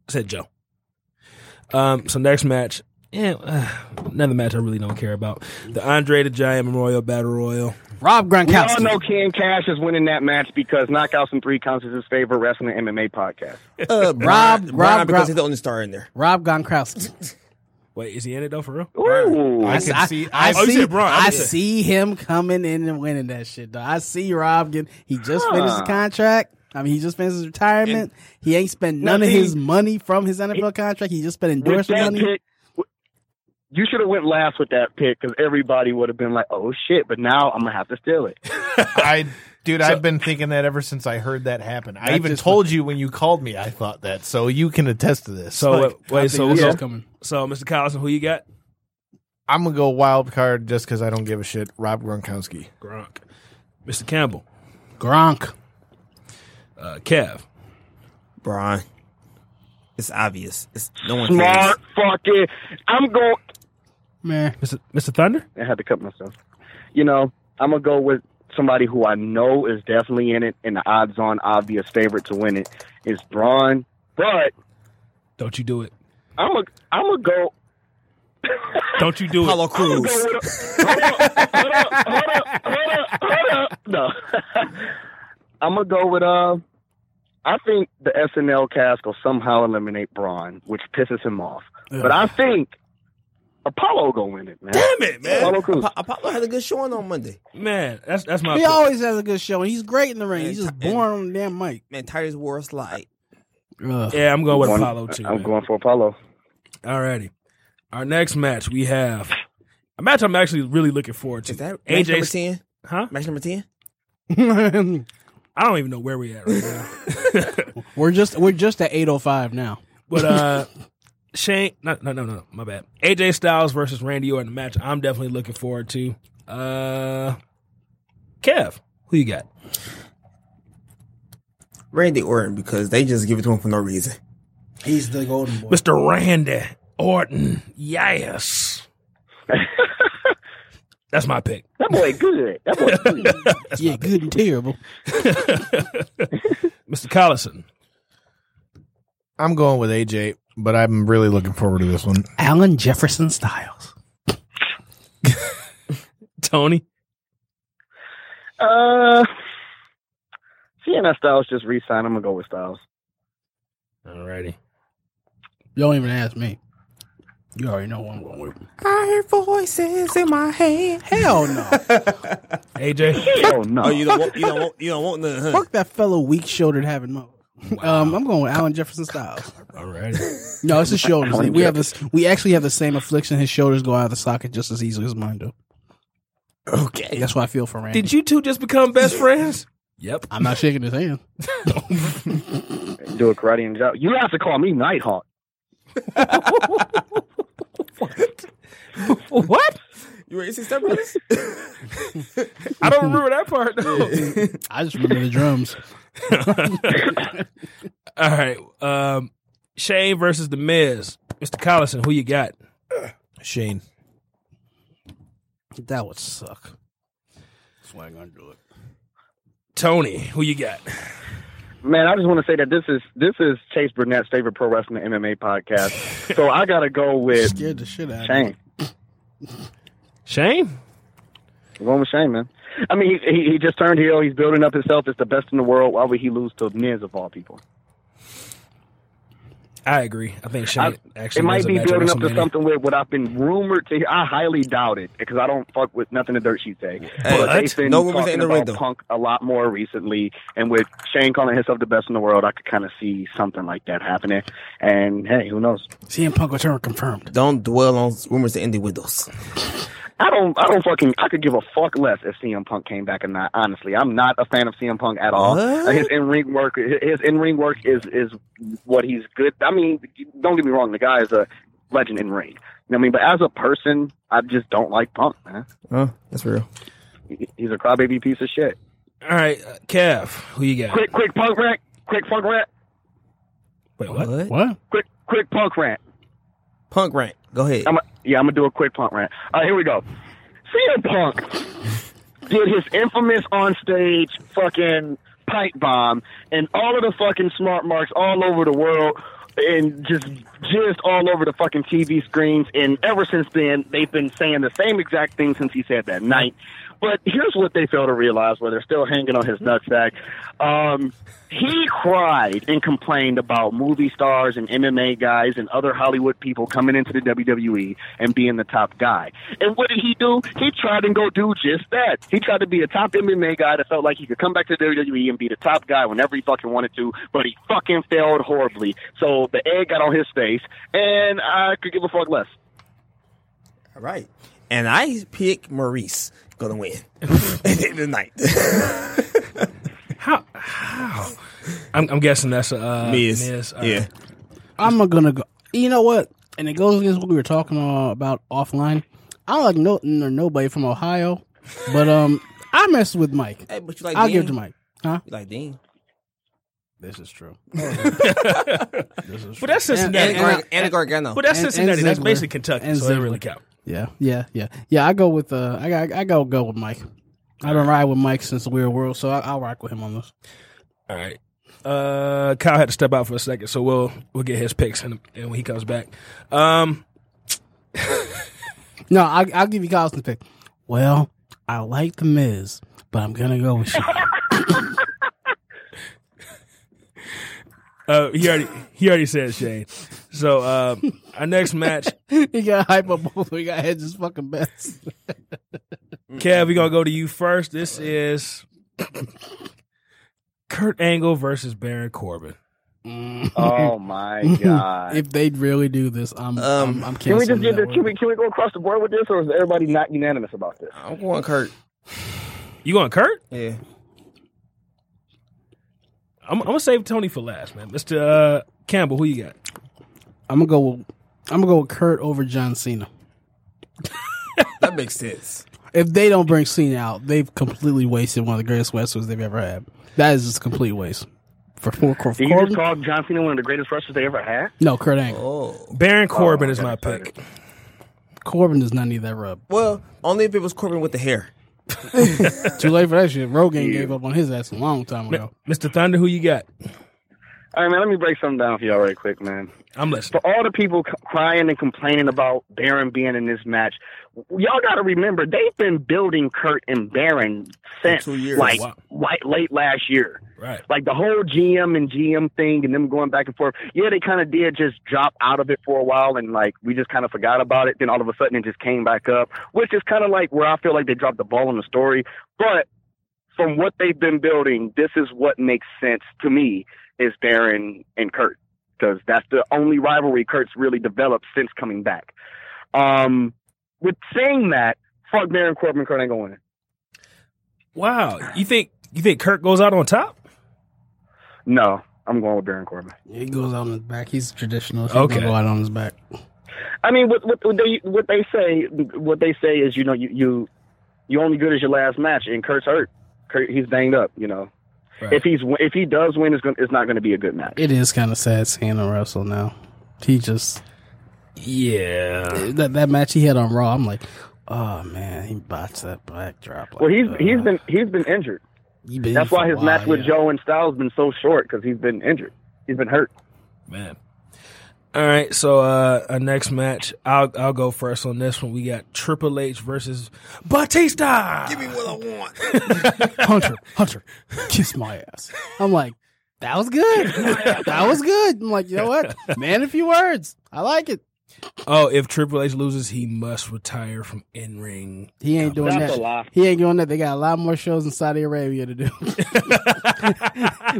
Speaker 3: said Joe. Um so next match. Yeah, uh, another match I really don't care about. The Andre the Giant Memorial Battle Royal.
Speaker 4: Rob
Speaker 9: We all know
Speaker 4: Gronkowski.
Speaker 9: Ken Cash is winning that match because Knockouts and Three Counts is his favorite wrestling and MMA podcast.
Speaker 8: uh,
Speaker 4: Rob-
Speaker 8: Rob,
Speaker 4: Rob-
Speaker 8: because
Speaker 4: Rob-
Speaker 8: he's the only star in there.
Speaker 4: Rob Gronkowski.
Speaker 3: Wait, is he in it though for real?
Speaker 9: Ooh.
Speaker 5: I can
Speaker 4: I,
Speaker 5: see.
Speaker 4: I
Speaker 5: I, Oh,
Speaker 3: you
Speaker 4: see.
Speaker 3: said Bron. I
Speaker 4: I
Speaker 3: said-
Speaker 4: see him coming in and winning that shit. Though I see Rob getting. He just finished his contract. I mean, he just finished his retirement. he ain't spent none of
Speaker 9: Nothing-
Speaker 4: his money from his NFL contract. He just spent
Speaker 9: With
Speaker 4: endorsement
Speaker 9: that
Speaker 4: money.
Speaker 9: pick, w- you should have went last with that pick because everybody would have been like, "Oh shit!" But now I'm gonna have to steal it.
Speaker 5: I Dude, I've been thinking that ever since I heard that happen. I
Speaker 4: That
Speaker 5: even
Speaker 4: just-
Speaker 5: told you when you called me, I thought that. So you can attest to this.
Speaker 3: So uh,
Speaker 5: Like,
Speaker 3: wait, wait, so
Speaker 4: this
Speaker 3: so,
Speaker 4: is coming.
Speaker 3: so Mr. Collison, who you got?
Speaker 5: I'm gonna go wild card just because I don't give a shit. Rob Gronkowski.
Speaker 3: Gronk. Mr. Campbell.
Speaker 4: Gronk.
Speaker 3: Uh, Kev.
Speaker 8: Brian. It's obvious. It's no one cares.
Speaker 9: Smart fucking. I'm going.
Speaker 4: Man.
Speaker 3: Mr. Mr. Thunder.
Speaker 9: I had to cut myself. You know, I'm gonna go with somebody who I know is definitely in it, and the odds-on obvious favorite to win it is Braun. But
Speaker 3: Don't you do it.
Speaker 9: I'm a, I'm gonna go.
Speaker 3: Don't you do
Speaker 8: Apollo
Speaker 3: it.
Speaker 9: I'm
Speaker 8: Cruz.
Speaker 9: gonna go with a, hold up, hold up, hold up, hold up, hold up. No, I'm gonna go with uh. I think the SNL cast will somehow eliminate Braun, which pisses him off. But I think Apollo gonna win it, man.
Speaker 8: Damn it, man.
Speaker 9: Apollo Crews.
Speaker 8: Apo- Apollo had a good showing on Monday.
Speaker 3: Man, that's that's my
Speaker 4: He
Speaker 3: pick.
Speaker 4: always has a good show. and He's great in the ring. He's just
Speaker 8: And-
Speaker 4: born on the damn mic.
Speaker 8: Man, Tyrese wore a slide.
Speaker 4: Ugh.
Speaker 3: Yeah, I'm going with
Speaker 9: One-
Speaker 3: Apollo too.
Speaker 9: I'm
Speaker 3: man.
Speaker 9: going for Apollo.
Speaker 3: Alrighty. Our next match we have a match I'm actually really looking forward to.
Speaker 8: Is that match
Speaker 3: AJ
Speaker 8: number 10?
Speaker 3: Huh?
Speaker 8: Match number 10?
Speaker 3: I don't even know where we at right now.
Speaker 4: we're just we're just at eight oh five now.
Speaker 3: but uh Shane no no no no no, my bad. AJ Styles versus Randy Orton the match I'm definitely looking forward to. Uh Kev, who you got?
Speaker 8: Randy Orton, because they just give it to him for no reason.
Speaker 4: He's the golden boy.
Speaker 3: Mr. Randy Orton. Yes. That's my pick.
Speaker 9: That boy good. That boy good.
Speaker 4: yeah, good and terrible.
Speaker 3: Mr. Collison.
Speaker 5: I'm going with AJ, but I'm really looking forward to this one.
Speaker 4: Alan Jefferson Styles.
Speaker 3: Tony.
Speaker 9: Uh, seeing that Styles just re-signed, I'm gonna go with Styles.
Speaker 3: Alrighty.
Speaker 4: You don't even ask me. You already know what I'm going with.
Speaker 8: I hear voices in my head.
Speaker 4: Hell no.
Speaker 3: AJ.
Speaker 9: Oh no!
Speaker 8: Oh, you don't want, you don't want, you don't want none, huh?
Speaker 4: Fuck that fellow weak shouldered having mo. Um, I'm going with Alan Jefferson Styles.
Speaker 3: Alrighty.
Speaker 4: No, it's his shoulders. we have this. We actually have the same affliction. His shoulders go out of the socket just as easily as mine do.
Speaker 8: Okay.
Speaker 4: That's what I feel for Randy.
Speaker 3: Did you two just become best friends? Yep.
Speaker 4: I'm not shaking his hand.
Speaker 9: do a karate and job. You have to call me Nighthawk.
Speaker 3: What?
Speaker 8: You ready to see Step Brothers?
Speaker 3: I don't remember that part. though.
Speaker 4: I just remember the drums.
Speaker 3: All right. Um, Shane versus The Miz. Mr. Collison, who you got?
Speaker 5: Shane.
Speaker 4: That would suck. That's why I'm gonna do it.
Speaker 3: Tony, who you got?
Speaker 9: Man, I just want to say that this is this is Chase Burnett's favorite pro wrestling and MMA podcast. so I gotta go with
Speaker 4: Scared the shit out of me.
Speaker 9: Shane.
Speaker 3: Shane?
Speaker 9: I'm going with Shane, man. I mean, he, he he just turned heel. He's building up himself. It's the best in the world. Why would he lose to Miz of all people?
Speaker 3: I agree. I think Shane
Speaker 9: I-
Speaker 3: actually
Speaker 9: It might
Speaker 3: wins a
Speaker 9: be
Speaker 3: match at
Speaker 9: building up to
Speaker 3: WrestleMania.
Speaker 9: something with what I've been rumored to hear. I highly doubt it because I don't fuck with nothing the dirt sheet say. but they've been
Speaker 8: no rumors
Speaker 9: talking
Speaker 8: ain't no
Speaker 9: about
Speaker 8: rhythm.
Speaker 9: Punk a lot more recently, and with Shane calling himself the best in the world, I could kind of see something like that happening. And hey, who knows?
Speaker 4: CM Punk return confirmed.
Speaker 8: Don't dwell on rumors that end in windows.
Speaker 9: I don't. I don't fucking. I could give a fuck less if CM Punk came back or not. Honestly, I'm not a fan of CM Punk at all.
Speaker 8: What?
Speaker 9: Uh, His in ring work. His in ring work is is what he's good. I mean, don't get me wrong. The guy is a legend in ring. You know what I mean, but as a person, I just don't like Punk, man.
Speaker 8: Huh? That's real.
Speaker 9: He- He's a crybaby piece of shit.
Speaker 3: All right. Uh, Kev, who you got?
Speaker 9: Quick, quick punk rant. Quick punk rant.
Speaker 3: Wait, what?
Speaker 4: What?
Speaker 9: Quick, quick punk rant.
Speaker 8: Punk rant. Go ahead.
Speaker 9: I'm a, yeah, I'm gonna do a quick punk rant. All right, here we go. CM Punk did his infamous on stage fucking pipe bomb, and all of the fucking smart marks all over the world, and just just all over the fucking TV screens. And ever since then, they've been saying the same exact thing since he said that night. But here's what they fail to realize where they're still hanging on his nutsack. Um, he cried and complained about movie stars and MMA guys and other Hollywood people coming into the WWE and being the top guy. And what did he do? He tried and go do just that. He tried to be a top MMA guy that felt like he could come back to WWE and be the top guy whenever he fucking wanted to, but he fucking failed horribly. So the egg got on his face, and I could give a fuck less.
Speaker 8: All right. And I pick Maurice gonna win at the end of the night.
Speaker 3: How? How? I'm, I'm guessing that's a uh,
Speaker 8: Miz.
Speaker 3: Miz. All right.
Speaker 8: Yeah.
Speaker 4: I'm not gonna go. You know what? And it goes against what we were talking uh, about offline. I don't like no or nobody from Ohio, but um, I mess with Mike.
Speaker 8: Hey, but you like
Speaker 4: I'll
Speaker 8: Dean?
Speaker 4: give it to Mike. Huh?
Speaker 8: You like Dean.
Speaker 4: This is true.
Speaker 3: But that's Cincinnati.
Speaker 8: And,
Speaker 4: And-
Speaker 8: Gar-
Speaker 4: and-
Speaker 8: and Gargano.
Speaker 3: but that's
Speaker 4: and- and
Speaker 3: Cincinnati. that's
Speaker 4: Ziggler.
Speaker 3: basically Kentucky.
Speaker 4: And
Speaker 3: so they
Speaker 4: Ziggler.
Speaker 3: really count.
Speaker 4: Yeah, yeah, yeah, yeah. I go with uh, I got I go go with Mike. I've been riding with Mike since the Weird World, so I, I'll rock with him on this.
Speaker 3: All right. Uh, Kyle had to step out for a second, so we'll we'll get his picks and, and when he comes back. Um,
Speaker 4: No, I, I'll give you guys the pick. Well, I like the Miz, but I'm gonna go with Shane.
Speaker 3: uh, he already he already said Shane. So uh, our next match,
Speaker 4: you got hype up both. We got Hedges fucking best.
Speaker 3: Kev, we gonna go to you first. This is Kurt Angle versus Baron Corbin.
Speaker 9: Oh my god.
Speaker 4: if they really do this, I'm I'm, I'm
Speaker 9: Can we just
Speaker 4: canceling
Speaker 9: get
Speaker 4: that
Speaker 9: this? Can
Speaker 4: one.
Speaker 9: we, can we go across the board with this, or is everybody not unanimous about this?
Speaker 8: I'm going Kurt.
Speaker 3: You going Kurt?
Speaker 8: Yeah.
Speaker 3: I'm, I'm gonna save Tony for last, man. Mister uh, Campbell, who you got?
Speaker 4: I'm gonna go. With, I'm gonna go with Kurt over John Cena.
Speaker 8: That makes sense.
Speaker 4: If they don't bring Cena out, they've completely wasted one of the greatest wrestlers they've ever had. That is just a complete waste. For for, for
Speaker 9: Did you just
Speaker 4: Corbin?
Speaker 9: call John Cena one of the greatest wrestlers they ever had?
Speaker 4: no, Kurt Angle.
Speaker 3: Baron Corbin is my pick.
Speaker 4: Corbin does not need that rub.
Speaker 8: Well, only if it was Corbin with the hair.
Speaker 4: Too late for that shit. Rogan gave up on his ass a long time ago.
Speaker 3: Mister Thunder, who you got?
Speaker 9: All right, man. Let me break something down for y'all right quick, man.
Speaker 3: I'm listening.
Speaker 9: For all the people c- crying and complaining about Baron being in this match, y'all got to remember they've been building Kurt and Baron since
Speaker 8: two years.
Speaker 9: like
Speaker 3: Wow.
Speaker 9: like late last year.
Speaker 3: Right.
Speaker 9: Like the whole GM and GM thing and them going back and forth. Yeah, they kind of did just drop out of it for a while and like we just kind of forgot about it. Then all of a sudden it just came back up, which is kind of like where I feel like they dropped the ball on the story. But from what they've been building, this is what makes sense to me is Baron and Kurt because that's the only rivalry Kurt's really developed since coming back. Um, with saying that, fuck Baron Corbin, Kurt ain't going.
Speaker 3: Wow. You think you think Kurt goes out on top?
Speaker 9: No, I'm going with Baron Corbin.
Speaker 4: He goes out on his back. He's traditional. He's
Speaker 3: Okay.
Speaker 4: gonna go out on his back.
Speaker 9: I mean, what what, what, they, what they say, what they say is, you know, you you you only good as your last match, and Kurt's hurt. Kurt, he's banged up. You know,
Speaker 3: Right.
Speaker 9: if he's if he does win, it's going it's not going to be a good match.
Speaker 4: It is kind of sad seeing him wrestle now. He just
Speaker 3: Yeah.
Speaker 4: that that match he had on Raw. I'm like, oh man, he botched that backdrop. Like,
Speaker 9: Well, he's
Speaker 4: uh,
Speaker 9: he's been he's been injured.
Speaker 4: he been
Speaker 9: That's
Speaker 4: for
Speaker 9: why
Speaker 4: a
Speaker 9: his
Speaker 4: while,
Speaker 9: match with
Speaker 4: yeah.
Speaker 9: Joe and Styles been so short because he's been injured. He's been hurt.
Speaker 3: Man. All right, so uh our next match, I'll I'll go first on this one. We got Triple H versus Batista.
Speaker 2: Give me what I want.
Speaker 4: Hunter, Hunter, kiss my ass. I'm like, that was good. that was good. I'm like, you know what? Man, a few words. I like it.
Speaker 3: Oh, if Triple H loses, he must retire from in ring.
Speaker 4: He ain't doing
Speaker 9: That's
Speaker 4: that.
Speaker 9: a lie.
Speaker 4: He ain't doing that. They got a lot more shows in Saudi Arabia to do.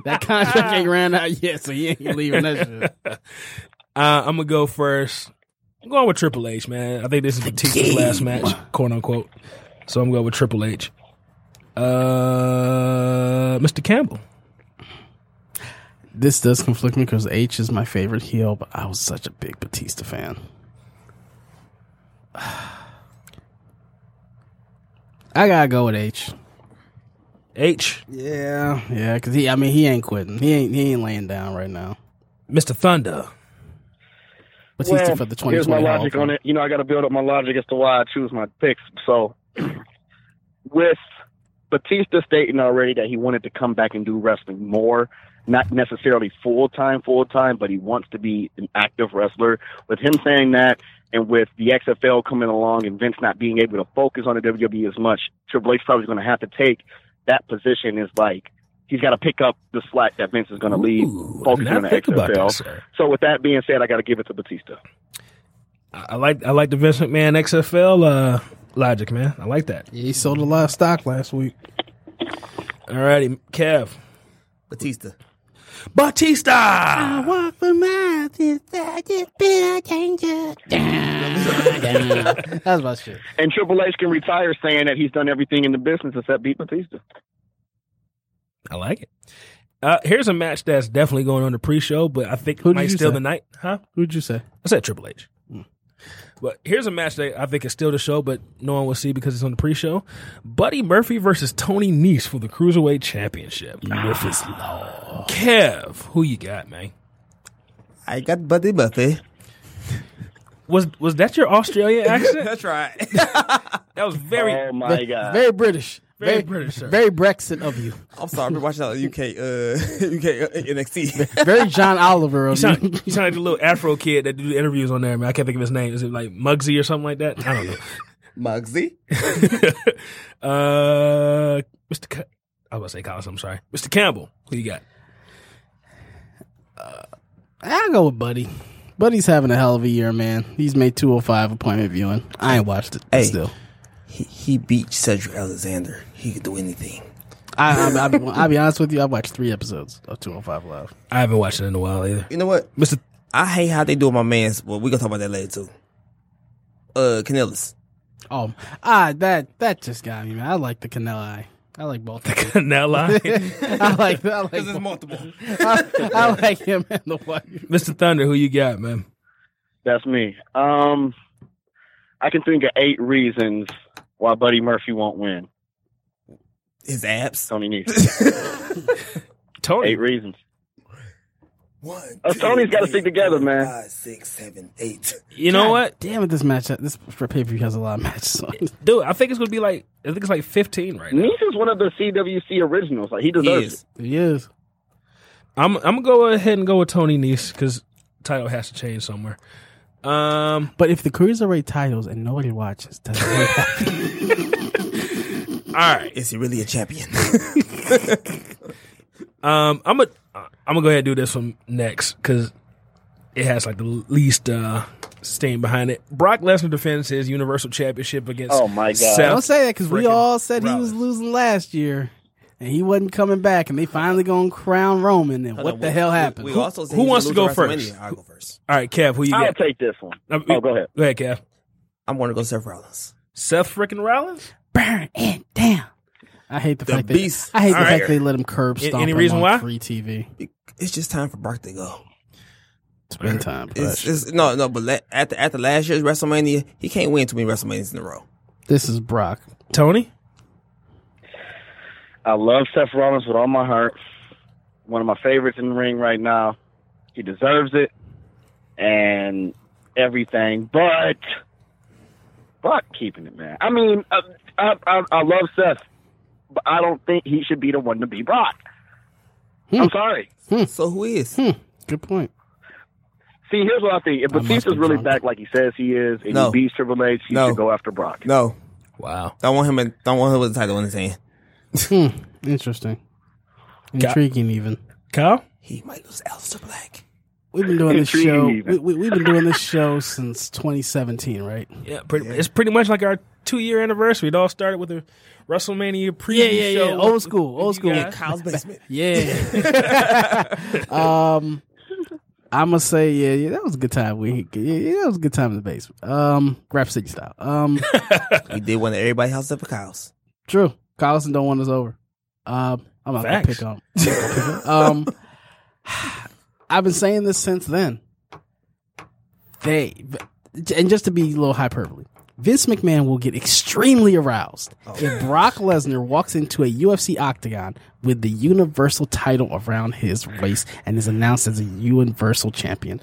Speaker 4: that contract ain't ran out yet, so he ain't leaving that shit.
Speaker 3: Uh, I'm gonna go first. I'm going with Triple H, man. I think this is Batista's last match, quote unquote. So I'm going with Triple H. Uh, Mr. Campbell.
Speaker 4: This does conflict me because H is my favorite heel, but I was such a big Batista fan. I gotta go with H.
Speaker 3: H.
Speaker 4: Yeah, yeah, because he—I mean, he ain't quitting. He ain't—he ain't laying down right now.
Speaker 3: Mr. Thunder.
Speaker 4: Batista
Speaker 9: Well,
Speaker 4: for the
Speaker 9: Here's
Speaker 4: 2020
Speaker 9: my
Speaker 4: Hall
Speaker 9: logic
Speaker 4: of
Speaker 9: on
Speaker 4: Fame.
Speaker 9: it. You know, I got to build up my logic as to why I choose my picks. So, with Batista stating already that he wanted to come back and do wrestling more, not necessarily full time, full time, but he wants to be an active wrestler. With him saying that, and with the XFL coming along and Vince not being able to focus on the WWE as much, Triple H probably going to have to take that position. Is like he's got to pick up the slack that Vince is going to leave,
Speaker 3: Ooh,
Speaker 9: focusing
Speaker 3: now
Speaker 9: on the
Speaker 3: think about that,
Speaker 9: XFL.
Speaker 3: sir.
Speaker 9: So, with that being said, I got to give it to Batista.
Speaker 3: I I like I like the Vince McMahon XFL uh, logic, man. I like that.
Speaker 4: Yeah, he sold a lot of stock last week.
Speaker 3: Alrighty, Kev.
Speaker 8: Batista.
Speaker 3: Batista.
Speaker 7: Walk for miles inside this bitter danger.
Speaker 4: That's my shit.
Speaker 9: And Triple H can retire saying that he's done everything in the business except beat Batista.
Speaker 3: I like it. Uh, here's a match that's definitely going on the pre-show, but I think
Speaker 4: Who
Speaker 3: it
Speaker 4: did
Speaker 3: might
Speaker 4: you
Speaker 3: steal
Speaker 4: say?
Speaker 3: the night, huh?
Speaker 4: Who'd you say?
Speaker 3: I said Triple H. Hmm. But here's a match that I think is still the show, but no one will see because it's on the pre-show. Buddy Murphy versus Tony Nese for the Cruiserweight Championship. Murphy's Law. Kev, who you got, man?
Speaker 8: I got Buddy Buffy.
Speaker 3: Was was that your Australia accent?
Speaker 8: That's right.
Speaker 3: That was very
Speaker 9: Oh my god.
Speaker 4: Very British.
Speaker 3: Very British, sir.
Speaker 4: Very Brexit of you.
Speaker 8: I'm sorry, I've been watching all the UK, uh, UK uh, NXT.
Speaker 4: Very John Oliver
Speaker 3: You
Speaker 4: of you.
Speaker 3: sound, you sound like the little Afro kid that do the interviews on there, man. I can't think of his name. Is it like Muggsy or something like that? I don't know.
Speaker 8: Muggsy.
Speaker 3: uh, Mr. Ca- I was about to say Collins. I'm sorry, Mr. Campbell. Who you got?
Speaker 4: I'll go with Buddy. Buddy's having a hell of a year, man. He's made 205 appointment viewing. I ain't watched it but
Speaker 8: Hey.
Speaker 4: still.
Speaker 8: He, he beat Cedric Alexander. He could do anything.
Speaker 4: I, I, I'll, be, I'll be honest with you. I've watched three episodes of 205 Live.
Speaker 3: I haven't watched it in a while either.
Speaker 8: You know what?
Speaker 3: Mr.
Speaker 8: I hate how they do my man's. Well, we're going to talk about that later, too. Uh, Canellis.
Speaker 4: Oh, ah, that that just got me, man. I like the Canelo eye. I like both. of them.
Speaker 3: Canella,
Speaker 4: I like that. I like, both.
Speaker 8: multiple.
Speaker 4: I, I like him and the wife.
Speaker 3: Mr. Thunder. Who you got, man?
Speaker 9: That's me. Um, I can think of eight reasons why Buddy Murphy won't win.
Speaker 8: His abs.
Speaker 9: Tony needs
Speaker 3: Tony.
Speaker 9: eight reasons.
Speaker 8: One.
Speaker 9: Us
Speaker 8: two,
Speaker 9: Tonys Oh, gotta
Speaker 8: three,
Speaker 9: stick together,
Speaker 8: four,
Speaker 9: man.
Speaker 8: Five, six, seven, eight.
Speaker 3: You know what,
Speaker 4: Damn it! This match, this for pay per view has a lot of matches. on it.
Speaker 3: dude? I think it's gonna be like I think it's like 15 right now.
Speaker 9: Neese is one of the CWC originals. Like he deserves
Speaker 8: Yes.
Speaker 9: it.
Speaker 4: He is.
Speaker 3: I'm I'm gonna go ahead and go with Tony Nese because title has to change somewhere. Um,
Speaker 4: But if the cruiserweight titles and nobody watches, doesn't really happen.
Speaker 3: all right.
Speaker 8: Is he really a champion?
Speaker 3: Um, I'm gonna I'm gonna go ahead and do this one next because it has like the least uh stain behind it. Brock Lesnar defends his Universal Championship against.
Speaker 9: Oh, my God.
Speaker 3: Seth
Speaker 4: don't say that because we
Speaker 3: freaking
Speaker 4: all said he
Speaker 3: Rollins.
Speaker 4: was losing last year and he wasn't coming back, and they finally gonna crown Roman. And what the hell happened?
Speaker 8: We, we also said
Speaker 3: who
Speaker 8: he's
Speaker 3: wants
Speaker 8: a
Speaker 3: to go
Speaker 8: loser at
Speaker 3: first?
Speaker 8: WrestleMania. I'll go first.
Speaker 3: All right, Kev, who you
Speaker 9: I'll
Speaker 3: got?
Speaker 9: take this one.
Speaker 3: Uh,
Speaker 9: oh, go ahead.
Speaker 3: Go ahead, Kev.
Speaker 8: I'm going to go Seth Rollins.
Speaker 3: Seth freaking Rollins.
Speaker 4: burn it down. I hate the,
Speaker 8: The
Speaker 4: fact
Speaker 8: beast.
Speaker 4: that I hate the
Speaker 3: All
Speaker 4: fact
Speaker 3: right.
Speaker 4: they let him curb
Speaker 3: A-
Speaker 4: stomp.
Speaker 3: any
Speaker 4: him
Speaker 3: reason
Speaker 4: on
Speaker 3: why?
Speaker 4: Free TV.
Speaker 8: It's just time for Brock to go.
Speaker 4: It's been time. for that
Speaker 8: It's,
Speaker 4: shit.
Speaker 8: it's, no, no, but la- after after last year's WrestleMania, he can't win too many WrestleManias in a row.
Speaker 4: This is Brock.
Speaker 3: Tony.
Speaker 9: I love Seth Rollins with all my heart. One of my favorites in the ring right now. He deserves it and everything, but Brock keeping it, man. I mean, I, I, I, I love Seth, but I don't think he should be the one to be Brock. I'm sorry.
Speaker 4: Hmm.
Speaker 8: So who is?
Speaker 4: Good point.
Speaker 9: See, here's what I think. If Batista's
Speaker 4: be
Speaker 9: really
Speaker 4: drunk.
Speaker 9: back like he says he is, and
Speaker 8: No.
Speaker 9: he beats Triple H, he
Speaker 8: No.
Speaker 9: should go after Brock.
Speaker 8: No,
Speaker 3: Wow.
Speaker 8: don't want him. In, don't want him with the title in his hand.
Speaker 4: Interesting.
Speaker 3: Got-
Speaker 4: Intriguing, even.
Speaker 3: Kyle.
Speaker 8: He might lose Alistair Black.
Speaker 4: We've been doing this
Speaker 9: Intriguing
Speaker 4: show. We,
Speaker 9: even.
Speaker 4: we, we've been doing this show since 2017, right?
Speaker 3: Yeah, pretty, it's pretty much like our two year anniversary. It all started with a WrestleMania preview
Speaker 4: Yeah, yeah, yeah.
Speaker 3: show.
Speaker 4: Old school, old
Speaker 3: you
Speaker 4: school.
Speaker 3: guys.
Speaker 8: Kyle's basement.
Speaker 4: Yeah. um, I'm gonna say yeah, yeah. That was a good time. We yeah, yeah, that was a good time in the basement. Um, rap city style. Um,
Speaker 8: We did one at everybody house up for Kyle's.
Speaker 4: true. Collison don't want us over. Um, I'm not
Speaker 3: Facts.
Speaker 4: gonna pick on. um, I've been saying this since then. They and just to be a little hyperbole. Vince McMahon will get extremely aroused
Speaker 8: Oh.
Speaker 4: if Brock Lesnar walks into a UFC octagon with the Universal title around his waist and is announced as a Universal champion.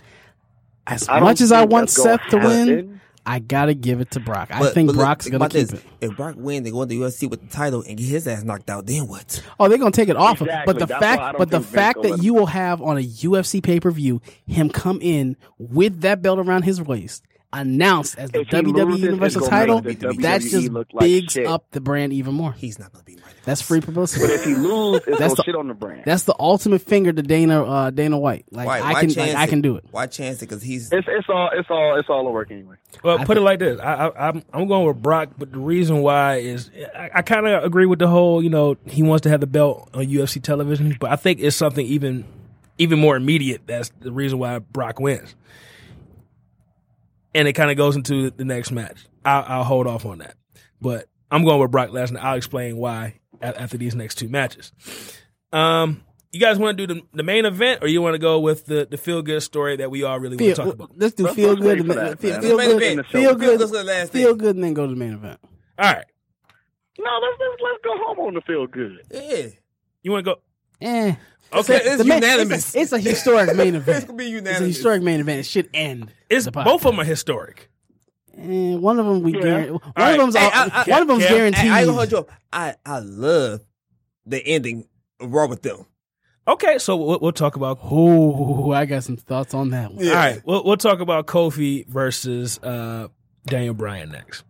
Speaker 4: As
Speaker 9: I don't
Speaker 4: much as I
Speaker 9: think
Speaker 4: want
Speaker 9: that's gonna
Speaker 4: Seth to win,
Speaker 9: happen.
Speaker 4: I gotta give it to Brock. I
Speaker 8: But-
Speaker 4: think
Speaker 8: but look,
Speaker 4: Brock's
Speaker 8: think
Speaker 4: gonna
Speaker 8: about
Speaker 4: keep
Speaker 8: this.
Speaker 4: it.
Speaker 8: If Brock wins, they go to the UFC with the title and get his ass knocked out. Then what?
Speaker 4: Oh, they're gonna take it off. of
Speaker 9: Exactly.
Speaker 4: But the
Speaker 9: That's why I
Speaker 4: fact,
Speaker 9: don't
Speaker 4: but the
Speaker 9: think Vince
Speaker 4: fact
Speaker 9: will
Speaker 4: that
Speaker 9: let
Speaker 4: you will have on a UFC pay per view him come in with that belt around his waist, announced as the
Speaker 9: If he
Speaker 4: WWE
Speaker 9: loses, it's
Speaker 4: Universal
Speaker 9: gonna
Speaker 4: title,
Speaker 9: make
Speaker 8: the
Speaker 4: that
Speaker 8: WWE
Speaker 4: just
Speaker 9: E look like
Speaker 4: bigs
Speaker 9: shit.
Speaker 4: up the brand even more.
Speaker 8: He's not going to be right.
Speaker 4: That's free
Speaker 9: But if
Speaker 4: publicity.
Speaker 9: he loses, it's
Speaker 4: That's
Speaker 9: no
Speaker 4: the-
Speaker 9: shit on the brand.
Speaker 4: That's the ultimate finger to Dana uh, Dana White. Like
Speaker 8: Why?
Speaker 4: I
Speaker 8: why
Speaker 4: can,
Speaker 8: chance
Speaker 4: like, I can do it.
Speaker 8: Why chance it? Because he's
Speaker 9: It's it's all it's all it's all a work anyway.
Speaker 3: Well, put it like this: I, I, I'm I'm going with Brock, but the reason why is I, I kind of agree with the whole you know he wants to have the belt on UFC television, but I think it's something even even more immediate. That's the reason why Brock wins, and it kind of goes into the next match. I, I'll hold off on that, but I'm going with Brock Lesnar. I'll explain why a- after these next two matches. Um, you guys want to do the, the main event, or you want to go with the, the feel good story that we all really want to talk about?
Speaker 4: Let's do
Speaker 9: Let's
Speaker 4: feel
Speaker 9: not wait
Speaker 4: good.
Speaker 9: for
Speaker 4: and-
Speaker 9: that,
Speaker 4: feel,
Speaker 9: man.
Speaker 4: feel
Speaker 8: Let's
Speaker 4: good.
Speaker 8: main
Speaker 4: Feel,
Speaker 8: event. Feel
Speaker 4: good.
Speaker 8: good's the last
Speaker 4: feel
Speaker 8: thing.
Speaker 4: good, and then go to the main event.
Speaker 3: All right,
Speaker 9: No, let's let's, let's go home on the feel good.
Speaker 8: Yeah.
Speaker 3: you want to go?
Speaker 4: Eh.
Speaker 3: Okay,
Speaker 8: It's
Speaker 4: The main-
Speaker 8: unanimous.
Speaker 4: It's a, it's a historic main event.
Speaker 8: It's gonna be
Speaker 4: It's a
Speaker 8: unanimous.
Speaker 4: historic main event. It should end.
Speaker 3: it's
Speaker 4: the podcast.
Speaker 3: both of them are historic.
Speaker 4: Eh, one of them we guarantee. One
Speaker 3: right.
Speaker 4: of them's
Speaker 8: Hey,
Speaker 4: all-
Speaker 8: I- I-
Speaker 4: one of them's
Speaker 3: Kev,
Speaker 4: guaranteed.
Speaker 8: Hey, I ain't gonna hold you up. I, I love the ending of Raw with them.
Speaker 3: Okay, so we'll, we'll talk about.
Speaker 4: Oh, I got some thoughts on that one.
Speaker 3: All right, we'll we'll talk about Kofi versus uh, Daniel Bryan next.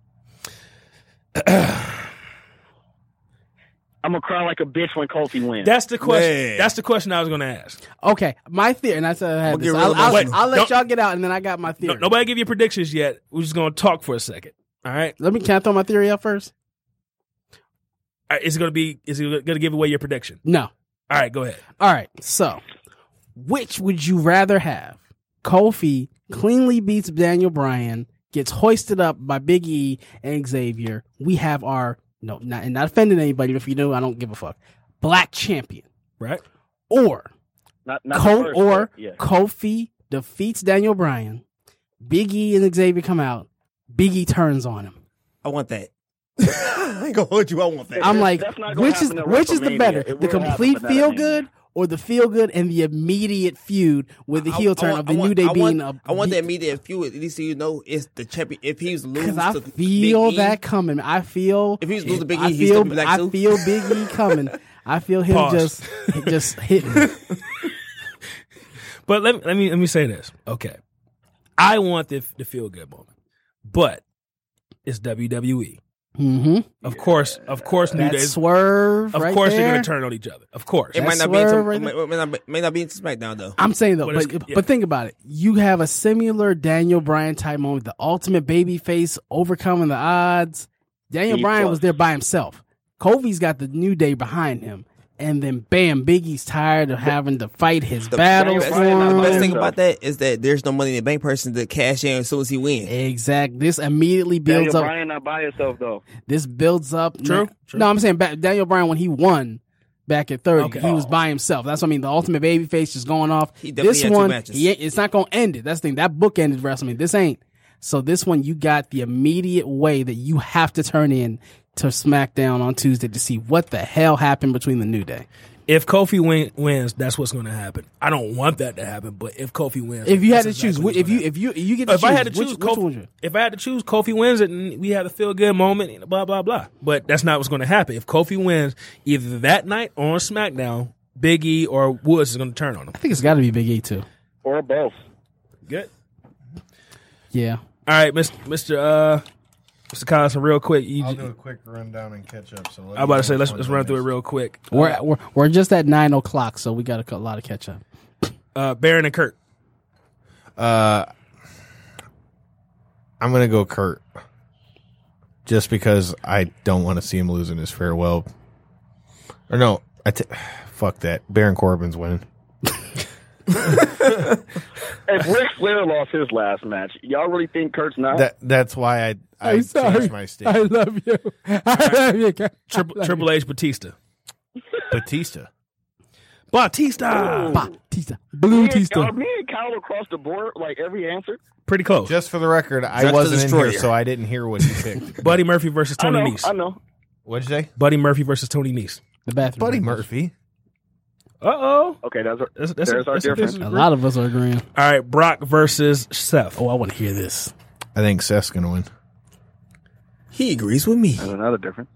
Speaker 9: I'm gonna cry like a bitch when Kofi wins.
Speaker 3: That's the question.
Speaker 8: Man.
Speaker 3: That's the question I was going to ask.
Speaker 4: Okay, my theory, and I said I
Speaker 8: I'ma
Speaker 4: had
Speaker 8: get
Speaker 4: this.
Speaker 8: real
Speaker 4: I'll, I'll,
Speaker 3: emotional.
Speaker 4: I'll let
Speaker 3: Don't-
Speaker 4: y'all get out, and then I got my
Speaker 3: No,
Speaker 4: theory.
Speaker 3: nobody give you predictions yet. We're just going to talk for a second. All right,
Speaker 4: Let me. Can I throw my theory out first?
Speaker 3: All right, Uh, is it going to be? Is it going to give away your prediction?
Speaker 4: No.
Speaker 3: All right, go ahead.
Speaker 4: All right. So, which would you rather have? Kofi cleanly beats Daniel Bryan, gets hoisted up by Big E and Xavier. We have our no, not and not offending anybody. But if you do, I don't give a fuck. Black champion
Speaker 3: Right?
Speaker 4: or
Speaker 9: not, not the
Speaker 4: Col-
Speaker 9: first,
Speaker 4: or
Speaker 9: but yeah.
Speaker 4: Kofi defeats Daniel Bryan. Big E and Xavier come out. Big E turns on him.
Speaker 8: I want that. I ain't gonna hold you. I want that.
Speaker 4: I'm like,
Speaker 9: That's not gonna
Speaker 4: which is
Speaker 9: happen at
Speaker 4: which is the
Speaker 9: WrestleMania.
Speaker 4: better,
Speaker 9: It
Speaker 4: the
Speaker 9: will happen
Speaker 4: complete
Speaker 9: at
Speaker 4: feel
Speaker 9: WrestleMania.
Speaker 4: good or the feel good and the immediate feud with the
Speaker 8: I-
Speaker 4: heel
Speaker 8: I
Speaker 4: turn
Speaker 8: want-
Speaker 4: of the
Speaker 8: I want-
Speaker 4: New Day
Speaker 8: I
Speaker 4: being
Speaker 8: want,
Speaker 4: a E?
Speaker 8: I want that media feud. At least so you know it's the champion. If he's losing,
Speaker 4: because I
Speaker 8: to
Speaker 4: feel
Speaker 8: Big E,
Speaker 4: that coming. I feel
Speaker 8: If he's losing to Big E,
Speaker 4: I
Speaker 8: he's
Speaker 4: feel
Speaker 8: gonna be like,
Speaker 4: I
Speaker 8: "Sue."
Speaker 4: feel Big E coming. I feel him
Speaker 3: Pause.
Speaker 4: just just hitting.
Speaker 3: But let, let me let me say this. Okay, I want the the feel good moment, but it's WWE.
Speaker 4: hmm
Speaker 3: Of course, of course, New
Speaker 4: That
Speaker 3: Day's.
Speaker 4: swerve.
Speaker 3: Of
Speaker 4: right
Speaker 3: course, they're
Speaker 4: there.
Speaker 3: going to turn on each other. Of course,
Speaker 8: it might
Speaker 4: That
Speaker 8: not, be into,
Speaker 4: swerve right
Speaker 8: may,
Speaker 4: there.
Speaker 8: may not be, may not be into SmackDown though.
Speaker 4: I'm saying though,
Speaker 3: But
Speaker 4: but,
Speaker 3: it's- yeah.
Speaker 4: but think about it. You have a similar Daniel Bryan type moment, the ultimate baby face overcoming the odds. Daniel
Speaker 9: B
Speaker 4: Bryan
Speaker 9: plus.
Speaker 4: was there by himself. Kofi's got the new day behind him. And then bam, Biggie's tired of having to fight his battles
Speaker 8: best,
Speaker 4: for
Speaker 9: Bryan
Speaker 8: the
Speaker 4: him.
Speaker 8: best thing
Speaker 9: him.
Speaker 8: about that is that there's no money in the bank person to cash in as soon as he wins.
Speaker 4: Exact. This immediately builds
Speaker 9: Daniel
Speaker 4: up.
Speaker 9: Bryan not by himself though.
Speaker 4: This builds up.
Speaker 3: True,
Speaker 4: No,
Speaker 3: true.
Speaker 4: no, I'm saying back, Daniel Bryan when he won back at 30,
Speaker 3: Okay. Oh.
Speaker 4: he was by himself. That's what I mean. The ultimate baby face just going off.
Speaker 8: He definitely
Speaker 4: this
Speaker 8: had two
Speaker 4: one,
Speaker 8: matches.
Speaker 4: he ain't- it's not going to end it. That's the thing. That book ended WrestleMania. This ain't. So this one, you got the immediate way that you have to turn in to SmackDown on Tuesday to see what the hell happened between the New Day.
Speaker 3: if Kofi win, wins, that's what's going to happen. I don't want that to happen, but if Kofi wins,
Speaker 4: If you had
Speaker 3: that's
Speaker 4: to
Speaker 3: exactly
Speaker 4: choose,
Speaker 3: what's
Speaker 4: wh- if
Speaker 3: gonna
Speaker 4: you
Speaker 3: happen.
Speaker 4: if you you get to
Speaker 3: if
Speaker 4: choose,
Speaker 3: I had to choose,
Speaker 4: which, which one would
Speaker 3: Kofi,
Speaker 4: you?
Speaker 3: if I had to choose, Kofi wins it, and we have a feel good moment, and blah blah blah. But that's not what's going to happen. If Kofi wins, either that night or on SmackDown, Big E or Woods is going to turn on him.
Speaker 4: I think it's got to be Big E too.
Speaker 9: Or both.
Speaker 3: Good.
Speaker 4: Yeah.
Speaker 3: All right, Mr. Mr. Uh, Mr. Collison, real quick. You,
Speaker 5: I'll do a quick rundown and catch up. So
Speaker 3: I'm about to say let's let's run through it real quick.
Speaker 4: We're, we're we're just at nine o'clock, so we got a lot of catch up.
Speaker 3: Uh, Baron and Kurt.
Speaker 5: I'm gonna go Kurt, just because I don't want to see him losing his farewell. Or no, I t- fuck that. Baron Corbin's winning.
Speaker 9: If Ric Flair lost his last match, y'all really think Kurt's not?
Speaker 5: That that's why I I
Speaker 4: I'm sorry.
Speaker 5: changed my
Speaker 4: I
Speaker 5: statement.
Speaker 4: love you. I love you. Kurt.
Speaker 3: Triple, Triple H, Batista.
Speaker 5: Batista.
Speaker 3: Batista.
Speaker 4: Batista. Blue
Speaker 9: me, and,
Speaker 4: Tista.
Speaker 9: are me and Kyle across the board like every answer?
Speaker 3: Pretty close.
Speaker 5: Just for the record, I
Speaker 8: Just
Speaker 5: wasn't in here,
Speaker 8: destroyer.
Speaker 5: so I didn't hear what he picked.
Speaker 3: Buddy Murphy versus
Speaker 9: I
Speaker 3: Tony
Speaker 9: know, I
Speaker 3: Nese.
Speaker 9: know.
Speaker 5: What'd you say?
Speaker 3: Buddy Murphy versus Tony Nese.
Speaker 4: The bathroom.
Speaker 5: Buddy Murphy.
Speaker 3: Uh oh.
Speaker 9: Okay, that's, our,
Speaker 3: That's, that's,
Speaker 9: there's our
Speaker 3: that's,
Speaker 9: difference.
Speaker 4: A lot of us are agreeing.
Speaker 3: All right, Brock versus Seth.
Speaker 4: Oh, I want to hear this.
Speaker 5: I think Seth's gonna win.
Speaker 8: He agrees with me.
Speaker 9: There's another difference.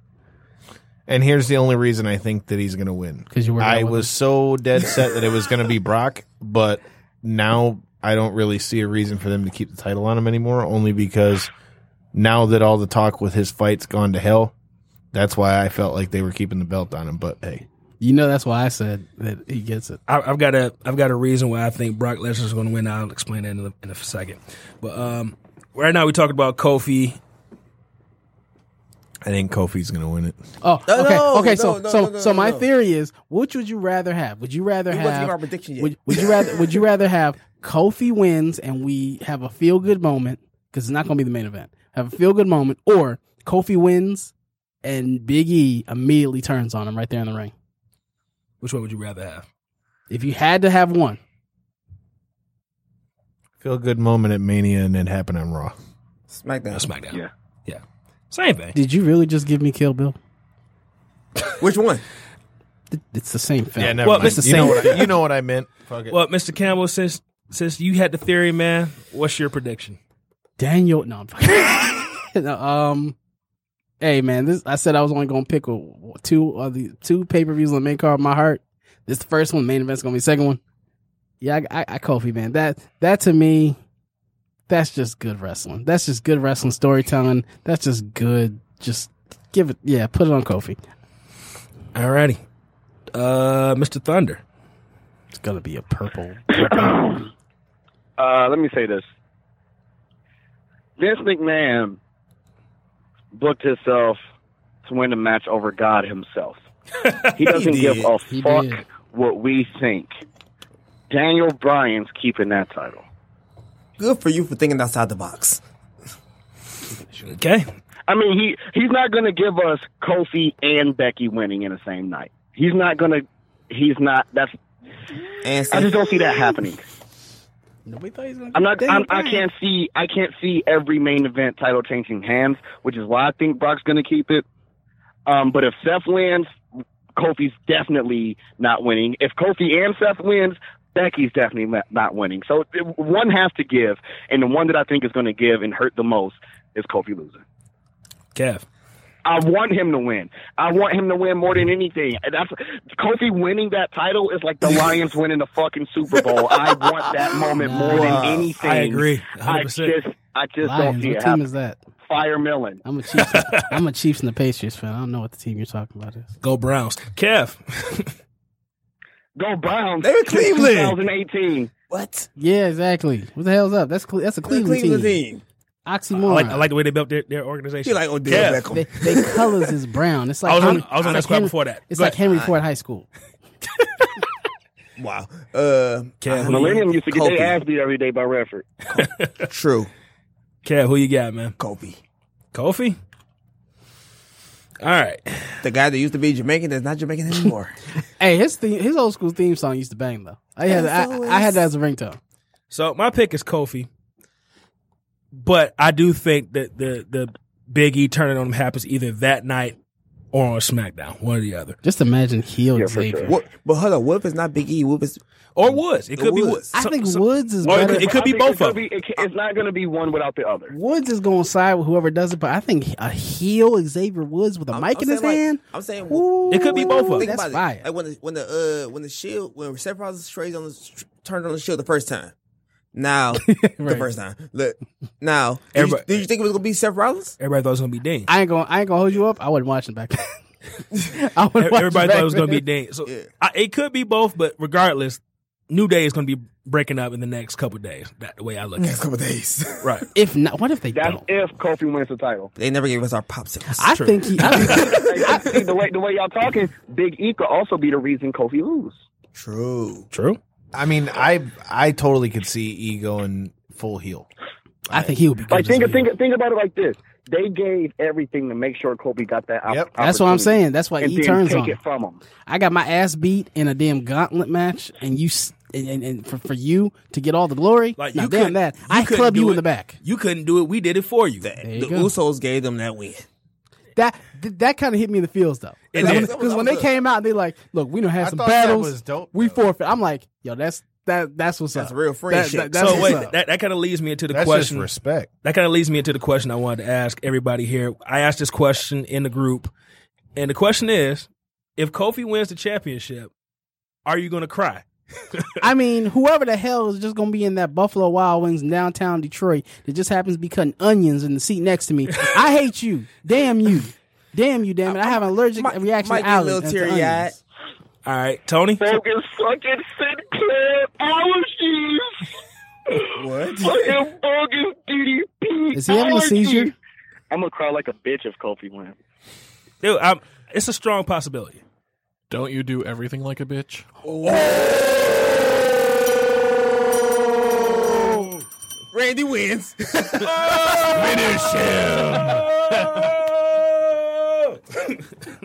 Speaker 5: And here's the only reason I think that he's going to win.
Speaker 4: 'Cause you were
Speaker 5: I
Speaker 4: going with
Speaker 5: was so dead set that it was going to be Brock, but now I don't really see a reason for them to keep the title on him anymore. Only because now that all the talk with his fight's gone to hell, that's why I felt like they were keeping the belt on him. But hey,
Speaker 4: You know that's why I said that he gets it.
Speaker 3: I, I've got a I've got a reason why I think Brock Lesnar's going to win. I'll explain that in a, in a second. But um, right now we're talking about Kofi.
Speaker 5: I think Kofi's going to win it.
Speaker 4: Oh,
Speaker 8: No,
Speaker 4: okay,
Speaker 8: no,
Speaker 4: okay.
Speaker 8: no,
Speaker 4: so,
Speaker 8: no,
Speaker 4: so,
Speaker 8: no, no,
Speaker 4: so, my
Speaker 8: no.
Speaker 4: theory is: which would you rather have? Would you rather
Speaker 8: We
Speaker 4: have?
Speaker 8: wasn't giving our prediction yet.
Speaker 4: Would, would you rather? would you rather have Kofi wins and we have a feel good moment because it's not going to be the main event. Have a feel good moment, or Kofi wins and Big E immediately turns on him right there in the ring.
Speaker 3: Which one would you rather have?
Speaker 4: If you had to have one,
Speaker 5: Feel good moment at Mania and it happened on Raw.
Speaker 3: Uh,
Speaker 8: SmackDown.
Speaker 3: SmackDown.
Speaker 9: Yeah.
Speaker 3: Yeah. Same thing.
Speaker 4: did you really just give me Kill Bill?
Speaker 8: Which one?
Speaker 4: Th- It's the same film.
Speaker 5: never
Speaker 3: Well,
Speaker 5: mind.
Speaker 3: it's the
Speaker 5: you know
Speaker 3: same-
Speaker 5: what I, you know what I meant. Fuck it.
Speaker 3: Well, Mr. Campbell, since since you had the theory, man, what's your prediction?
Speaker 4: Daniel. No, I'm fucking- No, um, hey man, this I said I was only gonna pick a- two of the two pay per views on the main card. of My heart. This the first one. Main event's gonna be the second one. Yeah, I, I, I Kofi man. That that to me, that's just good wrestling. That's just good wrestling storytelling. That's just good. Just give it. Yeah, put it on Kofi.
Speaker 3: Alrighty. Uh Mr. Thunder.
Speaker 4: It's gonna be a purple.
Speaker 9: Uh, let me say this. Vince McMahon booked himself to win a match over God himself. He doesn't give a
Speaker 4: He
Speaker 9: fuck
Speaker 4: did.
Speaker 9: what we think. Daniel Bryan's keeping that title.
Speaker 8: Good for you for thinking outside the box.
Speaker 3: Okay.
Speaker 9: I mean, he he's not going to give us Kofi and Becky winning in the same night. He's not going to. He's not. That's.
Speaker 8: And
Speaker 9: I just don't see that happening.
Speaker 4: Nobody thought he was gonna.
Speaker 9: I'm not. I'm, I can't see. I can't see every main event title changing hands, which is why I think Brock's going to keep it. Um, but if Seth wins, Kofi's definitely not winning. If Kofi and Seth wins, Becky's definitely not- not winning. So it- one has to give, and the one that I think is going to give and hurt the most is Kofi losing.
Speaker 3: Kev.
Speaker 9: I want him to win. I want him to win more than anything. And That's Kofi winning that title is like the Lions winning the fucking Super Bowl. I want that moment more than anything.
Speaker 3: I agree.
Speaker 9: I
Speaker 3: 100%.
Speaker 9: just, I just don't
Speaker 4: Lions.
Speaker 9: see
Speaker 4: What
Speaker 9: it
Speaker 4: team
Speaker 9: happen.
Speaker 4: is that?
Speaker 9: Fire Millen.
Speaker 4: I'm a Chiefs. I'm a Chiefs and the Patriots fan. I don't know what the team you're talking about is.
Speaker 3: Go Browns. Kev.
Speaker 9: Go Browns.
Speaker 8: They're in Cleveland.
Speaker 9: 2018.
Speaker 8: what?
Speaker 4: Yeah, exactly. What the hell's up? That's Cle- that's a
Speaker 8: The
Speaker 4: Cleveland,
Speaker 8: Cleveland
Speaker 4: team.
Speaker 8: team.
Speaker 3: I
Speaker 4: Oxymoron.
Speaker 3: like, I like the way they built their, their
Speaker 8: He
Speaker 3: organization.
Speaker 8: like oh, Odell
Speaker 3: Kev.
Speaker 8: Beckham.
Speaker 4: they, they colors is brown. It's like
Speaker 3: I was on-
Speaker 4: Henry-
Speaker 3: I was on
Speaker 4: it's
Speaker 3: that squad
Speaker 4: Henry-
Speaker 3: before that.
Speaker 4: It's
Speaker 3: Go
Speaker 4: like
Speaker 3: ahead.
Speaker 4: Henry Ford High School.
Speaker 8: Wow. Uh,
Speaker 3: Kev, who you,
Speaker 9: Millennium used to get
Speaker 8: Kofi.
Speaker 9: their ass beat every day by Redford.
Speaker 8: true.
Speaker 3: Kev, who you got, man?
Speaker 8: Kobe.
Speaker 3: Kofi? All right.
Speaker 8: The guy that used to be Jamaican that's not Jamaican anymore.
Speaker 4: Hey, his theme, his old school theme song used to bang though. I had
Speaker 8: As
Speaker 4: I,
Speaker 8: always.
Speaker 4: I had that as a ringtone.
Speaker 3: So my pick is Kofi, but I do think that the the Big E turning on him happens either that night or on SmackDown, one or the other,
Speaker 4: Just imagine heel
Speaker 9: Yeah, for
Speaker 4: Xavier.
Speaker 9: sure.
Speaker 8: what? But hold on. What if it's not Big E? What if it's
Speaker 3: or Woods. It could be
Speaker 8: Woods.
Speaker 3: Woods.
Speaker 4: I
Speaker 3: So-
Speaker 4: think
Speaker 3: so-
Speaker 4: Woods is
Speaker 3: or it
Speaker 4: better.
Speaker 3: could, it could be
Speaker 9: I think
Speaker 3: both
Speaker 9: it's gonna
Speaker 3: of them.
Speaker 9: be- it ca- it's not going to be one without the other.
Speaker 4: Woods is going to side with whoever does it, but I think a heel Xavier Woods with a mic
Speaker 8: I'm
Speaker 4: in his
Speaker 8: saying, like-
Speaker 4: hand.
Speaker 8: I'm saying
Speaker 4: Ooh,
Speaker 3: It could be both of them.
Speaker 8: Think
Speaker 4: That's
Speaker 8: about
Speaker 4: fire.
Speaker 8: it. Like when the when the uh when the shield when Seth Rollins trades on the sh- turned on the shield the first time. Now the
Speaker 4: Right.
Speaker 8: first time. Look now. Did you,
Speaker 3: Everybody-
Speaker 8: did you think it was gonna be Seth Rollins?
Speaker 3: Everybody thought it was gonna be Dean.
Speaker 4: I ain't going. I ain't going to hold you up. I wasn't watching back then. I wasn't watching
Speaker 3: Everybody
Speaker 4: back
Speaker 3: thought it was gonna be
Speaker 4: then.
Speaker 3: Dean. So
Speaker 8: Yeah.
Speaker 3: I, it could be both, but regardless, New Day is gonna be breaking up in the next couple of days. That the way I look at
Speaker 8: Next
Speaker 3: it.
Speaker 8: couple days.
Speaker 3: Right.
Speaker 4: If not, what if they
Speaker 9: That's
Speaker 4: don't?
Speaker 9: if Kofi wins the title.
Speaker 8: they never gave us our popsicles.
Speaker 4: I think he. I,
Speaker 9: Hey, I think the way the way y'all talking, Big E could also be the reason Kofi lose.
Speaker 8: True.
Speaker 3: True.
Speaker 5: I mean, I I totally could see E going full heel.
Speaker 4: I think he would be. Good
Speaker 9: Like
Speaker 4: as a
Speaker 9: think
Speaker 4: heel.
Speaker 9: think think about it like this: they gave everything to make sure Kofi got that. Op-
Speaker 5: Yep.
Speaker 4: That's what I'm
Speaker 9: opportunity
Speaker 4: saying. That's why
Speaker 9: and
Speaker 4: he
Speaker 9: then
Speaker 4: turns
Speaker 9: take
Speaker 4: on.
Speaker 9: it from him.
Speaker 4: I got my ass beat in a damn gauntlet match, and you s- and, and, and for, for you to get all the glory.
Speaker 3: Like,
Speaker 4: now,
Speaker 3: you
Speaker 4: damn
Speaker 3: couldn't-
Speaker 4: that!
Speaker 3: you
Speaker 4: I
Speaker 3: couldn't
Speaker 4: club
Speaker 3: do
Speaker 4: you
Speaker 3: it.
Speaker 4: in the back.
Speaker 3: You couldn't do it. We did it for you.
Speaker 8: The,
Speaker 4: you
Speaker 8: the
Speaker 4: go.
Speaker 8: Usos gave them that win.
Speaker 4: That th- that kind of hit me in the feels though.
Speaker 3: It
Speaker 4: Because
Speaker 3: did.
Speaker 4: when, 'cause when they came out, they like, look, we don't have
Speaker 5: I
Speaker 4: some
Speaker 5: thought that
Speaker 4: battles.
Speaker 5: was dope,
Speaker 4: we
Speaker 5: though.
Speaker 4: forfeit. I'm like, yo, that's that that's what's
Speaker 8: That's
Speaker 4: up.
Speaker 8: real friendship.
Speaker 4: that's
Speaker 3: so
Speaker 4: what's
Speaker 3: wait,
Speaker 4: up.
Speaker 3: that, that kind of leads me into the
Speaker 5: That's
Speaker 3: question.
Speaker 5: just respect.
Speaker 3: that kind of leads me into the question I wanted to ask everybody here. I asked this question in the group, and the question is: If Kofi wins the championship, are you going to cry?
Speaker 4: I mean, whoever the hell is just gonna be in that Buffalo Wild Wings in downtown Detroit that just happens to be cutting onions in the seat next to me. I hate you. Damn you. Damn you, damn it. I have an allergic
Speaker 8: Might-
Speaker 4: reaction
Speaker 8: might
Speaker 4: to
Speaker 8: get a little
Speaker 4: allergies.
Speaker 8: teary-eyed.
Speaker 3: All right, Tony.
Speaker 9: Focus fucking Sinclair allergies.
Speaker 8: What?
Speaker 9: Fucking bogus DDP.
Speaker 4: Is he having a seizure?
Speaker 9: I'm gonna cry like a bitch if Kofi wins.
Speaker 3: Dude, I'm, it's a strong possibility.
Speaker 6: Don't you do everything like a bitch?
Speaker 8: Randy wins.
Speaker 5: Finish him.
Speaker 3: All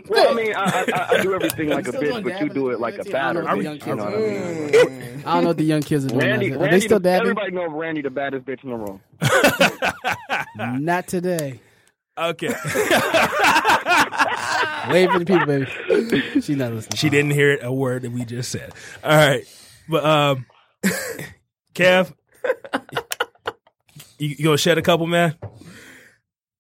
Speaker 9: Well, I mean, I, I, I do everything like a
Speaker 4: still
Speaker 9: bitch,
Speaker 4: doing
Speaker 9: but you
Speaker 4: dabbing
Speaker 9: do
Speaker 4: in
Speaker 9: it like a
Speaker 4: the
Speaker 9: fatter
Speaker 4: team.
Speaker 9: bitch. You know what I mean?
Speaker 8: Mm.
Speaker 4: I don't know if the young kids are doing
Speaker 9: Randy,
Speaker 4: that. Are
Speaker 9: Randy
Speaker 4: they still
Speaker 9: the,
Speaker 4: dabbing?
Speaker 9: everybody know Randy the baddest bitch in the room.
Speaker 4: Not today.
Speaker 3: Okay.
Speaker 4: Wave for the people, baby. She's not listening.
Speaker 3: She didn't hear it, a word that we just said. All right. But um Kev you, you gonna shed a couple, man?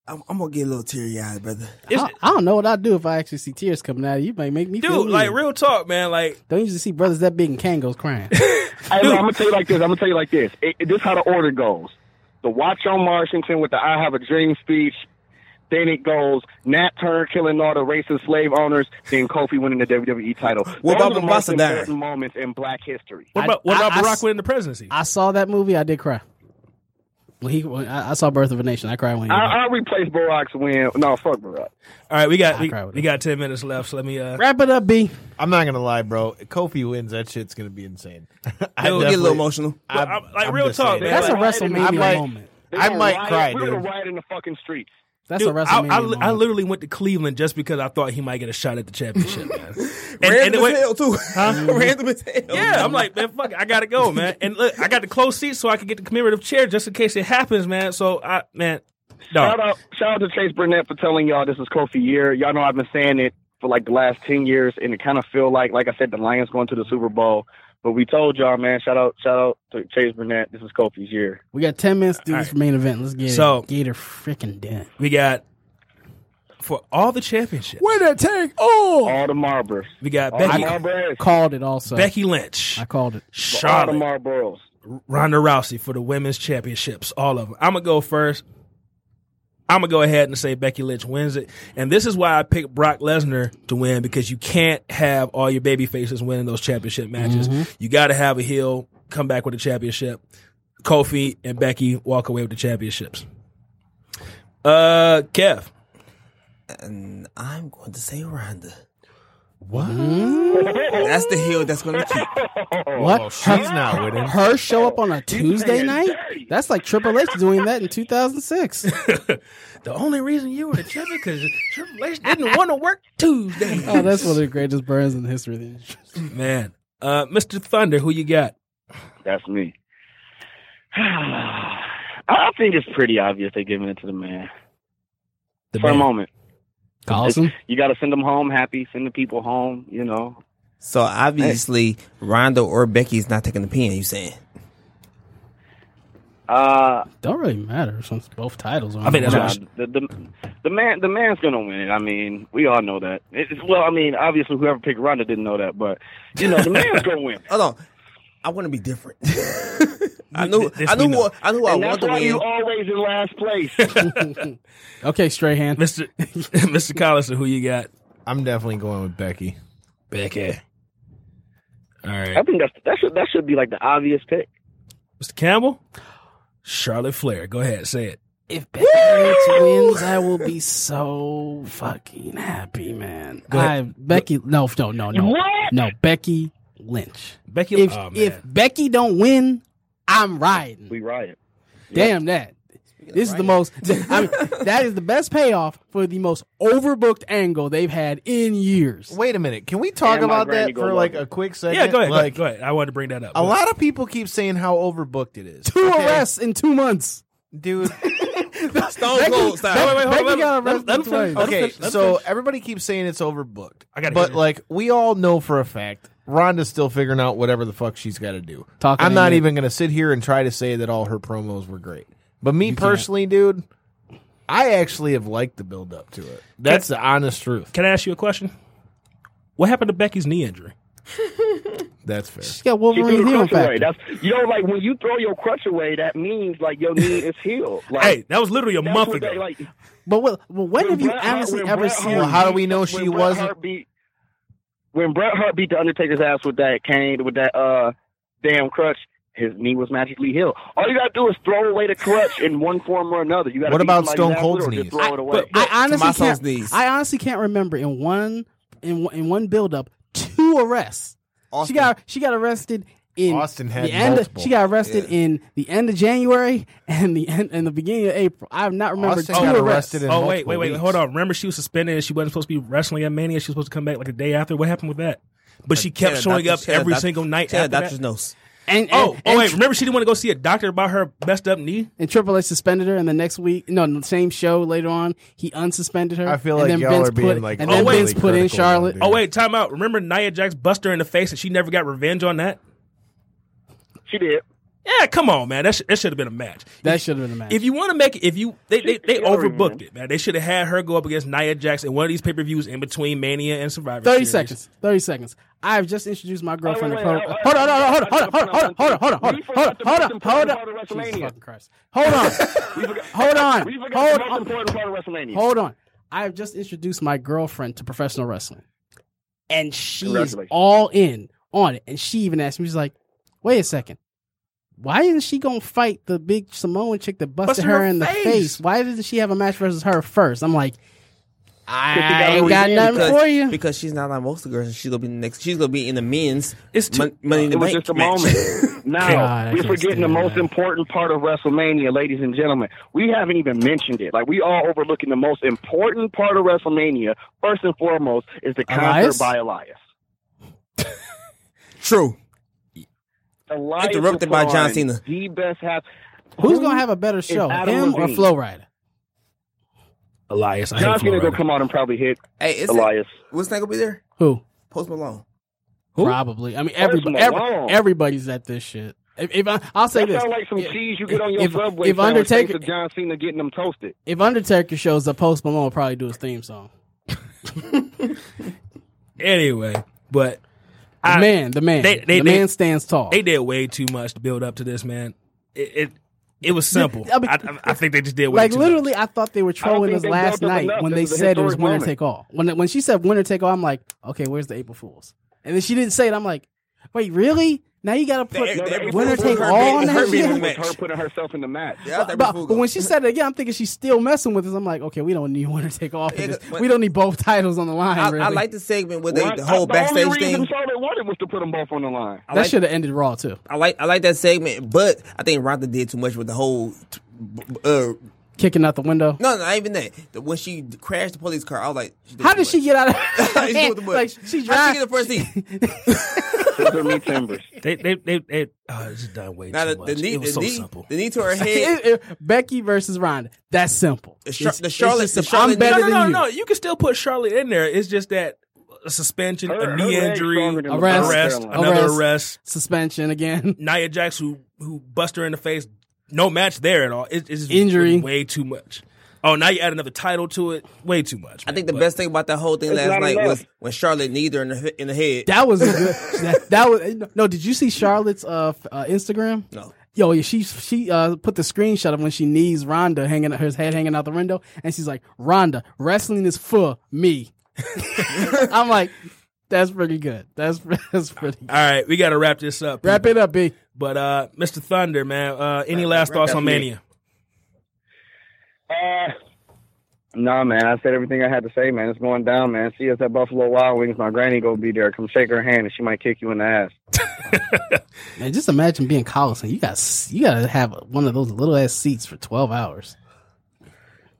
Speaker 8: I'm, I'm gonna get a little teary eyed, brother.
Speaker 4: I, I don't know what I'd do if I actually see tears coming out of you. You might make me feel
Speaker 3: Dude,
Speaker 4: weird.
Speaker 3: like real talk, man. Like
Speaker 4: Don't usually see brothers that big in Kangos crying.
Speaker 9: Hey, bro, I'm gonna tell you like this. I'm gonna tell you like this. It, it- this how the order goes. The Watch on Washington with the "I Have a Dream" speech. Then it goes Nat Turner killing all the racist slave owners. Then Kofi winning the WWE title. Those
Speaker 8: What about
Speaker 9: are the
Speaker 8: when
Speaker 9: most
Speaker 8: Boston died?
Speaker 9: important moments in Black history.
Speaker 3: what
Speaker 4: I-
Speaker 3: about what about
Speaker 4: I- I
Speaker 3: Barack
Speaker 4: s-
Speaker 3: winning the presidency?
Speaker 4: I saw that movie. I did cry. When he, when I, I saw Birth of a Nation. I cried when he.
Speaker 9: I, I'll replace Barack's win. No, fuck
Speaker 3: All
Speaker 9: Barack.
Speaker 3: right, we got we,
Speaker 4: cry with
Speaker 3: we
Speaker 4: him.
Speaker 3: got ten minutes left, so let me uh
Speaker 4: Wrap it up, B.
Speaker 5: I'm not gonna lie, bro. If Kofi wins, that shit's gonna be insane. I
Speaker 8: I'm gonna get a little
Speaker 5: definitely-
Speaker 8: emotional.
Speaker 5: I'm-
Speaker 3: Well, I'm- like,
Speaker 5: I'm
Speaker 3: real
Speaker 5: just
Speaker 3: talk,
Speaker 5: saying.
Speaker 3: man.
Speaker 4: That's a
Speaker 3: like-
Speaker 4: WrestleMania
Speaker 5: I might-
Speaker 4: moment.
Speaker 9: They
Speaker 5: I
Speaker 9: gonna
Speaker 5: might
Speaker 9: riot.
Speaker 5: cry,
Speaker 9: We're
Speaker 5: dude.
Speaker 9: gonna riot in the fucking streets.
Speaker 4: That's
Speaker 3: Dude,
Speaker 4: a
Speaker 3: I,
Speaker 4: WrestleMania
Speaker 3: I,
Speaker 4: moment.
Speaker 3: I literally went to Cleveland just because I thought he might get a shot at the championship, man. And,
Speaker 8: Random
Speaker 3: it
Speaker 8: as
Speaker 3: went-
Speaker 8: hell too. Random as hell.
Speaker 3: Yeah, I'm like, man, fuck, it, I gotta go, man. And look, I got the close seat so I could get the commemorative chair just in case it happens, man. So I, man, no,
Speaker 9: Shout out, shout out to Chase Burnett for telling y'all this is Kofi year. Y'all know I've been saying it for like the last ten years, and it kind of feel like, like I said, the Lions going to the Super Bowl. But we told y'all, man. Shout out, shout out to Chase Burnett. This is Kofi's year.
Speaker 4: we got ten minutes to do
Speaker 3: All
Speaker 4: this
Speaker 3: right.
Speaker 4: main event. Let's get
Speaker 3: So-
Speaker 4: it. Get her freaking done.
Speaker 3: we got for all the championships,
Speaker 4: Winner take all.
Speaker 9: All the Marlbors,
Speaker 3: we got
Speaker 9: all
Speaker 3: Oh. Becky,
Speaker 9: the Marlbors,
Speaker 4: Called it also.
Speaker 3: Becky Lynch,
Speaker 4: I called it.
Speaker 9: all the
Speaker 3: Charlotte,
Speaker 9: Marlboros.
Speaker 3: Ronda Rousey for the women's championships, all of them. I'm gonna go first. I'm gonna go ahead and say Becky Lynch wins it, and this is why I picked Brock Lesnar to win because you can't have all your baby faces winning those championship matches.
Speaker 4: Mm-hmm.
Speaker 3: You got to have a heel come back with a championship. Kofi and Becky walk away with the championships. Uh, Kev,
Speaker 8: And I'm going to say Rhonda.
Speaker 5: What?
Speaker 8: That's the heel that's gonna keep.
Speaker 4: What?
Speaker 5: Oh, she's not winning.
Speaker 4: Her show up on a Tuesday night? That's like Triple H doing that in 2006.
Speaker 3: the only reason you were the champion because Triple H didn't want to work Tuesday.
Speaker 4: oh, that's one of the greatest burns in the history of the industry.
Speaker 3: Man, uh, Mr. Thunder, who you got?
Speaker 9: That's me. I I think it's pretty obvious they're giving it to the man
Speaker 3: The
Speaker 9: for a
Speaker 3: man.
Speaker 9: moment.
Speaker 4: Awesome.
Speaker 9: You got to send them home happy. Send the people home. You know,
Speaker 8: So obviously Ronda or Becky's not taking the pin. You saying?
Speaker 9: uh,
Speaker 4: Don't really matter since both titles are.
Speaker 3: I think that's
Speaker 4: on.
Speaker 9: Nah,
Speaker 3: what
Speaker 9: the, the the man the man's gonna win it. I mean, we all know that. It's, well, I mean, obviously whoever picked Ronda didn't know that, but you know the man's gonna win.
Speaker 8: Hold on. I want to be different. I knew.
Speaker 3: This
Speaker 8: I
Speaker 3: we
Speaker 8: knew.
Speaker 3: know.
Speaker 8: What, I knew. I
Speaker 9: And
Speaker 8: wanted
Speaker 9: that's
Speaker 8: to
Speaker 9: why
Speaker 8: win.
Speaker 9: you always in last place.
Speaker 4: Okay, straight hand.
Speaker 3: Mr. Mr. Collison, who you got?
Speaker 5: I'm definitely going with Becky.
Speaker 3: Becky. All right.
Speaker 9: I think that's that should that should be like the obvious pick.
Speaker 3: Mr. Campbell? Charlotte Flair. Go ahead, say it.
Speaker 4: If Becky Lynch wins, I will be so fucking happy, man.
Speaker 3: Go ahead.
Speaker 4: I, Becky, no, no, no, no,
Speaker 9: What?
Speaker 4: no, Becky Lynch.
Speaker 3: Becky
Speaker 4: If
Speaker 3: oh, man.
Speaker 4: if Becky don't win, I'm riding.
Speaker 9: We riot.
Speaker 4: Damn that. This is the most. I mean, that is the best payoff for the most overbooked angle they've had in years.
Speaker 5: Wait a minute. Can we talk
Speaker 9: And my
Speaker 5: about
Speaker 9: granny
Speaker 5: that
Speaker 9: go
Speaker 5: for
Speaker 9: love
Speaker 5: like
Speaker 9: it.
Speaker 5: a quick second?
Speaker 3: yeah, go ahead,
Speaker 5: Like,
Speaker 3: go ahead. Go ahead. I wanted to bring that up.
Speaker 5: A lot of people keep saying how overbooked it is.
Speaker 4: Two arrests in two months.
Speaker 5: dude.
Speaker 8: Stone Cold style.
Speaker 3: wait, hold
Speaker 4: Becky,
Speaker 3: on,
Speaker 4: Becky
Speaker 3: let him-
Speaker 4: got
Speaker 3: let him- let him
Speaker 4: arrested
Speaker 3: finish.
Speaker 4: twice.
Speaker 3: Let him
Speaker 5: Okay,
Speaker 3: finish, let him
Speaker 5: so
Speaker 3: finish.
Speaker 5: everybody keeps saying it's overbooked.
Speaker 3: I gotta
Speaker 5: but
Speaker 3: hear it.
Speaker 5: like we all know for a fact, Rhonda's still figuring out whatever the fuck she's got to do.
Speaker 4: Talking
Speaker 5: I'm not
Speaker 4: ain't it.
Speaker 5: even gonna sit here and try to say that all her promos were great. But me personally, dude, I actually have liked the build up to it. That's the honest truth.
Speaker 3: Can I ask you a question? What happened to Becky's knee injury?
Speaker 5: That's fair.
Speaker 4: She got
Speaker 9: You
Speaker 4: Wolverine
Speaker 9: threw the
Speaker 4: heel
Speaker 9: crutch away.
Speaker 4: factor.
Speaker 9: That's you know, like when you throw your crutch away, that means like your knee is healed. Like,
Speaker 3: Hey, that was literally a
Speaker 9: that's
Speaker 3: month
Speaker 9: what
Speaker 3: ago.
Speaker 9: they, like,
Speaker 4: But what, well, when
Speaker 9: When
Speaker 4: have you
Speaker 9: Bret Hart-
Speaker 4: honestly
Speaker 9: when
Speaker 4: ever
Speaker 9: Bret
Speaker 4: seen?
Speaker 9: Hart
Speaker 5: Well, how do
Speaker 9: beat-
Speaker 5: we know she
Speaker 9: when Bret
Speaker 5: wasn't-
Speaker 9: Hart beat- when Bret Hart beat the Undertaker's ass with that cane, with that uh damn crutch, his knee was magically healed. All you gotta do is throw away the crutch in one form or another. You gotta
Speaker 5: What
Speaker 9: beat
Speaker 5: about
Speaker 9: somebody's
Speaker 5: Stone
Speaker 9: ass
Speaker 5: Cold's
Speaker 9: with it or just
Speaker 5: knees?
Speaker 9: Throw it away.
Speaker 8: but-
Speaker 4: I honestly
Speaker 8: Tommaso's
Speaker 4: can't.
Speaker 8: knees.
Speaker 4: I honestly can't remember in one in one, in one build up two arrests. She got she got arrested in
Speaker 5: Austin had
Speaker 4: the end.
Speaker 5: multiple.
Speaker 4: she got arrested in the end of January and the end and the beginning of April. I've not remembered
Speaker 5: Austin
Speaker 4: two
Speaker 5: got
Speaker 4: arrests.
Speaker 5: arrested in
Speaker 3: Oh wait,
Speaker 5: multiple
Speaker 3: wait, wait,
Speaker 5: weeks.
Speaker 3: hold on. Remember, she was suspended and she wasn't supposed to be wrestling at Mania. She was supposed to come back like a day after. What happened with that? But she kept
Speaker 8: Tell
Speaker 3: showing
Speaker 8: doctor-
Speaker 3: up
Speaker 8: tell
Speaker 3: every
Speaker 8: doc-
Speaker 3: single night.
Speaker 8: Tell
Speaker 3: After
Speaker 8: doctor's
Speaker 3: that.
Speaker 8: notes.
Speaker 4: and, and,
Speaker 3: Oh, oh
Speaker 4: and
Speaker 3: wait.
Speaker 4: Tri-
Speaker 3: Remember, she didn't want to go see a doctor about her messed up knee.
Speaker 4: and Triple H suspended her, and the next week, no, the same show later on, he unsuspended her.
Speaker 5: I feel
Speaker 4: and
Speaker 5: like
Speaker 4: then
Speaker 5: y'all
Speaker 4: Vince
Speaker 5: are being,
Speaker 4: put,
Speaker 5: like,
Speaker 4: and then
Speaker 3: overly
Speaker 4: Vince put in
Speaker 5: critical,
Speaker 4: Charlotte.
Speaker 5: dude.
Speaker 4: Oh,
Speaker 3: Oh wait, time out. Remember, Nia Jax bust her in the face and she never got revenge on that.
Speaker 9: She did.
Speaker 3: Yeah, come on, man. That sh- that should have been a match.
Speaker 4: that should have been a match.
Speaker 3: If you want to make it, if you they they, they
Speaker 9: She already
Speaker 3: overbooked
Speaker 9: won.
Speaker 3: it, man. They should have had her go up against Nia Jax in one of these pay per views in between Mania and Survivor.
Speaker 4: Thirty
Speaker 3: Series.
Speaker 4: seconds. Thirty seconds. I have just introduced my girlfriend.
Speaker 9: wait,
Speaker 4: to Chloe-
Speaker 9: wait, wait,
Speaker 4: hold on,
Speaker 9: wait,
Speaker 4: hold on, hold on, hold on, hold on, hold on, hold on,
Speaker 9: We forgot the
Speaker 4: hold
Speaker 9: most
Speaker 4: on, hold on, hold
Speaker 9: important
Speaker 4: on.
Speaker 9: part of
Speaker 4: Jesus
Speaker 9: WrestleMania.
Speaker 4: fucking Christ. Hold on, hold on,
Speaker 9: We forgot
Speaker 4: hold
Speaker 9: the most
Speaker 4: on,
Speaker 9: important part of WrestleMania.
Speaker 4: hold on. I have just introduced my girlfriend to professional wrestling, and she is
Speaker 9: Congratulations.
Speaker 4: all in on it. And she even asked me, she's like, "Wait a second, why isn't she gonna fight the big Samoan chick that busted
Speaker 3: Busted
Speaker 4: her
Speaker 3: her
Speaker 4: in the
Speaker 3: face.
Speaker 4: face? Why didn't she have a match versus her first? I'm like, I
Speaker 9: got
Speaker 4: ain't
Speaker 9: Louis
Speaker 4: got
Speaker 9: in
Speaker 4: nothing
Speaker 8: Because,
Speaker 4: for you.
Speaker 8: because she's not like most of the girls. She's gonna be next. She's gonna be in the men's.
Speaker 3: It's too-
Speaker 8: Mon- money in
Speaker 9: It
Speaker 8: the
Speaker 9: was
Speaker 8: bank.
Speaker 9: just a
Speaker 8: match.
Speaker 9: moment.
Speaker 4: God, I
Speaker 9: Now we're
Speaker 4: can't
Speaker 9: forgetting the
Speaker 4: stand
Speaker 9: most
Speaker 4: that.
Speaker 9: important part of WrestleMania, ladies and gentlemen. We haven't even mentioned it. Like we all overlooking the most important part of WrestleMania. First and foremost is the concert
Speaker 4: Elias?
Speaker 9: by Elias.
Speaker 8: True.
Speaker 9: Elias
Speaker 8: Interrupted
Speaker 9: was
Speaker 8: by John
Speaker 9: on
Speaker 8: Cena.
Speaker 9: The best half.
Speaker 4: Who's gonna have a better show,
Speaker 9: Adam
Speaker 4: him or
Speaker 9: Levine?
Speaker 4: Flow Rider?
Speaker 3: Elias, I
Speaker 9: John
Speaker 3: hate Flo
Speaker 9: Cena
Speaker 3: Rida.
Speaker 9: gonna come out and probably hit
Speaker 8: Hey, is
Speaker 9: Elias.
Speaker 8: It, what's that gonna be there?
Speaker 4: Who?
Speaker 8: Post Malone.
Speaker 4: Probably. I mean, everybody,
Speaker 9: Post
Speaker 4: every,
Speaker 9: Malone.
Speaker 4: everybody's at this shit. If, if I, I'll say
Speaker 9: That
Speaker 4: this,
Speaker 9: sounds like some
Speaker 4: If-
Speaker 9: cheese you get on your
Speaker 4: if,
Speaker 9: subway.
Speaker 4: If
Speaker 9: sandwich,
Speaker 4: Undertaker,
Speaker 9: thanks to John Cena getting them toasted.
Speaker 4: if Undertaker shows up, Post Malone will probably do his theme song.
Speaker 3: Anyway, but
Speaker 4: The
Speaker 3: I-
Speaker 4: man, the man,
Speaker 3: they- they- they-
Speaker 4: the man stands tall.
Speaker 3: they did way too much to build up to this, man. It it, it was simple. I,
Speaker 4: I mean-
Speaker 3: I, I think they just did way
Speaker 4: like
Speaker 3: too
Speaker 4: literally, I thought they were trolling
Speaker 9: think
Speaker 4: us
Speaker 9: they
Speaker 4: last
Speaker 9: built up
Speaker 4: night
Speaker 9: enough.
Speaker 4: when they
Speaker 9: This is a
Speaker 4: said it was
Speaker 9: historic
Speaker 4: winner
Speaker 9: moment.
Speaker 4: take all. When when she said winner take all, I'm like, okay, where's the April Fools? And then she didn't say it. I'm like, wait, really? Now you got to put
Speaker 8: The- the April
Speaker 4: winner
Speaker 8: Fools was
Speaker 4: take
Speaker 8: her
Speaker 4: all
Speaker 8: being-
Speaker 4: on
Speaker 8: her
Speaker 4: that
Speaker 8: being
Speaker 4: shit?
Speaker 8: match.
Speaker 9: Her putting herself in the match.
Speaker 8: Yeah, I thought
Speaker 4: But,
Speaker 8: before
Speaker 4: but
Speaker 8: go-
Speaker 4: when she said it again, I'm thinking she's still messing with us. I'm like, okay, we don't need one to take off. of
Speaker 8: Yeah,
Speaker 4: this.
Speaker 8: but-
Speaker 4: we don't need both titles on the line.
Speaker 8: I,
Speaker 4: really.
Speaker 8: I like the segment with the,
Speaker 9: Well,
Speaker 8: the whole
Speaker 9: the
Speaker 8: backstage
Speaker 9: only reason
Speaker 8: thing.
Speaker 9: Charlotte wanted was to put them both on the line.
Speaker 8: I
Speaker 4: that
Speaker 8: like,
Speaker 4: should have ended Raw too.
Speaker 8: I like I like that segment, but I think Ronda did too much with the whole. t- b- b- Uh,
Speaker 4: Kicking out the window.
Speaker 8: no, not even that. The, when she crashed the police car, I was like,
Speaker 4: How did she get out of?
Speaker 8: She's doing too much.
Speaker 4: like she
Speaker 8: How'd she
Speaker 4: drives.
Speaker 8: get the first seat?
Speaker 9: Scissor me timbers.
Speaker 3: much. They they they, they oh, it's just done way
Speaker 8: Now
Speaker 3: too
Speaker 8: the,
Speaker 3: much.
Speaker 8: the knee,
Speaker 3: it was
Speaker 8: the,
Speaker 3: so
Speaker 8: knee,
Speaker 3: simple.
Speaker 8: the knee to her head.
Speaker 4: It- it- Becky versus Ronda. That's simple.
Speaker 8: The Char-
Speaker 4: It's-
Speaker 8: the
Speaker 4: it's
Speaker 8: Charlotte-
Speaker 4: just
Speaker 8: the
Speaker 4: simple. I'm
Speaker 8: Charlotte-
Speaker 4: better
Speaker 3: no, no, no,
Speaker 4: than
Speaker 3: no.
Speaker 4: you.
Speaker 3: You can still put Charlotte in there. It's just that a suspension,
Speaker 9: Her-
Speaker 3: a
Speaker 9: her
Speaker 3: knee
Speaker 9: leg's
Speaker 3: injury,
Speaker 9: stronger than
Speaker 4: Arrest.
Speaker 9: South
Speaker 3: arrest,
Speaker 9: Carolina.
Speaker 3: another
Speaker 4: Arrest.
Speaker 3: arrest.
Speaker 4: Suspension again.
Speaker 3: Nia Jax who who bust her in the face. No match there at all. It, it's just
Speaker 4: Injury.
Speaker 3: way too much. Oh, now you add another title to it. Way too much.
Speaker 8: I
Speaker 3: man.
Speaker 8: think the
Speaker 3: But
Speaker 8: best thing about that whole thing
Speaker 9: not
Speaker 8: last night
Speaker 9: enough.
Speaker 8: was when Charlotte kneed her in the, he- in the head.
Speaker 4: That was a good. that, that was no. Did you see Charlotte's uh, f- uh Instagram?
Speaker 8: No.
Speaker 4: Yo, yeah, she she uh, put the screenshot of when she knees Rhonda hanging her head hanging out the window, and she's like, "Rhonda, wrestling is for me." I'm like, that's pretty good. That's that's pretty. Good.
Speaker 3: All right, we got to wrap this up.
Speaker 4: Wrap it up, B.
Speaker 3: But uh, Mr. Thunder, man, uh, any last
Speaker 8: wrap
Speaker 3: thoughts
Speaker 8: that
Speaker 3: on
Speaker 8: up.
Speaker 3: Mania?
Speaker 9: Uh, nah, man. I said everything I had to say, man. It's going down, man. See us at Buffalo Wild Wings. My granny gonna be there. Come shake her hand, and she might kick you in the ass.
Speaker 4: Man, just imagine being Collison. You got you got to have one of those little ass seats for twelve hours.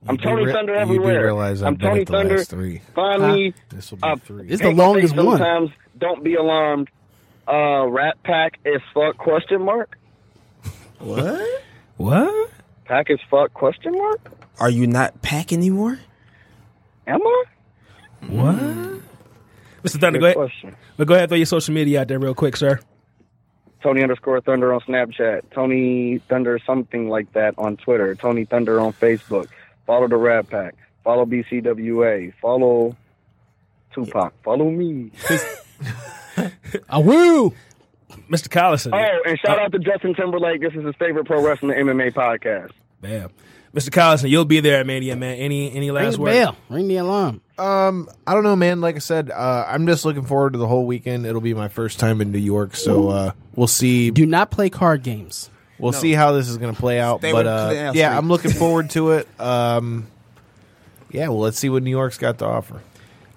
Speaker 9: I'm
Speaker 5: do
Speaker 9: Tony
Speaker 5: re-
Speaker 9: Thunder
Speaker 5: you do
Speaker 9: everywhere.
Speaker 5: realize I've
Speaker 9: I'm
Speaker 5: been
Speaker 9: Tony
Speaker 5: at the
Speaker 9: Thunder.
Speaker 5: last three.
Speaker 9: Finally,
Speaker 5: This will be
Speaker 9: Uh,
Speaker 5: three.
Speaker 4: It's the
Speaker 9: hate to say
Speaker 4: longest one.
Speaker 9: Sometimes don't be alarmed. Uh, Rat Pack is fuck question mark.
Speaker 8: What?
Speaker 3: What?
Speaker 9: Pack is fuck question mark.
Speaker 8: Are you not pack anymore?
Speaker 9: Am I?
Speaker 3: What? Mr. Thunder, go
Speaker 9: Good
Speaker 3: ahead.
Speaker 9: question.
Speaker 3: But go ahead, throw your social media out there real quick, sir.
Speaker 9: Tony underscore Thunder on Snapchat. Tony Thunder something like that on Twitter. Tony Thunder on Facebook. Follow the Rat Pack. Follow BCWA. Follow Tupac. Follow me.
Speaker 4: A woo.
Speaker 3: Mr. Collison.
Speaker 9: Oh, and shout out to Justin Timberlake. This is his favorite pro wrestling MMA podcast.
Speaker 3: Bam. Mr. Collison, you'll be there at Mania, man. Any any
Speaker 4: Ring
Speaker 3: last
Speaker 4: the
Speaker 3: words?
Speaker 4: bell. Ring the alarm.
Speaker 5: Um, I don't know, man. Like I said, uh, I'm just looking forward to the whole weekend. It'll be my first time in New York, so uh, we'll see.
Speaker 4: Do not play card games.
Speaker 5: We'll see how this is going to play out.
Speaker 8: Stay
Speaker 5: but
Speaker 8: with
Speaker 5: uh,
Speaker 8: Clear
Speaker 5: yeah,
Speaker 8: Street.
Speaker 5: I'm looking forward to it. Um, yeah, well, let's see what New York's got to offer.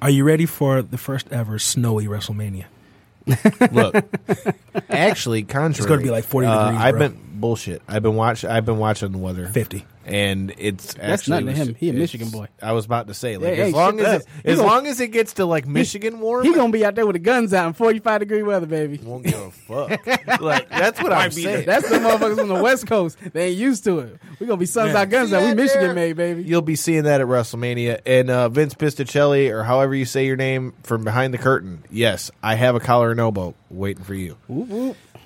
Speaker 3: Are you ready for the first ever snowy WrestleMania?
Speaker 5: Look, actually, contrary,
Speaker 3: It's gonna be like 40
Speaker 5: uh,
Speaker 3: degrees,
Speaker 5: I've
Speaker 3: bro.
Speaker 5: been bullshit. I've been watch. I've been watching the weather
Speaker 3: 50.
Speaker 5: and it's
Speaker 4: That's nothing
Speaker 5: actually
Speaker 4: to
Speaker 5: was-
Speaker 4: him. He a
Speaker 5: it's-
Speaker 4: Michigan boy.
Speaker 5: I was about to say, like,
Speaker 4: Hey, hey,
Speaker 5: as long
Speaker 4: shut
Speaker 5: as it,
Speaker 4: up. He
Speaker 5: as
Speaker 4: gonna-
Speaker 5: long as it gets to like Michigan warm,
Speaker 4: He gonna be out there with the guns out in forty five degree weather, baby.
Speaker 5: won't give a fuck. like that's what I'm saying.
Speaker 4: That's the motherfuckers on the West Coast. They ain't used to it. We gonna be suns out guns out. We Michigan made, baby.
Speaker 5: You'll be seeing that at WrestleMania. And uh, Vince Pisticelli, or however you say your name, from behind the curtain. Yes, I have a collar and elbow waiting for you.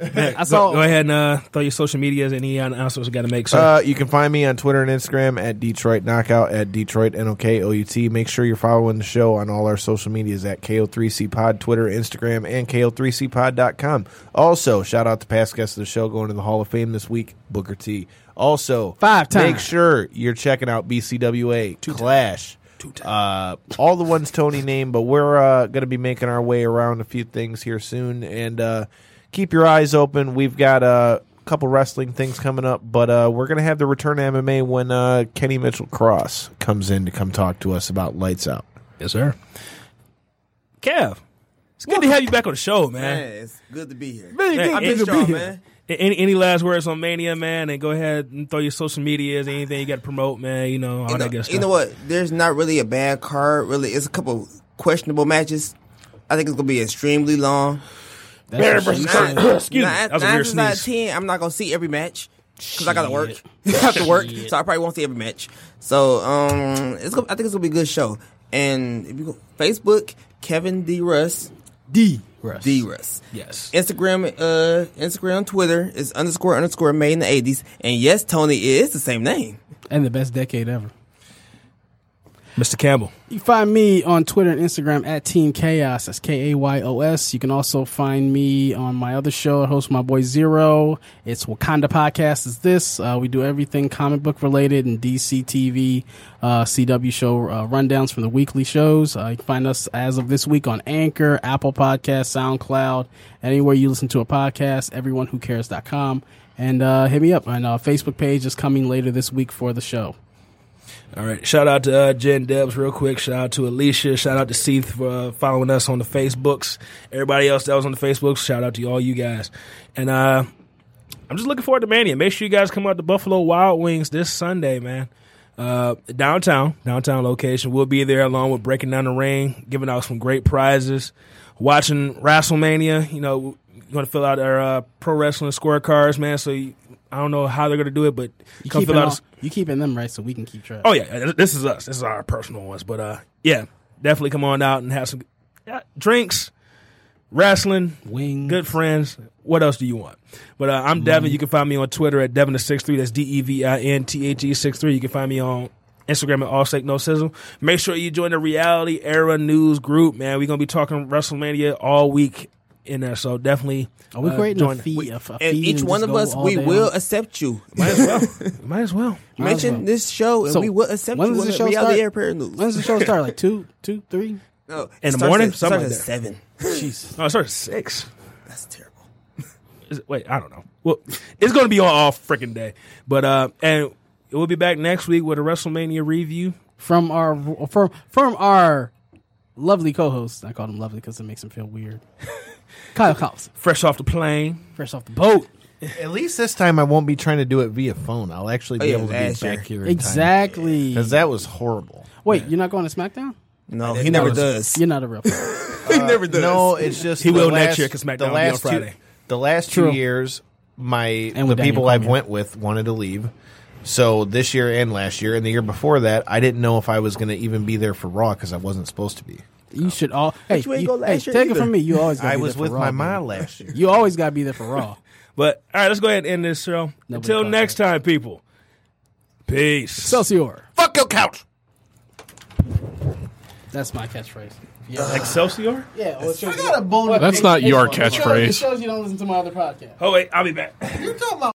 Speaker 4: I saw.
Speaker 3: Go, go ahead and uh, throw your social medias and any announcements we got to make. So
Speaker 5: Uh, you can find me on Twitter and Instagram at Detroit Knockout at Detroit NOKOUT. Make sure you're following the show on all our social medias at KO3C Pod, Twitter, Instagram, and KO3CPod.com. Also, shout out to past guests of the show going to the Hall of Fame this week, Booker T. Also,
Speaker 4: Five times.
Speaker 5: Make sure you're checking out BCWA Clash. Uh, all the ones Tony named, but we're uh, going to be making our way around a few things here soon. And uh, keep your eyes open. We've got uh, a couple wrestling things coming up, but uh, we're going to have the return to MMA when uh, Kenny Mitchell Cross comes in to come talk to us about Lights Out.
Speaker 3: yes, sir. Kev, it's good to have you back on the show, man.
Speaker 8: Man, it's good to be here.
Speaker 3: Man,
Speaker 8: I
Speaker 3: I mean,
Speaker 8: missed y'all, man.
Speaker 3: A- Any, any last words on Mania, man? And go ahead and throw your social medias, anything you got to promote, man. You know, all
Speaker 8: You
Speaker 3: that
Speaker 8: know,
Speaker 3: good stuff.
Speaker 8: you know what? There's not really a bad card. Really, it's a couple questionable matches. I think it's gonna be extremely long.
Speaker 4: That's what she
Speaker 8: Nine,
Speaker 4: said.
Speaker 3: Excuse me.
Speaker 8: nine,
Speaker 3: That was a
Speaker 8: nine
Speaker 3: weird
Speaker 8: times out of
Speaker 3: sneeze.
Speaker 8: ten, I'm not gonna see every match because I gotta work. I have to work, so I probably won't see every match. So um, it's gonna, I think it's gonna be a good show. And if you go Facebook, Kevin D Russ,
Speaker 4: D. Russ.
Speaker 8: D Russ.
Speaker 3: Yes.
Speaker 8: Instagram, uh, Instagram, Twitter is underscore underscore made in the '80s. And yes, Tony it is the same name.
Speaker 4: And the best decade ever.
Speaker 3: Mr. Campbell.
Speaker 4: You can find me on Twitter and Instagram at Team Chaos. That's K A Y O S. You can also find me on my other show. I host my boy Zero. It's Wakanda Podcast. Is this? Uh, we do everything comic book related and DC TV, uh, CW show uh, rundowns from the weekly shows. Uh, you can find us as of this week on Anchor, Apple Podcast, SoundCloud, anywhere you listen to a podcast. EveryoneWhoCares.com. And uh, hit me up. And uh, Facebook page is coming later this week for the show.
Speaker 3: All right. Shout out to uh, Jen Debs, real quick. Shout out to Alicia. Shout out to Seth for uh, following us on the Facebooks. Everybody else that was on the Facebooks, shout out to all you guys. And uh, I'm just looking forward to Mania. Make sure you guys come out to Buffalo Wild Wings this Sunday, man. Uh, downtown, downtown location. We'll be there along with breaking down the ring, giving out some great prizes, watching WrestleMania. You know, we're going to fill out our uh, pro wrestling scorecards, man. So you, I don't know how they're going to do it, but
Speaker 4: You
Speaker 3: come
Speaker 4: keeping,
Speaker 3: fill out. a
Speaker 4: all-
Speaker 3: s-
Speaker 4: you keeping them right so we can keep track.
Speaker 3: Oh yeah, this is us. This is our personal ones, but uh, yeah, definitely come on out and have some yeah, drinks, wrestling,
Speaker 4: Wings.
Speaker 3: good friends. What else do you want? But uh, I'm Devin. You can find me on Twitter at Devin the six three. That's D E V I N T H E six three. You can find me on. Instagram at All Sake No Sizzle. Make sure you join the Reality Era News group, man. We're gonna be talking WrestleMania all week in there, so definitely.
Speaker 4: Are we
Speaker 3: uh,
Speaker 4: creating
Speaker 3: join
Speaker 4: a fee? A, a fee
Speaker 8: And each
Speaker 4: and
Speaker 8: one
Speaker 4: just
Speaker 8: of
Speaker 4: go
Speaker 8: us,
Speaker 4: all
Speaker 8: we
Speaker 4: day
Speaker 8: will
Speaker 4: on?
Speaker 8: accept you.
Speaker 3: Might as well. Might as well.
Speaker 4: as
Speaker 8: Mention
Speaker 4: well.
Speaker 8: this show and
Speaker 4: So,
Speaker 8: we will accept
Speaker 4: when
Speaker 8: you
Speaker 4: does
Speaker 8: on
Speaker 4: the
Speaker 8: the
Speaker 4: show
Speaker 8: reality
Speaker 4: start?
Speaker 8: air parent news.
Speaker 4: When does the show start? Like two, two, three?
Speaker 8: No, it
Speaker 3: In the
Speaker 8: starts
Speaker 3: morning?
Speaker 8: At,
Speaker 3: Something
Speaker 8: starts
Speaker 3: like
Speaker 8: at
Speaker 3: that.
Speaker 8: seven.
Speaker 4: Jesus.
Speaker 3: No, it starts at six.
Speaker 8: That's terrible.
Speaker 3: Is it- wait, I don't know. Well, it's going to be on all freaking day. But uh, and we'll be back next week with a WrestleMania review.
Speaker 4: From our from from our lovely co-host. I call him lovely because it makes him feel weird. Kyle Cops,
Speaker 3: Fresh off the plane.
Speaker 4: fresh off the boat.
Speaker 5: At least this time, I won't be trying to do it via phone. I'll actually be
Speaker 8: yeah,
Speaker 5: able to Oh, be
Speaker 8: last year.
Speaker 5: back here in
Speaker 4: Exactly.
Speaker 5: because that was horrible.
Speaker 4: Wait, you're not going to SmackDown?
Speaker 8: No, he never does.
Speaker 4: You're not a real. fan.
Speaker 8: he never does.
Speaker 5: No, it's just
Speaker 3: He
Speaker 5: the
Speaker 3: will next
Speaker 5: last-
Speaker 3: year 'cause SmackDown
Speaker 5: the
Speaker 3: will be
Speaker 5: last
Speaker 3: on
Speaker 5: two-
Speaker 3: Friday.
Speaker 5: the last
Speaker 4: True.
Speaker 5: two years, my
Speaker 4: And
Speaker 5: the
Speaker 4: with Daniel
Speaker 5: people I
Speaker 4: Cormier.
Speaker 5: went with wanted to leave. So this year and last year and the year before that, I didn't know if I was going to even be there for Raw because I wasn't supposed to be.
Speaker 4: You should all. Hey,
Speaker 8: you ain't
Speaker 4: you-
Speaker 8: go last
Speaker 4: hey,
Speaker 8: year
Speaker 4: take it
Speaker 8: either.
Speaker 4: from me. You always. gotta
Speaker 5: I
Speaker 4: be
Speaker 5: was
Speaker 4: there for
Speaker 5: with
Speaker 4: Raw,
Speaker 5: my
Speaker 4: baby.
Speaker 5: mom last year.
Speaker 4: You always got to be there for Raw.
Speaker 3: But all right, let's go ahead and end this show.
Speaker 4: Nobody
Speaker 3: Until
Speaker 4: caught
Speaker 3: next time, people. Peace.
Speaker 4: Excelsior.
Speaker 5: Fuck your couch.
Speaker 4: That's my catchphrase.
Speaker 3: Excelsior?
Speaker 4: Yeah,
Speaker 5: I got a bone.
Speaker 6: That's not your catchphrase.
Speaker 4: shows you don't listen to my other podcast.
Speaker 3: Oh, wait, I'll be back.
Speaker 5: You're talking about.